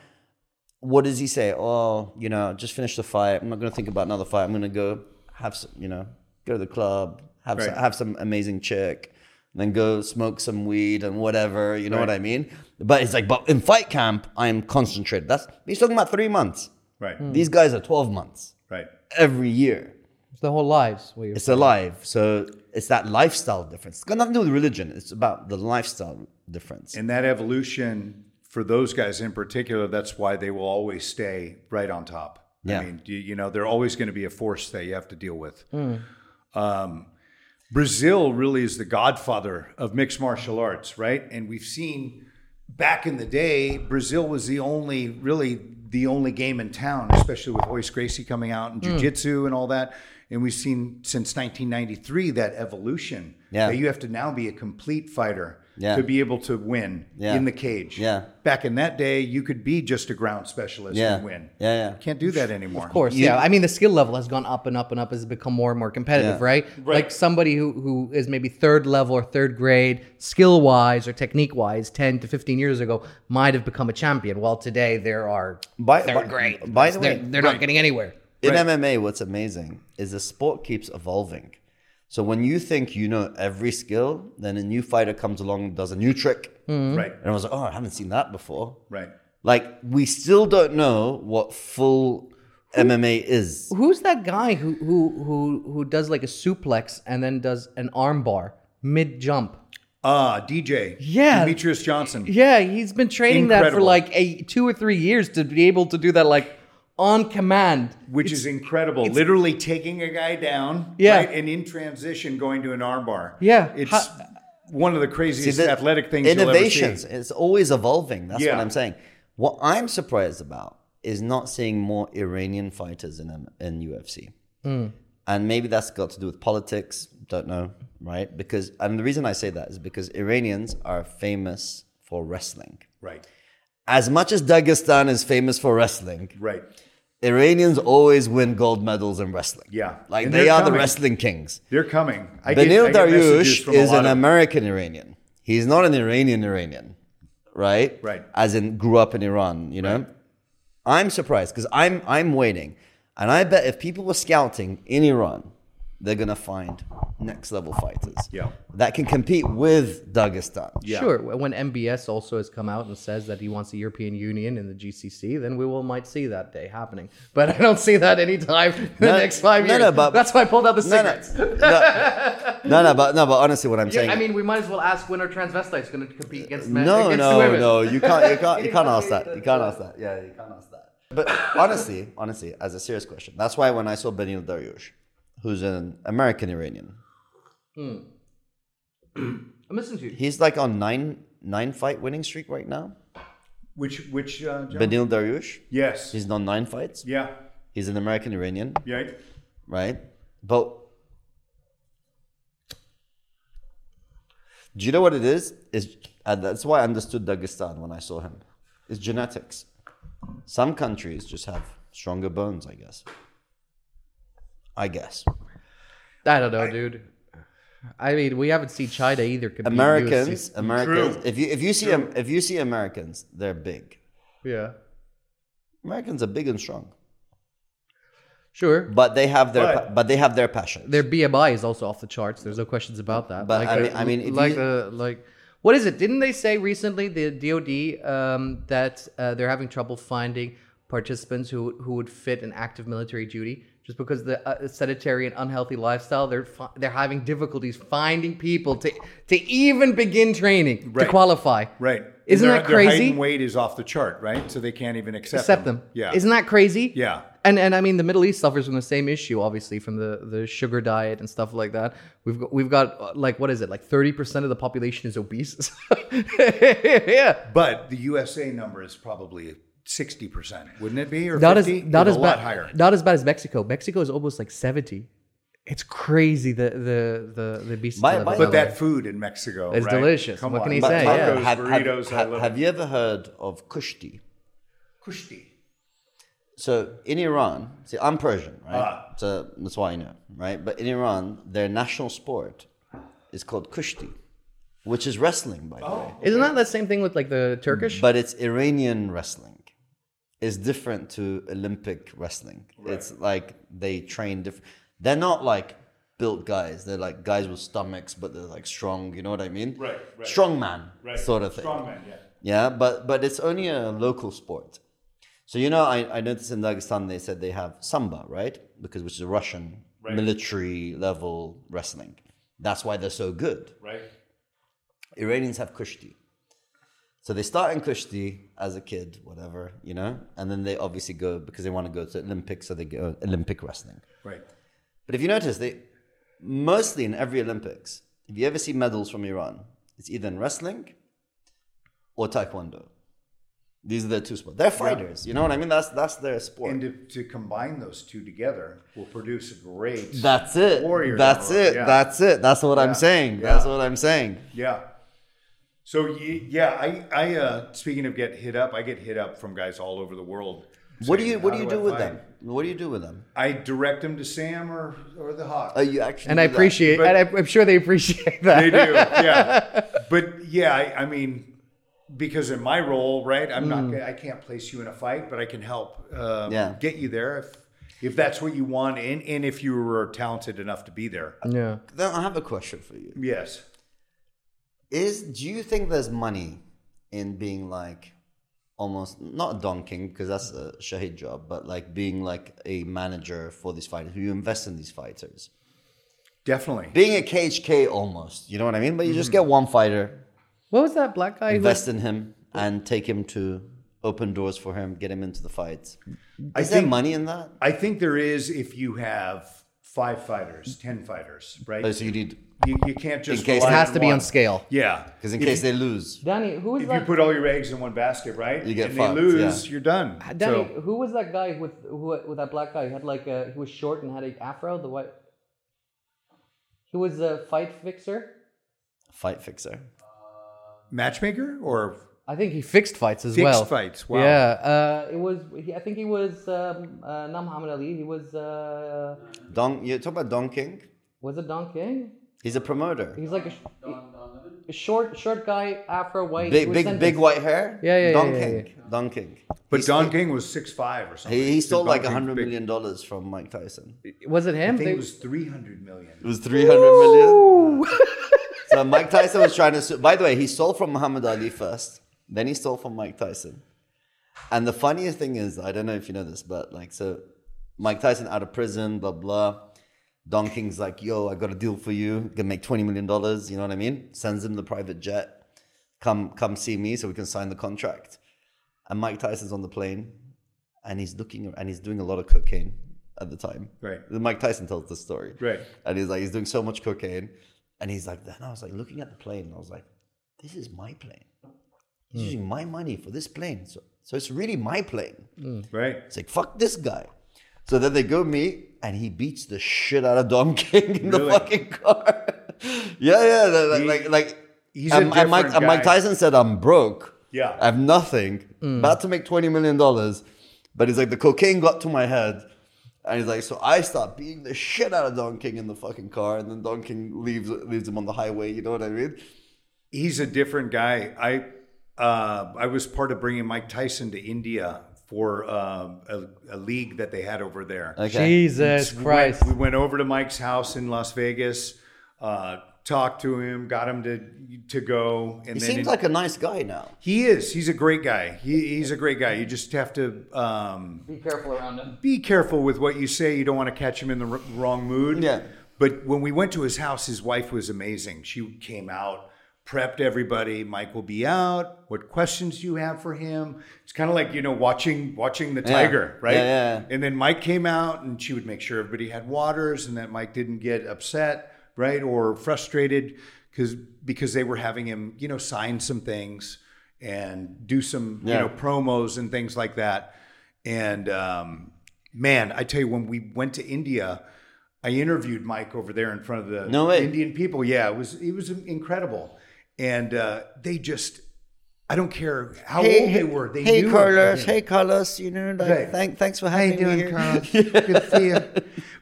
Speaker 1: what does he say? Oh, you know, just finish the fight. I'm not going to think about another fight. I'm going to go have some, you know, go to the club, have some,
Speaker 2: Right.
Speaker 1: have some amazing chick, and then go smoke some weed and whatever. You know what I
Speaker 2: Right.
Speaker 1: mean? But it's like, but in fight camp, I'm concentrated. That's he's talking about three months.
Speaker 2: right,
Speaker 1: These guys are 12 months
Speaker 2: right,
Speaker 1: every year.
Speaker 3: it's the whole lives. what you're-
Speaker 1: It's alive. So it's that lifestyle difference. It's got nothing to do with religion. It's about the lifestyle difference.
Speaker 2: and that evolution for those guys in particular, that's why they will always stay right on top.
Speaker 1: Yeah.
Speaker 2: I mean, you, you know, they're always going to be a force that you have to deal with.
Speaker 1: Hmm.
Speaker 2: Um, Brazil really is the godfather of mixed martial arts, right? And we've seen back in the day, Brazil was the only really the only game in town, especially with Hoist Gracie coming out
Speaker 1: Hmm.
Speaker 2: and jiu-jitsu and all that. And we've seen since 1993 that evolution.
Speaker 1: Yeah.
Speaker 2: That you have to now be a complete fighter
Speaker 1: Yeah.
Speaker 2: to be able to win
Speaker 1: Yeah.
Speaker 2: in the cage.
Speaker 1: Yeah.
Speaker 2: Back in that day, you could be just a ground specialist
Speaker 1: Yeah.
Speaker 2: and win.
Speaker 1: Yeah, yeah.
Speaker 2: Can't do that anymore.
Speaker 3: Of course, yeah. I mean, the skill level has gone up and up and up as it's become more and more competitive,
Speaker 1: Yeah.
Speaker 3: right? Like somebody who, who is maybe third level or third grade, skill wise or technique wise, 10 to 15 years ago, might have become a champion. While today, there are
Speaker 1: By-
Speaker 3: third
Speaker 1: by-
Speaker 3: grade.
Speaker 1: by the
Speaker 3: they're,
Speaker 1: way-
Speaker 3: they're not getting anywhere.
Speaker 1: In
Speaker 2: Right.
Speaker 1: MMA, what's amazing is the sport keeps evolving. So when you think you know every skill, then a new fighter comes along and does a new trick.
Speaker 2: Right.
Speaker 1: And I was like, oh, I haven't seen that before.
Speaker 2: Right.
Speaker 1: Like, we still don't know what full MMA is.
Speaker 3: Who's that guy who, who, who, who does like a suplex and then does an armbar mid jump?
Speaker 2: Ah, DJ.
Speaker 3: Yeah.
Speaker 2: Demetrius Johnson.
Speaker 3: Yeah, he's been training that for
Speaker 2: Incredible.
Speaker 3: like a, two or three years to be able to do that like on command.
Speaker 2: Which is incredible. Literally taking a guy down,
Speaker 3: Yeah.
Speaker 2: right, and in transition going to an armbar.
Speaker 3: Yeah.
Speaker 2: it's
Speaker 3: How-
Speaker 2: one of the craziest
Speaker 1: the
Speaker 2: athletic things
Speaker 1: Innovations.
Speaker 2: you'll ever see.
Speaker 1: It's always evolving. That's
Speaker 2: Yeah.
Speaker 1: what I'm saying. What I'm surprised about is not seeing more Iranian fighters in M- in UFC. And maybe that's got to do with politics. Don't know, right? Because and the reason I say that is because Iranians are famous for wrestling.
Speaker 2: Right,
Speaker 1: As much as Dagestan is famous for wrestling,
Speaker 2: right.
Speaker 1: Iranians always win gold medals in wrestling.
Speaker 2: Yeah.
Speaker 1: Like
Speaker 2: And
Speaker 1: they
Speaker 2: they're
Speaker 1: are the
Speaker 2: coming.
Speaker 1: wrestling kings.
Speaker 2: They're coming. I get- I
Speaker 1: Benil
Speaker 2: get messages
Speaker 1: Dariush
Speaker 2: from a
Speaker 1: is
Speaker 2: lot
Speaker 1: an
Speaker 2: of-
Speaker 1: American Iranian. He's not an Iranian Iranian, right?
Speaker 2: Right.
Speaker 1: As in grew up in Iran, you know? I'm surprised because I'm I'm waiting. And I bet if people were scouting in Iran, they're gonna find next level fighters.
Speaker 2: Yeah.
Speaker 1: That can compete with Dagestan.
Speaker 2: Yeah.
Speaker 3: Sure. When MBS also has come out and says that he wants the European Union and the GCC, then we will might see that day happening. But I don't see that anytime in the
Speaker 1: No,
Speaker 3: next five
Speaker 1: no,
Speaker 3: years.
Speaker 1: no, but-
Speaker 3: That's why I pulled out the
Speaker 1: No, no,
Speaker 3: cigarettes.
Speaker 1: no, no, no, but no, but honestly, what I'm
Speaker 3: Yeah,
Speaker 1: saying,
Speaker 3: I mean, we might as well ask when are transvestites going to compete against men?
Speaker 1: No,
Speaker 3: against
Speaker 1: no,
Speaker 3: women?
Speaker 1: no. You can't. You can't. You can't ask that. You can't ask that. Yeah, you can't ask that. But honestly, honestly, as a serious question, that's why when I saw Benil Dariush, who's an American Iranian,
Speaker 3: I'm listening to you.
Speaker 1: he's like on nine nine fight winning streak right now.
Speaker 2: Which which uh, John?
Speaker 1: Benil Dariush,
Speaker 2: yes.
Speaker 1: he's done nine fights.
Speaker 2: yeah.
Speaker 1: He's an American Iranian,
Speaker 2: Yeah.
Speaker 1: right? But do you know what it is? Is and that's why I understood Dagestan when I saw him. It's genetics. Some countries just have stronger bones, I guess. I guess.
Speaker 3: I don't know, dude. I mean, we haven't seen China either. Compete in
Speaker 1: Americans,
Speaker 3: UFC.
Speaker 1: Americans.
Speaker 2: True.
Speaker 1: If you if you see Am- if you see Americans, they're big.
Speaker 3: Yeah.
Speaker 1: Americans are big and strong,
Speaker 3: Sure.
Speaker 1: but they have their
Speaker 2: But-
Speaker 1: pa- but they have their passion.
Speaker 3: Their BMI is also off the charts. There's no questions about that.
Speaker 1: But I
Speaker 3: the-
Speaker 1: mean- I mean, if
Speaker 3: like
Speaker 1: you-
Speaker 3: the like, what is it? Didn't they say recently the DoD um, that uh, they're having trouble finding participants who who would fit an active military duty just because the uh, sedentary and unhealthy lifestyle? They're fi- they're having difficulties finding people to to even begin training
Speaker 2: Right.
Speaker 3: to qualify.
Speaker 2: Right.
Speaker 3: Isn't
Speaker 2: Their-
Speaker 3: that
Speaker 2: Their height
Speaker 3: crazy?
Speaker 2: and weight is off the chart, right? So they can't even accept,
Speaker 3: accept them.
Speaker 2: Yeah.
Speaker 3: Isn't that crazy?
Speaker 2: Yeah.
Speaker 3: And and I mean the Middle East suffers from the same issue, obviously, from the, the sugar diet and stuff like that. We've got, we've got uh, like what is it? Like thirty percent of the population is obese. yeah.
Speaker 2: But the USA number is probably sixty percent, wouldn't it be? Or
Speaker 3: Not
Speaker 2: 50?
Speaker 3: as not
Speaker 2: It's
Speaker 3: as
Speaker 2: a lot
Speaker 3: bad.
Speaker 2: higher.
Speaker 3: Not as bad as Mexico. Mexico is almost like seventy. It's crazy the the the the obesity.
Speaker 1: By-
Speaker 3: level.
Speaker 1: by the
Speaker 2: But that food in Mexico
Speaker 3: It's
Speaker 2: right?
Speaker 3: delicious. What can you
Speaker 1: But
Speaker 3: say?
Speaker 2: Tacos,
Speaker 3: Yeah.
Speaker 1: have- have-
Speaker 2: burritos. I
Speaker 1: have-
Speaker 2: love
Speaker 1: have
Speaker 2: it.
Speaker 1: you ever heard of kushti?
Speaker 2: Kushti.
Speaker 1: So in Iran, see, I'm Persian, right?
Speaker 2: Ah.
Speaker 1: So that's why I know, right? But in Iran, their national sport is called kushti, which is wrestling, by the
Speaker 2: Oh.
Speaker 1: way.
Speaker 3: Isn't that that same thing with like the Turkish?
Speaker 1: But it's Iranian wrestling. It's different to Olympic wrestling. It's like they train different. They're not like built guys. They're like guys with stomachs, but they're like strong. You know what I mean?
Speaker 2: Right, right.
Speaker 1: Strong man, sort of thing.
Speaker 2: Strongman, yeah.
Speaker 1: Yeah, but but it's only a local sport. So you know, I, I noticed in Dagestan they said they have samba, right? Because which is a Russian military level wrestling. That's why they're so good.
Speaker 2: Right.
Speaker 1: Iranians have kushti. So they start in kushti as a kid, whatever, you know, and then they obviously go because they want to go to Olympics, so they go Olympic wrestling.
Speaker 2: Right.
Speaker 1: But if you notice, they mostly in every Olympics, if you ever see medals from Iran, it's either in wrestling or taekwondo. These are their two sports. They're fighters. You know what I mean? That's that's their sport.
Speaker 2: And to, to combine those two together will produce a great.
Speaker 1: that's it.
Speaker 2: Warrior
Speaker 1: that's
Speaker 2: sport,
Speaker 1: it.
Speaker 2: yeah.
Speaker 1: That's it. That's what I'm
Speaker 2: Yeah,
Speaker 1: saying. That's
Speaker 2: yeah.
Speaker 1: what I'm saying.
Speaker 2: Yeah. So y- yeah, I I uh, speaking of get hit up, I get hit up from guys all over the world.
Speaker 1: What do
Speaker 2: saying,
Speaker 1: you what
Speaker 2: "How
Speaker 1: do you
Speaker 2: I
Speaker 1: do with
Speaker 2: find-"
Speaker 1: them? What do you do with them?
Speaker 2: I direct them to Sam or or the Hawk.
Speaker 1: Are you actually
Speaker 3: and I
Speaker 1: do that?
Speaker 3: appreciate,
Speaker 2: But-
Speaker 3: and I, I'm sure they appreciate that.
Speaker 2: they do, yeah. But yeah, I, I mean, because in my role, right, I'm not gonna- I can't place you in a fight, but I can help um,
Speaker 1: Mm. Yeah.
Speaker 2: get you there if if that's what you want, and and if you were talented enough to be there.
Speaker 3: Yeah.
Speaker 1: Then I have a question for you.
Speaker 2: Yes.
Speaker 1: Is do you think there's money in being like almost not a donking because that's a shahid job, but like being like a manager for these fighters who you invest in these fighters,
Speaker 2: Definitely.
Speaker 1: being a KHK almost, you know what I mean? But you just get one fighter,
Speaker 3: What was that black guy? Who,
Speaker 1: invest in him, and take him to open doors for him, get him into the fights. Is there
Speaker 2: think-
Speaker 1: money in that?
Speaker 2: I think there is if you have five fighters, ten fighters, right?
Speaker 1: Oh, so you need
Speaker 2: you, you can't just
Speaker 1: In case-
Speaker 2: rely
Speaker 1: It
Speaker 3: has to be
Speaker 2: one.
Speaker 3: on scale.
Speaker 2: Yeah,
Speaker 1: because in
Speaker 2: If
Speaker 1: case they lose,
Speaker 3: Danny, who was
Speaker 2: If you
Speaker 3: that?
Speaker 2: put all your eggs in one basket, right?
Speaker 1: You get
Speaker 2: and
Speaker 1: fucked,
Speaker 2: they lose,
Speaker 1: yeah.
Speaker 2: you're done.
Speaker 3: Danny,
Speaker 2: So
Speaker 3: who was that guy with who with that black guy? He had like a he was short and had a afro. The white. He was a fight fixer.
Speaker 1: fight fixer.
Speaker 2: matchmaker or
Speaker 3: I think he fixed fights as
Speaker 2: Fixed
Speaker 3: well.
Speaker 2: fights, wow.
Speaker 3: Yeah, uh, it was. He, I think he was um, uh, not Muhammad Ali. He was. Uh,
Speaker 1: Don, you talk about Don King.
Speaker 3: was it Don King?
Speaker 1: He's a promoter.
Speaker 3: He's like a, sh- a short, short guy, afro white.
Speaker 1: Big,
Speaker 3: with
Speaker 1: big,
Speaker 3: sentence.
Speaker 1: big white hair.
Speaker 3: Yeah, yeah,
Speaker 1: Don
Speaker 3: yeah, yeah,
Speaker 1: King. Don King.
Speaker 2: but
Speaker 1: He's-
Speaker 2: Don King was six five or something.
Speaker 1: He, he stole
Speaker 2: Don
Speaker 1: like
Speaker 2: King's
Speaker 1: hundred
Speaker 2: big.
Speaker 1: million dollars from Mike Tyson. It
Speaker 3: Was it him?
Speaker 2: I think
Speaker 3: They-
Speaker 2: it was three hundred million.
Speaker 1: was three hundred million. so Mike Tyson was trying to. Sue. By the way, he stole from Muhammad Ali first, then he stole from Mike Tyson. And the funniest thing is, I don't know if you know this, but like, so Mike Tyson out of prison, blah blah. Don King's like, yo, I got a deal for you. Gonna make twenty million dollars. You know what I mean? Sends him the private jet. Come, come see me so we can sign the contract. And Mike Tyson's on the plane, and he's looking and he's doing a lot of cocaine at the time.
Speaker 2: Right.
Speaker 1: Mike Tyson tells the story.
Speaker 2: Right.
Speaker 1: And he's like, he's doing so much cocaine, and he's like, then I was like looking at the plane, and I was like, this is my plane. He's
Speaker 2: Hmm.
Speaker 1: using my money for this plane, so so it's really my plane.
Speaker 2: Right.
Speaker 1: It's like, fuck this guy. So then they go meet, and he beats the shit out of Don King in the
Speaker 2: Really?
Speaker 1: fucking car. yeah, yeah. they're Like,
Speaker 2: He-
Speaker 1: like, like
Speaker 2: he's a
Speaker 1: and, and Mike,
Speaker 2: different
Speaker 1: and Mike
Speaker 2: guy.
Speaker 1: Tyson said, I'm broke.
Speaker 2: Yeah.
Speaker 1: I have nothing. About to make $20 million. But he's like, the cocaine got to my head. And he's like, so I start beating the shit out of Don King in the fucking car, and then Don King leaves leaves him on the highway. You know what I mean?
Speaker 2: He's a different guy. I uh, I was part of bringing Mike Tyson to India for um, a, a league that they had over there.
Speaker 3: Jesus Christ.
Speaker 2: We went over to Mike's house in Las Vegas, uh, talked to him, got him to to go, and
Speaker 1: He
Speaker 2: then
Speaker 1: seems
Speaker 2: in-
Speaker 1: like a nice guy now.
Speaker 2: he is. He's a great guy. He, he's a great guy. You just have to um,
Speaker 3: Be careful around him.
Speaker 2: be careful with what you say. You don't want to catch him in the r- wrong mood.
Speaker 1: Yeah.
Speaker 2: But when we went to his house, his wife was amazing. She came out, prepped everybody. Mike will be out. What questions do you have for him? It's kind of like you know watching watching the tiger, right?
Speaker 1: Yeah, yeah, yeah.
Speaker 2: And then Mike came out, and she would make sure everybody had waters, and that Mike didn't get upset, right, or frustrated, because because they were having him, you know, sign some things and do some,
Speaker 1: Yeah.
Speaker 2: you know, promos and things like that. And um, man, I tell you, when we went to India, I interviewed Mike over there in front of the
Speaker 1: No way.
Speaker 2: Indian people. Yeah, it was it was incredible, and uh, they just. I don't care how old they were. They
Speaker 1: hey
Speaker 2: knew
Speaker 1: Carlos,
Speaker 2: everything.
Speaker 1: hey Carlos, you know, like,
Speaker 2: Right.
Speaker 1: thank, thanks for
Speaker 2: How
Speaker 1: having
Speaker 2: you doing,
Speaker 1: me here.
Speaker 2: Carlos? Good to see you.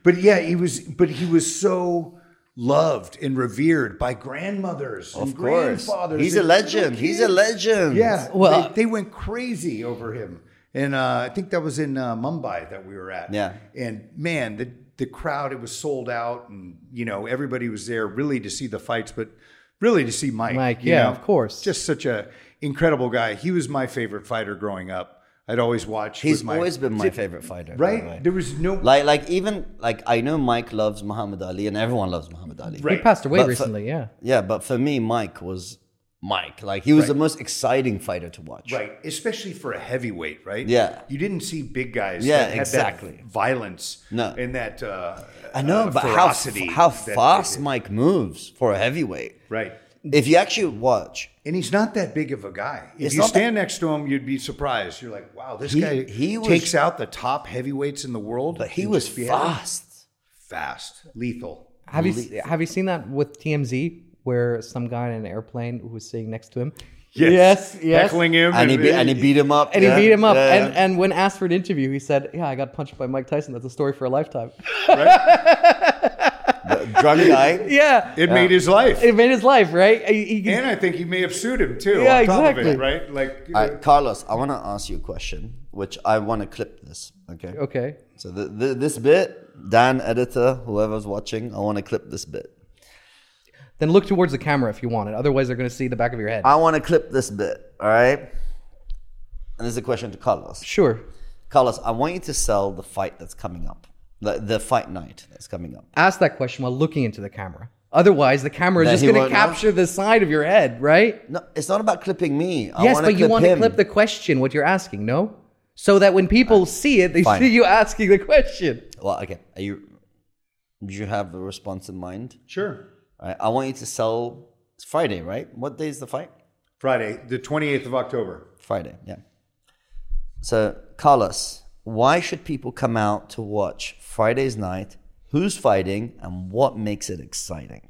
Speaker 2: But yeah, he was. But he was so loved and revered by grandmothers
Speaker 1: Of
Speaker 2: and
Speaker 1: course,
Speaker 2: grandfathers.
Speaker 1: he's a
Speaker 2: and little
Speaker 1: legend. He's a
Speaker 2: kids.
Speaker 1: legend.
Speaker 2: Yeah.
Speaker 3: Well,
Speaker 2: Well, they, they went crazy over him, and uh, I think that was in uh, Mumbai that we were at.
Speaker 1: Yeah.
Speaker 2: And man, the the crowd it was sold out, and you know everybody was there really to see the fights, but really to see Mike.
Speaker 3: Mike,
Speaker 2: you
Speaker 3: yeah,
Speaker 2: know?
Speaker 3: of course.
Speaker 2: Just such a incredible guy. He was my favorite fighter growing up. I'd always watch.
Speaker 1: he's
Speaker 2: with my,
Speaker 1: always been my favorite fighter. by the
Speaker 2: right.
Speaker 1: way.
Speaker 2: There was no
Speaker 1: Like, like even like I know Mike loves Muhammad Ali, and everyone loves Muhammad Ali.
Speaker 2: Right.
Speaker 3: He passed away
Speaker 1: But for-
Speaker 3: recently. yeah.
Speaker 1: Yeah, but for me, Mike was Mike. Like he was the most exciting fighter to watch.
Speaker 2: Right, especially for a heavyweight, right?
Speaker 1: Yeah.
Speaker 2: you didn't see big guys.
Speaker 1: Yeah,
Speaker 2: that had
Speaker 1: exactly.
Speaker 2: That violence.
Speaker 1: No.
Speaker 2: and that. Uh,
Speaker 1: I know,
Speaker 2: uh,
Speaker 1: but how f-
Speaker 2: ferocity
Speaker 1: how
Speaker 2: that they
Speaker 1: fast
Speaker 2: did.
Speaker 1: Mike moves for a heavyweight.
Speaker 2: Right,
Speaker 1: If you actually watch,
Speaker 2: and he's not that big of a guy. If
Speaker 1: It's
Speaker 2: you
Speaker 1: not that-
Speaker 2: stand next to him, you'd be surprised. You're like, wow, this
Speaker 1: He-
Speaker 2: guy
Speaker 1: he was-
Speaker 2: takes out the top heavyweights in the world.
Speaker 1: but he
Speaker 2: and
Speaker 1: was
Speaker 2: just be able-
Speaker 1: fast.
Speaker 2: fast, lethal.
Speaker 3: Have you se- have you seen that with TMZ where some guy in an airplane who was sitting next to him?
Speaker 2: heckling him,
Speaker 1: And he, be, and he beat him up.
Speaker 3: And he
Speaker 1: yeah,
Speaker 3: beat him up.
Speaker 1: yeah, yeah.
Speaker 3: And and when asked for an interview, he said, "Yeah, I got punched by Mike Tyson. That's a story for a lifetime."
Speaker 1: drunk guy.
Speaker 3: yeah,
Speaker 2: it made his life.
Speaker 3: it made his life, right? He- he-
Speaker 2: and I think he may have sued him too.
Speaker 3: Yeah,
Speaker 2: on top of it,
Speaker 3: exactly.
Speaker 2: right, like uh,
Speaker 1: All right, Carlos, I want to ask you a question, which I want to clip this. Okay.
Speaker 3: okay.
Speaker 1: So the, the, this bit, Dan, editor, whoever's watching, I want to clip this bit.
Speaker 3: Then look towards the camera if you want it. Otherwise, they're going to see the back of your head.
Speaker 1: I want to clip this bit. All right. And this is a question to Carlos.
Speaker 3: sure.
Speaker 1: Carlos, I want you to sell the fight that's coming up, the, the fight night that's coming up.
Speaker 3: Ask that question while looking into the camera. Otherwise, the camera is
Speaker 1: Then
Speaker 3: just
Speaker 1: he
Speaker 3: going to
Speaker 1: won't know.
Speaker 3: capture the side of your head, right?
Speaker 1: No, it's not about clipping me. I
Speaker 3: yes,
Speaker 1: wanna
Speaker 3: but you
Speaker 1: clip
Speaker 3: want to
Speaker 1: him.
Speaker 3: clip the question, what you're asking, no? So that when people see it, they
Speaker 1: Fine.
Speaker 3: see you asking the question.
Speaker 1: Well, okay. Are you? Do you have a response in mind?
Speaker 2: Sure.
Speaker 1: I, I want you to sell. It's Friday, right? What day is the fight?
Speaker 2: Friday, the 28th of October.
Speaker 1: Friday, yeah. So, Carlos, why should people come out to watch Friday's night? Who's fighting and what makes it exciting?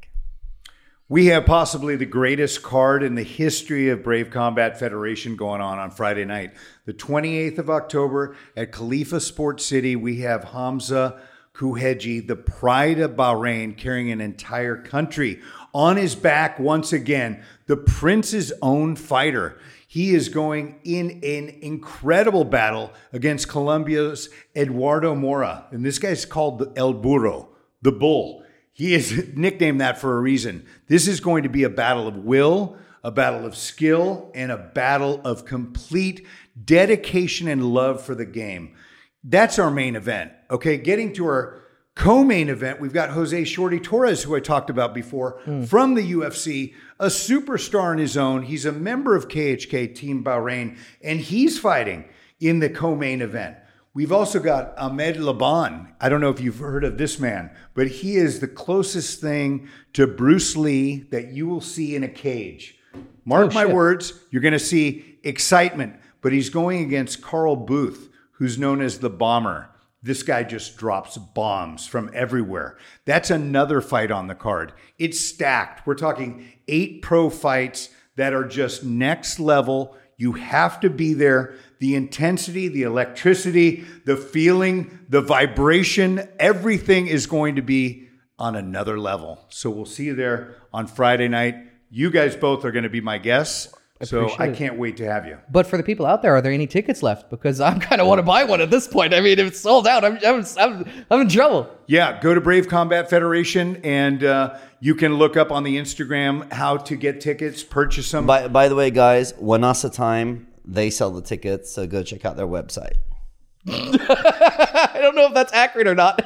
Speaker 2: We have possibly the greatest card in the history of Brave Combat Federation going on on Friday night. The 28th of October at Khalifa Sports City, we have Hamza Kuheji, the pride of Bahrain, carrying an entire country on his back once again, the prince's own fighter. He is going in an incredible battle against Colombia's Eduardo Mora. And this guy's called the El Burro, the bull. He is nicknamed that for a reason. This is going to be a battle of will, a battle of skill, and a battle of complete dedication and love for the game. That's our main event. Okay, getting to our co main event, we've got Jose Shorty Torres, who I talked about before, from the UFC, a superstar in his own. He's a member of KHK Team Bahrain, and he's fighting in the co main event. We've also got Ahmed Laban. I don't know if you've heard of this man, but he is the closest thing to Bruce Lee that you will see in a cage. Mark my words, you're going to see excitement, but he's going against Carl Booth, who's known as the bomber. This guy just drops bombs from everywhere. That's another fight on the card. It's stacked. We're talking eight pro fights that are just next level. You have to be there. The intensity, the electricity, the feeling, the vibration, everything is going to be on another level. So we'll see you there on Friday night. You guys both are going to be my guests. So I
Speaker 3: Appreciate it.
Speaker 2: can't wait to have you.
Speaker 3: But for the people out there, are there any tickets left? Because I'm kind of want to buy one at this point. I mean, if it's sold out, I'm I'm I'm, I'm in trouble.
Speaker 2: Yeah, go to Brave Combat Federation and uh, you can look up on the Instagram how to get tickets, purchase them.
Speaker 1: By, by the way, guys, Wanasa Time, they sell the tickets, so go check out their website.
Speaker 3: I don't know if that's accurate or not.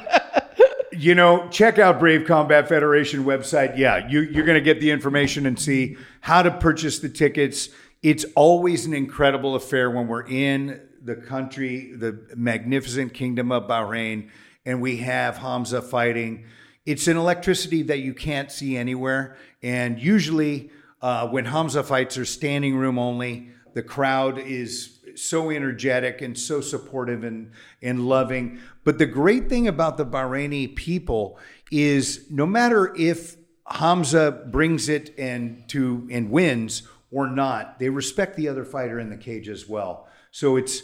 Speaker 2: you know, check out Brave Combat Federation website. Yeah, you, you're going to get the information and see how to purchase the tickets. It's always an incredible affair when we're in the country, the magnificent kingdom of Bahrain, and we have Hamza fighting. It's an electricity that you can't see anywhere. And usually, uh, when Hamza fights are standing room only, the crowd is so energetic and so supportive and, and loving. But the great thing about the Bahraini people is no matter if Hamza brings it and to and wins or not, they respect the other fighter in the cage as well. So it's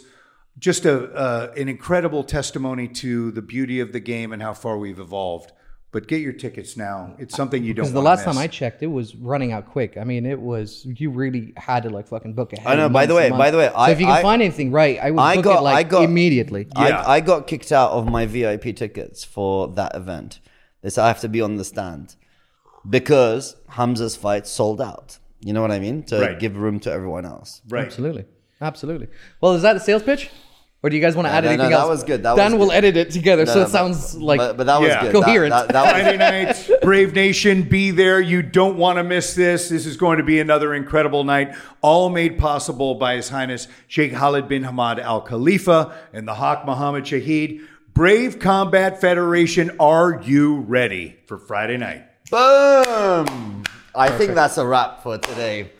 Speaker 2: just a uh, an incredible testimony to the beauty of the game and how far we've evolved. But get your tickets now. It's something you don't.
Speaker 3: Because the
Speaker 2: wanna
Speaker 3: last
Speaker 2: miss.
Speaker 3: time I checked, it was running out quick. I mean, it was you really had to like fucking book ahead.
Speaker 1: I know, by the
Speaker 3: months and
Speaker 1: way- by
Speaker 3: months.
Speaker 1: the way,
Speaker 3: so
Speaker 1: I-
Speaker 3: if you can
Speaker 1: I-
Speaker 3: find anything right, I would
Speaker 1: I
Speaker 3: book
Speaker 1: got-
Speaker 3: it like
Speaker 1: I got-
Speaker 3: immediately.
Speaker 2: Yeah.
Speaker 1: I, I got kicked out of my VIP tickets for that event. They said I have to be on the stand because Hamza's fight sold out. You know what I mean? To
Speaker 2: Right.
Speaker 1: give room to everyone else.
Speaker 2: right.
Speaker 3: Absolutely, absolutely. Well, is that the sales pitch, or do you guys want to add
Speaker 1: no,
Speaker 3: anything
Speaker 1: no, that
Speaker 3: else?
Speaker 1: was good, that
Speaker 3: Dan
Speaker 1: was
Speaker 3: will
Speaker 1: good.
Speaker 3: edit it together, so
Speaker 1: No,
Speaker 3: it
Speaker 1: no,
Speaker 3: sounds like.
Speaker 1: but, but that was
Speaker 2: Yeah.
Speaker 1: good.
Speaker 3: Coherent.
Speaker 1: That, that, that was,
Speaker 2: Friday night, Brave Nation, be there. You don't want to miss this. This is going to be another incredible night, all made possible by His Highness Sheikh Khalid bin Hamad Al Khalifa and the Hawk Muhammad Shahid. Brave Combat Federation, are you ready for Friday night?
Speaker 1: Boom! I think that's a wrap for today.